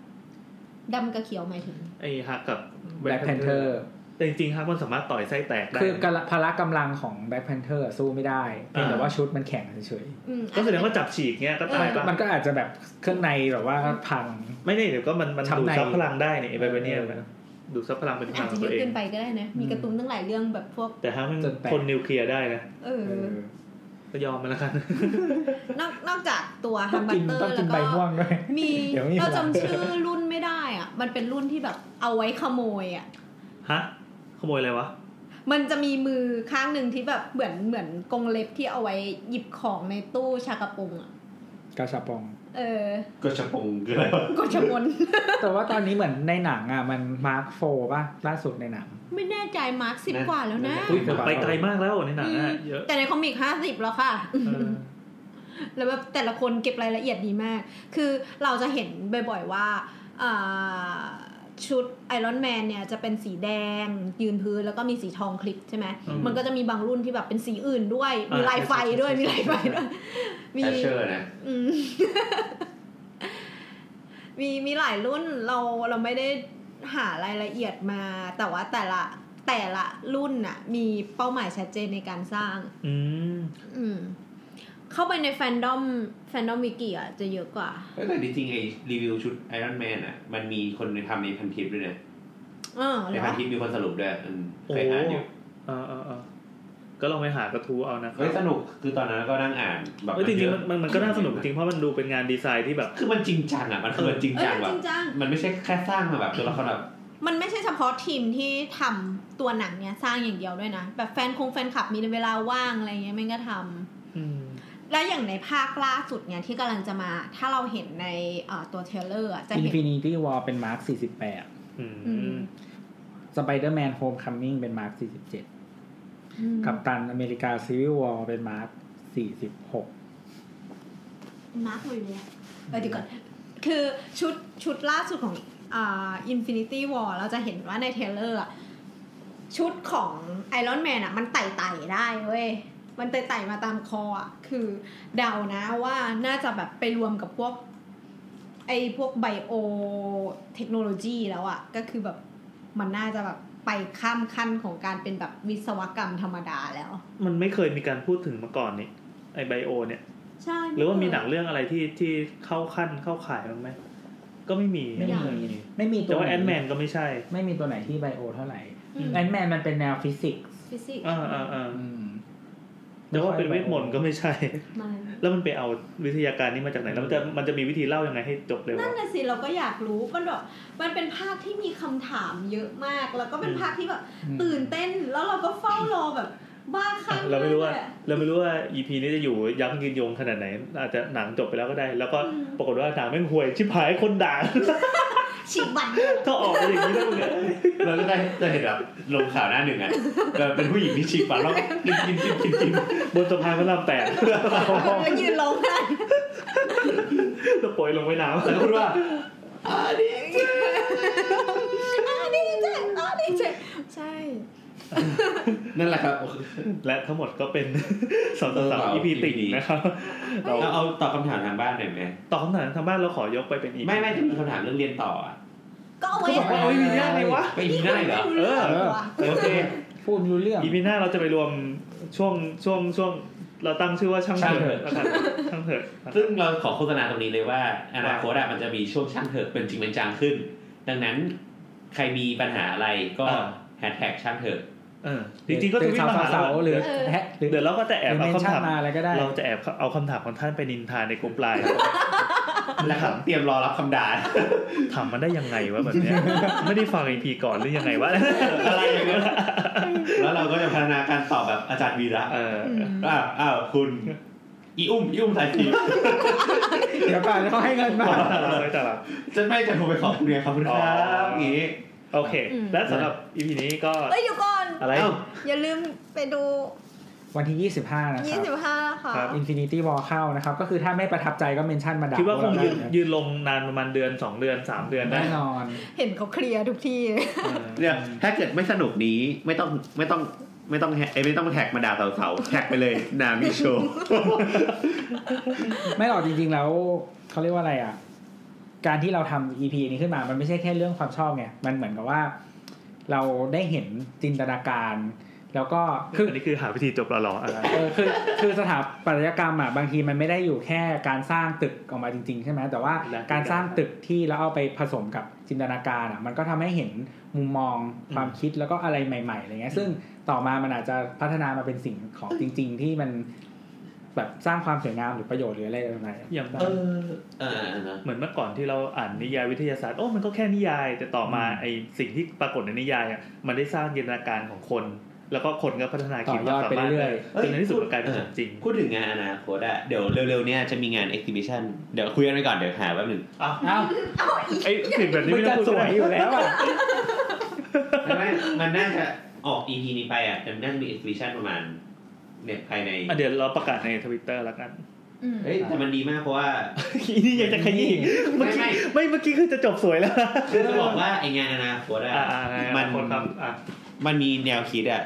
S2: ดำกับเขียวหมายถึง
S4: ไอ้ฮักกับ
S3: แบ็ค
S4: Black
S3: แพนเทอ
S4: Panther
S3: ร์
S4: แต่จริงๆฮักมันสามารถต่อยไส้แตกได้
S3: คือกะละพละกำลังของแบ็คแพนเทอร์สู้ไม่ได้เพียงแต่ว่าชุดมันแข็งเฉย
S2: อืม
S4: ก็แสดงว่าจับฉีกเนี้ยก็ตายปะ
S3: ๆมันก็อาจจะแบบเครื่องในแบบว่าพัง
S4: ไม่ได้เดี๋ยวก็มันมัน
S3: ช้ำ
S4: ดูด
S3: ใน
S4: ซับพลังได้เนี่ยไอ้ไบเบเนียมอะดูดซับพลังเป็นพ
S2: อาจ
S4: ลังข
S2: จะเย
S4: องตัว
S2: อะ
S4: เอ
S2: เกิ
S4: ง
S2: นไปก็ได้นะ มีการ์ตูนตั้งหลายเรื่องแบบพวก
S4: แต่ฮักมัน
S3: จนแตก
S4: ทนนิวเคลียร์ได้นะ
S2: เออ
S3: เออ
S4: ก็ยอมมันละกัน
S2: นอกนอกจากตัว
S3: ต้
S2: ฮั
S3: อง
S2: งบั
S3: กิ
S2: ต
S3: น
S2: เตอ
S3: ต้อง
S2: ร์
S3: กิ
S2: แล้
S3: น
S2: ว
S3: ใบ
S2: ก็
S3: ม่วงด้วย
S2: มี
S3: เดี๋ยวมี
S2: เราจำชื่อรุ่นไม่ได้อ่ะ มันเป็นรุ่นที่แบบเอาไว้ขโมยอ่ะ
S4: ฮะ ขโมยอะไรวะ
S2: มันจะมีมือข้างหนึ่งที่แบบเหมือนเหมือนกรงเล็บที่เอาไว้หยิบของในตู้ชากระปงอ่ะ
S3: กาชาปอง
S2: เออ
S6: ก็ชะปงคืออะไรวะ
S2: กดชมน
S3: แต่ว่าตอนนี้เหมือนในหนังอ่ะมันมาร์คโฟป่ะล่าสุดในหนัง
S2: ไม่แน่ใจมาร์คสิบกว่าแล้วนะ
S3: อุ๊ย
S4: ไปไกลมากแล้วในหนังอะเยอะ
S2: แต่ในคอมิกห้าสิบแล้วค่ะ
S4: เออ
S2: แล้วแบบแต่ละคนเก็บรายละเอียดดีมาก คือเราจะเห็นบ่อยๆว่าอ่าชุดไอรอนแมนเนี่ยจะเป็นสีแดง ยืนพื้นแล้วก็มีสีทองคลิปใช่ไหม
S4: อืม
S2: มันก็จะมีบางรุ่นที่แบบเป็นสีอื่นด้วย
S4: อ่ามี
S2: มีลายไฟด้วย
S4: ใช่ใช่
S2: มีลายไฟ
S4: ใช่
S2: ด้วย มี
S1: แอชเชอร์นะ
S2: อืม มีมีหลายรุ่นเราเราไม่ได้หารายละเอียดมา แต่ว่าแต่ละแต่ละรุ่นน่ะ มีเป้าหมายชัดเจนในการสร้าง
S4: อืม
S2: อืม เข้าไปในแฟนดอมแฟนดอมวิกิอ่ะ จะเยอะกว่า
S1: แต่จริงๆไอ้รีวิวชุดไอรอนแมนอ่ะ มันมีคนทำในพันทิปด้วยนะ
S2: เออเห
S1: ใน
S2: ร
S1: พัน
S2: อ
S1: ทิปมีคนสรุปด้วยอืม
S4: โอ้
S1: เคยอ่านอยู่
S4: เออเออเออก็ลองไปหากระทู้เอานะครั
S1: เฮ้ยส
S4: บ
S1: นุกคือตอนนั้นก็นั่งอ่านแบบ
S4: เออจริง
S1: เย
S4: ๆมัน
S1: อะ
S4: มันมันก็น่าสนุกจริงเพราะมันดูเป็นงานดีไซน์ที่แบบ
S1: คือมันจริงจังอ่ะมันคือมันจริง
S2: เออ
S1: จังแบ
S2: จ
S1: บ
S2: ริงจัง
S1: มันไม่ใช่แค่สร้างมาแบบตัวละคร แบบ
S2: มันไม่ใช่เฉพาะทีมที่ทำตัวหนังเนี้ยสร้างอย่างเดียวด้วยนะ แบบแฟนคงแฟนคลับมีเวลาว่างอะไรเงี้ยแม่งก็ทำ
S4: อืม
S2: แล้วอย่างในภาคล่าสุดเนี่ยที่กำลังจะมา ถ้าเราเห็นในเอ่อตัวเทรลเลอร์อะจะเห็น
S3: Infinity War เป็นมาร์ค48
S4: อื
S2: อื
S4: ม
S2: ม
S3: Spider-Man Homecoming เป็นมาร์ค
S2: อืม
S3: 47 กัปตันอเมริกา Civil War เป็นมาร์ค46
S2: มาร์คเลยเนี่ยเออเดี๋ยวก่อน คือชุดชุดล่าสุดของอ่า Infinity War เราจะเห็นว่าในเทรลเลอร์อะชุดของไอรอนแมนอะมันไต่ไต่ๆได้เว้ย มันไต่ไต่ๆมาตามคออะคือเดานะว่าน่าจะแบบไปรวมกับพวก ไอพวกไบโอเทคโนโลยีแล้วอะก็คือแบบมันน่าจะแบบไปข้ามขั้นของการเป็นแบบวิศวกรรมธรรมดาแล้ว
S4: มันไม่เคยมีการพูดถึงมาก่อนนี่ไอไบโอเนี่ย
S2: ใช่
S4: หรือว่ามีหนังเรื่องอะไรที่ที่เข้าขั้นเข้าขายบ้างไหม ก็ไม่มี
S3: ไม่มีไม่มีตั
S4: แต่
S3: ว
S4: ว่าแอนแมนก็ไม่ใช่
S3: ไม่มีตัวไหนที่ไบโอเท่าไหร่
S2: อืม
S3: แอนแมนมันเป็นแนวฟิสิกส์
S2: ฟิสิกส์
S4: อ่าอ่าอ่า
S3: อืม
S4: แต่ว่าเป็นเวทมนต์ก็ไม่ใช่
S2: มัน
S4: แล้วมันไปเอาวิทยาการนี้มาจากไหน แล้วมันจะมันจะมีวิธีเล่ายังไงให้จบเร็ว
S2: นั่น
S4: อะ
S2: น่ะสิเราก็อยากรู้มันแบบมันเป็นภาคที่มีคำถามเยอะมาก แล้วก็เป็น
S4: อืม
S2: ภาคที่แบบตื่นเต้นแล้วเราก็เฝ้ารอแบบ บ้าคลั่ง
S4: เราไม่รู้ว่า
S2: ลยอะ
S4: เราไม่รู้ว่า EP นี้จะอยู่ยั้งยืนยงขนาดไหน อาจจะหนังจบไปแล้วก็ได้ แล้วก็
S2: อืม
S4: ปรากฏว่าหนังแม่งห่วยชิบหายคนด่า
S2: ฉีกบัตร
S4: ถ้าออกมาอย่างนี้ได้เลย
S1: เราก็ได้จะเห็นแบบลงข่าวหน้าหนึ่งอ่ะแบบเป็นผู้หญิงที่ฉีกปากแล้วกินกินกินกินกิน
S4: บนสะพานพระรามแปด
S2: แล้วยืนร้องไห้
S4: แล้วปล่อยลงไว้น้ำ
S1: แล้วก็พูดว่า
S2: อ้าดีใจอ้าดีใจใช่
S1: นั่นแหละครับ
S4: และทั้งหมดก็เป็น สองต่อสาม EP ติ่งนะครับเรา
S1: เราเอาตอบคำถามทางบ้านหน่อยไหม
S4: ตอบคำถามทางบ้านเราขอยกไปเป็น EP
S1: ไม่ไม่จะมีคำถามเรื่องเรียนต่ออ่ะ
S2: ก็เอาไว้
S4: เขาบอกว่าเอ้ยมีหน้าเลยวะ
S1: ไปอีกได้เหรอ
S2: ไม่รู้เรื่องว่ะ
S1: โอเค
S3: พูดไม่รู้เรื่อง
S4: EP หน้าเราจะไปรวมช่วงช่วงช่วงเราตั้งชื่อว่าช่างเถอะแล้วกันช่างเถอะนะครับ
S1: ซึ่งเราขอโฆษณาตรงนี้เลยว่าอนาคตอะมันจะมีช่วงช่างเถอะเป็นจริงเป็นจังขึ้น ดังนั้นใครมีปัญหาอะไรก็
S4: อ่า
S1: แฮชแท็กช่างเถอะ
S4: เออจริงๆก็ท
S3: ตื่น
S4: วิต
S3: สาว
S4: มาหา
S3: สา
S4: เรา
S3: วๆหรือแฮะหรือ
S4: เดี๋ยวเราก็จะแอบ
S3: เม
S4: เอา
S3: น
S4: คำ
S3: ชั่น
S4: ถาม
S3: มาอะไรก็ได้
S4: เราจะแอบเอาคำถามของท่านไปนินทาในกลุ่มไลน์
S1: แล้วครับเตรียมรอรับคำด่า
S4: ถามมันได้ยังไงวะแบบเนี้ย ไม่ได้ฟังไอพีก่อนหรือยังไงวะ
S1: อะไรอย่างเงี้ย แล้วเราก็จะพัฒนาการตอบแบบอาจารย์วี ระ
S4: เออ
S2: อืม
S1: อ้าวอ้าวคุณ อีอุ้มอีอุ้มสายทีม
S3: เดี๋ยวก่อนเขาให้เงิน มา
S4: ตลาดเลยตลาด
S1: จะไม่จะโทรไปขอคุณเนี่ยครับคุณค
S4: อ๋
S1: รั
S4: อ
S1: บอย่างงี้
S4: โอเค และสำหรับอีพีนี้ก็
S2: เอ้ยอยู่ก่อน
S4: อะไร
S1: เอ้า
S2: อย่าลืมไปดู
S3: วันที่ 25 นะค
S2: 25
S3: รับ
S2: ค่ะ
S4: ครับ
S3: Infinity War เข้านะครับ ก็คือถ้าไม่ประทับใจก็เมนชั่นมาด่า
S4: คิดว่าคงยืน
S3: พกเร
S4: ยืนลงนานประมาณเดือน 2 เดือน 3 เดือน
S3: ได้นะ
S4: ได้
S3: แน่นอน
S2: เห็นเขาเคลียร์ทุกที่
S1: เนี่ยถ้าเกิดไม่สนุกนี้ไม่ต้องไม่ต้อง
S6: ไม่ต้องแฮกเอ้ยไม่ต้องแท็กมาด่าสาวๆแท็กไป เลยนามิโชว์
S3: ไม่หรอกจริงๆแล้วเขาเรียกว่าอะไรอ่ะ การที่เราทำ EP นี้ขึ้นมา มันไม่ใช่แค่เรื่องความชอบไงมันเหมือนกับว่า เราได้เห็นจินตนาการ แล้วก็คือ
S4: อันนี้คือหาวิธีจบหล่อๆอะไร
S3: เออคือคือสถาปัตยกรรมอ่ะบางทีมันไม่ได้อยู่แค่การสร้างตึกออกมาจริง ๆ ใช่ไหมแต่ว่า
S4: และ
S3: การสร้างตึกที่แล้วเอาไปผสมกับจินตนาการอ่ะ มันก็ทำให้เห็นมุมมองความคิดแล้วก็อะไรใหม่ๆอะไรเงี้ยซึ่งต่อมามันอาจจะพัฒนามาเป็นสิ่งของจริง ๆ ที่มันแบบสร้างความสวยงามหรือประโยชน์หรืออะไรแบบไหน
S4: อย่าง
S3: เอ
S1: เออเออเออ
S4: เหมือนเมื่อก่อนที่เราอ่านนิยายวิทยาศาสตร์โอ้มันก็แค่นิยาย แต่ต่อมาไอสิ่งที่ปรากฏในนิยายอ่ะมันได้สร้างจินตนาการของคน แล้วก็คนก็พัฒนาขีดความสามารถ
S3: ต่อยอดไปเรื่อย
S4: จนในที่สุดก็กลายเป็นของจริง
S1: พูดถึงงานอนาคตอะเดี๋ยวเร็วๆเนี้จะมีงาน exhibition เดี๋ยวคุยกันไปก่อนเดี๋ยวหาแป๊บหนึ่ง
S3: อ้าว
S2: เอาอีก
S4: ไอ้สิ่งแบบนี้
S3: มัน
S4: ไม่
S3: จะ
S4: ต้อง
S3: ส
S4: พูด
S3: วยอยู่แล้วอ่ะ
S1: ไม่มันน่าจะออก EP นี้ไปอ่ะจะน่าจะมี exhibition ประมาณเนี่ยภายใน
S4: อ่ะเดี๋ยวเราประกาศในทวิตเตอร์ละกัน
S2: อืม
S1: เฮ้ยแต่มันดีมากเพราะว่า
S4: อีนี่ยังจะขยี้
S1: ไม่
S4: เมื่อกี้
S1: ไม่
S4: ไม่เมื่อกี้คือจะจบสวยแล้ว
S1: คือจะบอกว่าไองานอนาคตอะ
S4: อ่าอ่าอ่า
S1: มัน
S4: คนครับอ่ะ
S1: มันมีแนวคิดอะ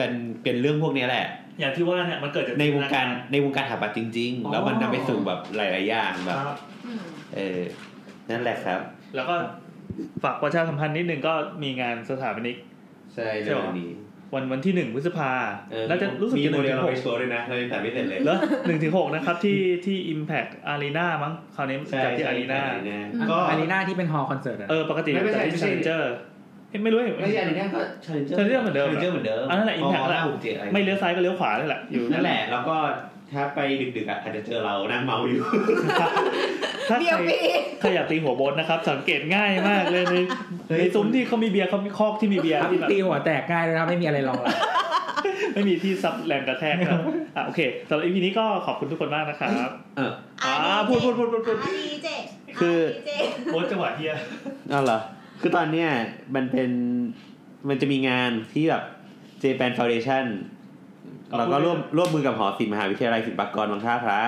S1: มันเป็นเรื่องพวกเนี้ยแหละ
S4: อย่างที่ว่าเนี่ยมันเกิดจาก
S1: ในวงการในวงการถาปัตย์จริง
S4: อ๋อ
S1: ๆ แล้วมันนำไปสู่แบบหลาย ๆ อย่างแบบ
S4: ครับ
S2: อืม
S1: เออ นั่นแหละครับ
S4: แล้วก็ฝากประชาสัมพันธ์นิดนึงก็มีงานสถาปนิก
S1: ใช่
S4: ใช่
S1: เรื่
S4: หรอ
S1: องนี้
S4: วันวันที่หนึ่งพฤษภา
S1: เออ
S4: น่าจะรู้สึก
S1: มี
S4: จะห
S1: โม
S4: นึ่ง
S1: เดลเรา
S4: ถึงห
S1: ไป
S4: ก
S1: โชว์ด้วยนะเรายังแต่ไม่เสร็จเลย
S4: แล้วหนึ่งถึงหกนะครับที่ที่ Impact Arena มั้งคราวนี้จากที่ Arena
S2: อืม
S1: ก็
S3: อารีนาที่เป็นฮอลล์คอนเสิร์ตอะ
S4: เออปกติจากที่ Challenger เอ้ยไม่รู้เห็น
S1: ไม่ใช่อารีนาก็เชิญเจ้า
S4: Challenger เหมือนเดิมเหรอ
S1: เจ้าเหมือนเดิม
S4: อันนั้นแหละ Impact แหละ
S1: หกเจ็ดอะไร
S4: ไม่เลี้ยวซ้ายก็เลี้ยวขวาเลยแหละอยู่
S1: นั่นแหละ แล้วก็ถ้าไปดึกๆอ่ะอาจจะเจอเรานั่งเมาอยู่
S4: ถ้า
S2: เบีย
S4: ใค
S2: ร์
S4: ร
S2: ปี
S4: ขยับตีหัวบนนะครับ สังเกตง่ายมากเลยใน
S1: เฮ้ย
S4: ในซุ้มที่เขามีเบียร์เขามีคอกที่มีเบียร์ที่แบบ
S3: ตีหัวแตกง่ายเลยนะไม่มีอะไรรองรับ
S4: ไม่มีที่ซับแรงกระแทกครับอ่ะโอเคสำหรับอีพีนี้ก็ขอบคุณทุกคนมากนะครับ
S1: เออ
S4: อ่าพูดพูดพูดพูดพูด
S2: อารีเจ
S1: คือ
S2: ารีเจ
S4: โอ้จังหวะเฮีย
S1: อ๋อเหรอ คือตอนเนี้ยมันเป็นมันจะมีงานที่แบบ Japan Foundation เราก็ร่วมร่วมมือกับหอศิลป์มหาวิทยาลัยศิลปากรวังท่าพระ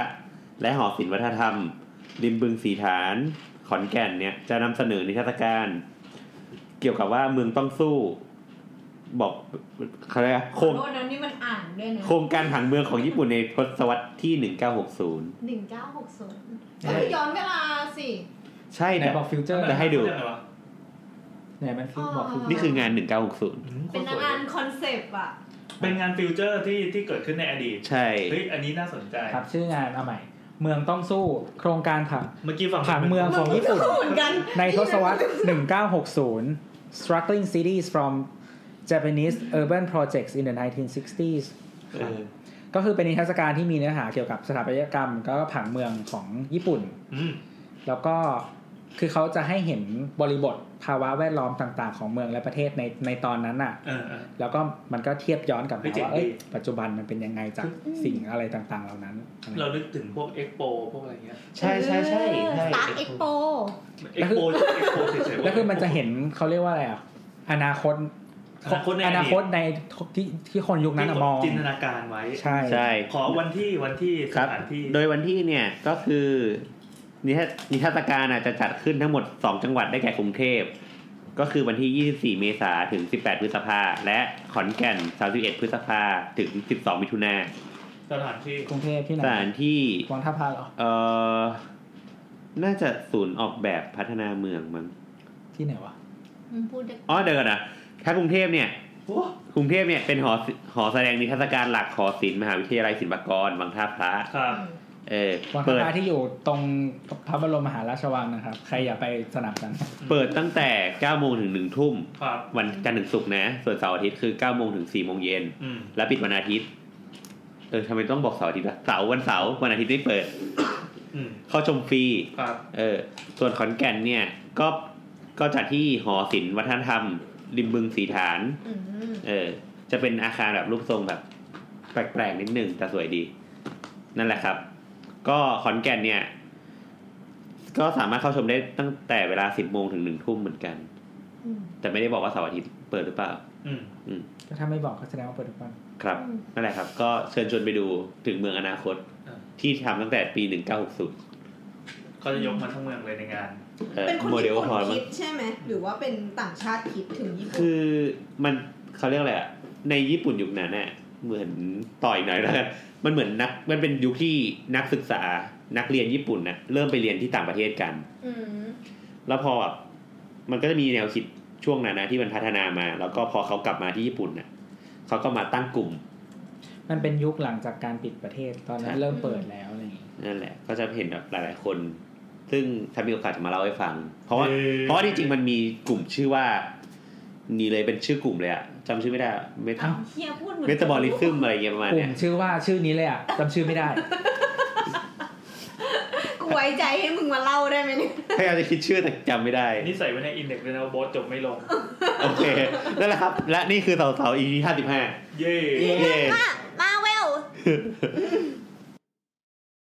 S1: และหอศิลป์วัฒนธรรม ริมบึงสีฐาน ขอนแก่นเนี่ยจะนำเสนอนิทรรศการ เกี่ยวกับว่าเมืองต้องสู้ บอกเขาเรียกว่าโครง
S2: โอ้นั้นนี่มันอ่านด้วยนะ
S1: โครงการผังเมืองของญี่ปุ่นในทศวรรษที่ 1960
S2: หนึ่งเก้าหกศูนย์ก็คือย้อนเวลาสิ
S1: ใช่
S3: ไหน
S1: แต่
S3: บอกฟิวเจอร์
S1: จะให้ดู
S3: ไหนมันฟิวบอกฟิวเจอร์
S1: นี่คืองาน 1960
S2: เป็นงานคอนเซปต์อ่ะ
S4: เป็นงานฟิวเจอร์ที่ที่เกิดขึ้นในอดีต
S1: ใช่
S4: เฮ้ยอันนี้น่าสนใจ
S3: ครับชื่องานเอาใหม่ เมืองต้องสู้โครงการผัง
S4: เมื่อกี้ฝั่ง
S3: ผังเมืองของญี่ ปุ่น
S2: เหมือนกัน
S3: ในทศวรรษ 1960 struggling cities from Japanese urban projects in the 1960s
S1: เออ
S3: ก็คือเป็นนิทรรศการที่มีเนื้อหาเกี่ยวกับสถาปัตยกรรม ก็ผังเมืองของญี่ปุ่น
S4: อืม
S3: แล้วก็คือเขาจะให้เห็นบริบทภาวะแวดล้อมต่างๆ ของเมืองและประเทศในในตอนนั้นน่ะ
S4: เออเออ
S3: แล้วก็มันก็เทียบย้อนกลับ
S4: เฮ้
S3: มาย
S4: เจ๋ง
S3: ว่าเอ้ย
S4: ดี
S3: ปัจจุบันมันเป็นยังไงจากสิ่งอะไรต่างๆ เหล่านั้นอะไร
S4: เรานึกถึงพวกเอ็กโปพวกอะไรเงี้ย
S1: ใช่ใช่ใช่ใช่
S2: สตาร์ทเอ็กโป
S4: เอ็กโปเอ็กโปเฉยๆ
S3: แล้วคือมันจะเห็นเขาเรียกว่าอะไรอ่ะอนาคต
S4: อนาคตในอดีต
S3: อนาคตในที่ที่คนยุคนั้นอะมอง
S4: จินตนาการไว้
S3: ใช่
S1: ใช่
S4: ขอวันที่วันที่ส
S1: ครับ
S4: ถานที่
S1: โดยวันที่เนี่ยก็คือนิทรรศนิทรรศการอ่ะจะจัดขึ้นทั้งหมด 2 จังหวัดได้แก่กรุงเทพ ก็คือวันที่ 24 เมษาถึง 18 พฤษภา และขอนแก่น 31 พฤษภาถึง 12 มิถุนา
S4: สถานที่
S3: กรุงเทพที่ไหน
S1: สถานที่
S3: วังท่าพระเหรอ
S1: เอ่อน่าจะศูนย์ออกแบบพัฒนาเมืองมั้ง
S3: ที่ไหนวะ
S2: มึงพูดได้
S1: อ๋อเดี๋ยวก่อนนะถ้ากรุงเทพเนี่ย กรุงเทพเนี่ยเป็นหอศิหอแสดงนิทรรศการหลักหอศิลป์มหาวิทยาลัยศิลปากรบางท่าพระ
S4: ครับ
S1: เออ
S3: วังท่า
S1: เปิด
S3: พระที่อยู่ตรงพระบรมมหาราชวังนะครับ ใครอย่าไปสนับสนุน
S1: เปิดตั้งแต่ 9 โมงถึง 1 ทุ่ม
S4: ครับ
S1: วันจันทร์ถึงศุกร์นะ ส่วนเสาร์อาทิตย์คือ 9 โมงถึง 4 โมงเย็น
S4: อืม
S1: และปิดวันอาทิตย์ เออทำไมต้องบอกเสาร์อาทิตย์ล่ะเสาร์วันเสาร์วันอาทิตย์ไม่เปิด
S4: อืม
S1: เข้าชมฟรี
S4: ครับ
S1: เออ ส่วนขอนแก่นเนี่ย ก็ ก็จัดที่หอศิลป์วัฒนธรรม ริมบึงสีฐาน
S2: อืม
S1: เออ จะเป็นอาคารแบบรูปทรงแบบ แปลกๆนิดนึงแต่สวยดี นั่นแหละครับ ก็ขอนแก่นเนี่ย ก็สามารถเข้าชมได้ตั้งแต่เวลา 10 โมงถึง 1 ทุ่มเหมือนกัน
S2: อืม
S1: แต่ไม่ได้บอกว่าเสาร์อาทิตย์เปิดหรือเปล่า
S4: อืม
S3: ก็ถ้าไม่บอกก็แสดงว่าเปิดทุกวัน
S1: ครับ นั่นแหละครับ ก็เชิญชวนไปดูถึงเมืองอนาคต ที่ทำตั้งแต่ปี 1960
S4: ก็จะยกมาทั้งเมืองเลยในงาน
S1: เอ่อ
S8: เป็นคน
S1: โมเด
S8: ญี่
S1: ล
S8: ปุ่
S1: ฮอล
S8: นคิดใช่ไหมหรือว่าเป็นต่างชาติคิดถึงญี่ปุ่น
S1: คือมัน เขาเรียกอะไรอะในญี่ปุ่นยุคนั้นเนี่ยเหมือนต่อยหน่อยแล้วกันมันเหมือนนักมันเป็นยุคที่นักศึกษานักเรียนญี่ปุ่นนะเริ่มไปเรียนที่ต่างประเทศกัน
S2: อืม
S1: แล้วพอแบบมันก็จะมีแนวคิดช่วงนั้นนะที่มันพัฒนามา แล้วก็พอเขากลับมาที่ญี่ปุ่นน่ะเขาก็มาตั้งกลุ่ม
S3: มันเป็นยุคหลังจากการปิดประเทศตอนนั้
S1: ใช่
S3: นเริ่มเปิดแล้วอะไรอย่างงี้
S1: นั่นแหละ ก็จะเห็นแบบหลาย ๆ คน ซึ่งถ้ามีโอกาสจะมาเล่าให้ฟัง เพราะว่า
S4: เอ่อ
S1: เพราะว่าที่จริงมันมีกลุ่มชื่อว่า นี่เลยเป็นชื่อกลุ่มเลยอะจำชื่อไม่ได้เมตา
S2: เฮียพูดเหมือน
S1: เมตาบอลิซึมอะไรเงี้ยประมาณ
S3: กลุ่
S1: เนี้
S3: ม
S1: ย
S3: ชื่อว่าชื่อนี้เลยอ่ะจำชื่อไม่ได้
S2: กูไว้ใจให้มึงมาเล่าได้ไหมเนี่ย
S1: พยายามจะคิดชื่อแต่จำไม่ได้
S4: นี่ใส่ไว้ในอินเด็กซ์เลยนะว่าโบสจบไม่ลง
S1: โอเคนั่นแหละครับ และนี่คือเสาเสาอีพีห้าสิบห้า
S4: เย่
S1: เย่
S2: มาเวล